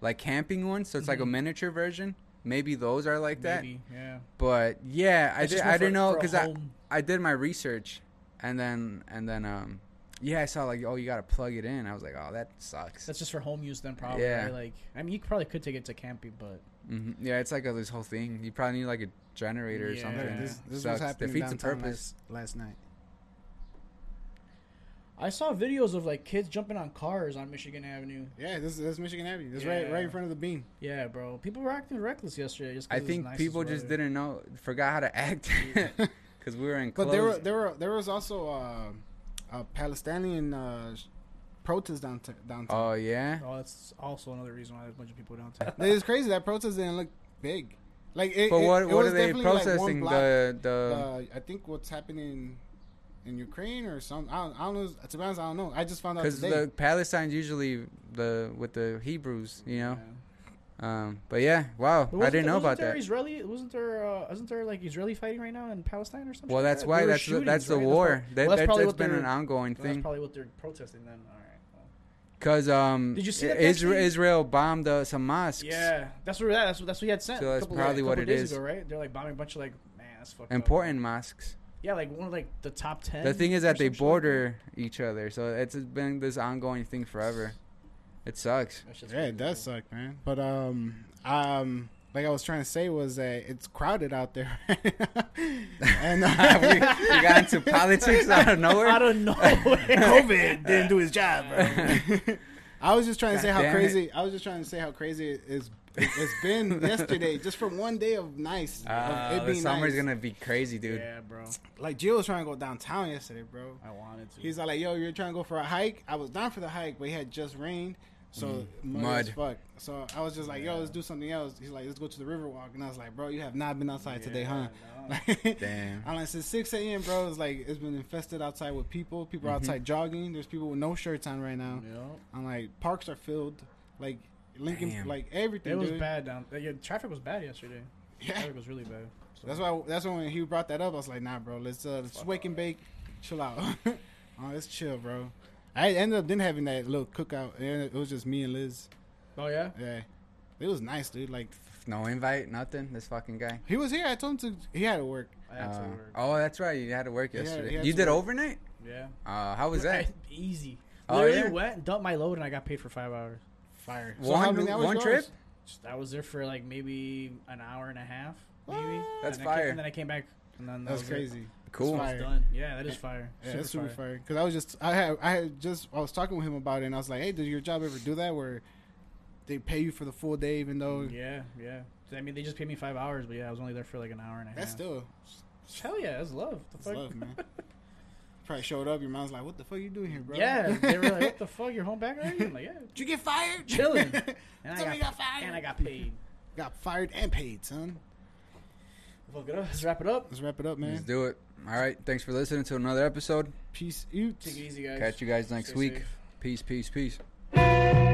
Speaker 3: like camping ones, so it's like a miniature version. Maybe those are like that.
Speaker 2: Mm-hmm. maybe, yeah.
Speaker 3: But yeah, I
Speaker 2: It's
Speaker 3: did.
Speaker 2: just
Speaker 3: I
Speaker 2: more
Speaker 3: didn't
Speaker 2: for-
Speaker 3: know
Speaker 2: for a
Speaker 3: because I
Speaker 2: home.
Speaker 3: I did my research, and then and then um Yeah, I saw like, oh, you gotta plug it in. I was like, oh, that sucks.
Speaker 2: That's just for home use then, probably.
Speaker 3: Yeah.
Speaker 2: right? Like, I mean, you probably could take it to camping, but
Speaker 3: hmm Yeah, it's like a, this whole thing. You probably need like a generator or
Speaker 2: Yeah.
Speaker 3: something.
Speaker 1: Like, this this was
Speaker 3: Sucks.
Speaker 1: happening
Speaker 3: Defeats the
Speaker 1: downtown
Speaker 3: purpose.
Speaker 1: Last, last night.
Speaker 2: I saw videos of like kids jumping on cars on Michigan Avenue.
Speaker 1: Yeah, this this is Michigan Avenue. This right
Speaker 2: Yeah.
Speaker 1: right in front of the bean.
Speaker 2: Yeah, bro. People were acting reckless yesterday. Just 'cause
Speaker 3: I
Speaker 2: it was
Speaker 3: think
Speaker 2: nice
Speaker 3: people
Speaker 2: as
Speaker 3: just
Speaker 2: weather.
Speaker 3: didn't know, forgot how to act, because we were in.
Speaker 1: But there were
Speaker 3: clothes.
Speaker 1: there were there was also uh, a Palestinian uh, sh- protest downtown. downtown.
Speaker 3: Oh yeah.
Speaker 2: Oh, that's also another reason why there's a bunch of people downtown.
Speaker 1: it's crazy that protest didn't look big. Like it,
Speaker 3: Oh. But
Speaker 1: it-
Speaker 3: what
Speaker 1: it
Speaker 3: what
Speaker 1: was
Speaker 3: are they
Speaker 1: definitely, like, one
Speaker 3: processing?
Speaker 1: block.
Speaker 3: the the um,
Speaker 1: uh, I think what's happening in Ukraine or something. I don't, I don't know. To be honest, I don't know. I just found out
Speaker 3: because
Speaker 1: today.
Speaker 3: the Palestine's usually the with the Hebrews, you know.
Speaker 2: Yeah.
Speaker 3: Um, but yeah, wow,
Speaker 2: But
Speaker 3: I didn't
Speaker 2: wasn't there-
Speaker 3: know
Speaker 2: wasn't
Speaker 3: about
Speaker 2: there
Speaker 3: that.
Speaker 2: Israeli wasn't there uh, isn't there like Israeli fighting right now in Palestine or something?
Speaker 3: Well, that's why that's the, that's the war. That,
Speaker 2: that's
Speaker 3: that's,
Speaker 2: probably
Speaker 3: that's
Speaker 2: what
Speaker 3: been
Speaker 2: they're-
Speaker 3: an ongoing
Speaker 2: that's
Speaker 3: thing.
Speaker 2: probably what they're protesting then. All right. well.
Speaker 3: Because um,
Speaker 2: Did you see that
Speaker 3: Israel,
Speaker 2: actually?
Speaker 3: Israel bombed uh, some mosques.
Speaker 2: Yeah, that's where that, that's what that's what he had sent.
Speaker 3: So
Speaker 2: a
Speaker 3: that's
Speaker 2: couple,
Speaker 3: probably
Speaker 2: a
Speaker 3: what
Speaker 2: couple
Speaker 3: it
Speaker 2: days
Speaker 3: is.
Speaker 2: ago, right? They're like bombing a bunch of like man, that's fucked up.
Speaker 3: Important mosques.
Speaker 2: Yeah, like one of like the top ten.
Speaker 3: The thing is
Speaker 2: or
Speaker 3: that they
Speaker 2: some shit like
Speaker 3: border each other, so it's been this ongoing thing forever. It sucks.
Speaker 2: That shit's
Speaker 1: yeah, it
Speaker 2: crazy,
Speaker 1: does
Speaker 2: bro.
Speaker 1: suck, man. But um, um, like I was trying to say was that it's crowded out there, and uh,
Speaker 3: we, we got into politics out of nowhere.
Speaker 2: Out of nowhere.
Speaker 1: COVID didn't do his job, bro. I was just trying to say
Speaker 3: God
Speaker 1: how
Speaker 3: damn it.
Speaker 1: crazy. I was just trying to say how crazy it is. It's been yesterday, just for one day of nice. of
Speaker 3: Uh,
Speaker 1: it
Speaker 3: the
Speaker 1: being
Speaker 3: summer's
Speaker 1: nice.
Speaker 3: gonna be crazy, dude.
Speaker 2: yeah, bro.
Speaker 1: Like Gio was trying to go downtown yesterday, bro.
Speaker 2: I wanted to.
Speaker 1: He's all like, "Yo, you're trying to go for a hike." I was down for the hike, but it had just rained, so mud, as
Speaker 3: Mm, Mud.
Speaker 1: fuck. So I was just like, "Yo, let's do something else." He's like, "Let's go to the Riverwalk," and I was like, "Bro, you have not been outside today, huh?"
Speaker 3: Damn.
Speaker 1: I'm like, since 6 a.m., bro, it's like it's been infested outside with people. People
Speaker 3: Mm-hmm.
Speaker 1: are outside jogging. There's people with no shirts on right now.
Speaker 2: Yup.
Speaker 1: I'm like, parks are filled. Like Lincoln,
Speaker 3: Damn.
Speaker 1: like everything.
Speaker 2: It was
Speaker 1: dude.
Speaker 2: bad down. Like, yeah, traffic was bad yesterday.
Speaker 1: Yeah.
Speaker 2: Traffic was really bad. So-
Speaker 1: That's why. That's why when he brought that up, I was like, "Nah, bro, let's uh, let's wake and bake, chill out. oh, it's chill, bro." I ended up then having that little cookout. and It was just me and Liz.
Speaker 2: Oh yeah.
Speaker 1: Yeah, it was nice, dude. Like
Speaker 3: No invite, nothing. This fucking guy.
Speaker 1: he was here. I told him to. He had to work.
Speaker 2: I had to
Speaker 3: Uh,
Speaker 2: work.
Speaker 3: oh, that's right. You had to work
Speaker 1: Yeah,
Speaker 3: yesterday.
Speaker 1: he had
Speaker 3: you
Speaker 1: to
Speaker 3: did
Speaker 1: work.
Speaker 3: overnight.
Speaker 2: Yeah.
Speaker 3: Uh, how was that?
Speaker 2: Easy.
Speaker 3: Oh,
Speaker 2: Literally
Speaker 3: yeah?
Speaker 2: went, dumped my load, and I got paid for five hours.
Speaker 1: Fire. how
Speaker 3: one
Speaker 1: many hours
Speaker 3: one
Speaker 1: yours?
Speaker 3: trip.
Speaker 2: Just, I was there for like maybe an hour and a half, maybe.
Speaker 1: What?
Speaker 3: That's
Speaker 2: and then I came-
Speaker 3: fire.
Speaker 2: and then I came back, and then that
Speaker 1: That's
Speaker 2: was it.
Speaker 1: crazy.
Speaker 3: Cool.
Speaker 1: That's
Speaker 2: I
Speaker 1: fire.
Speaker 2: was done. Yeah, that is fire.
Speaker 1: Yeah, that's super fire. Because I was just, I had, I had just, I was talking with him about it, and I was like, "Hey, did your job ever do that where they pay you for the full day, even though
Speaker 2: Yeah, yeah. I mean, they just paid me five hours, but yeah, I was only there for like an hour and a half.
Speaker 1: that's still
Speaker 2: hell yeah, that's love. The
Speaker 1: that's
Speaker 2: fuck?
Speaker 1: love, man." Probably showed up. Your mom's like, "What the fuck you doing here, bro?"
Speaker 2: Yeah, they were like, "What the fuck? You're home back already?" I'm like, "Yeah."
Speaker 1: Did you get fired?
Speaker 2: Chilling. And I
Speaker 1: Somebody
Speaker 2: got,
Speaker 1: got, fired.
Speaker 2: and I got paid.
Speaker 1: Got fired and paid, son.
Speaker 2: Fuck it up. Let's wrap it up.
Speaker 1: Let's wrap it up,
Speaker 3: Let's
Speaker 1: man.
Speaker 3: do it. All right. Thanks for listening to another episode.
Speaker 1: Peace out.
Speaker 2: Take it easy, guys.
Speaker 3: Catch you guys next
Speaker 2: Stay
Speaker 3: week.
Speaker 2: safe.
Speaker 3: Peace, peace, peace.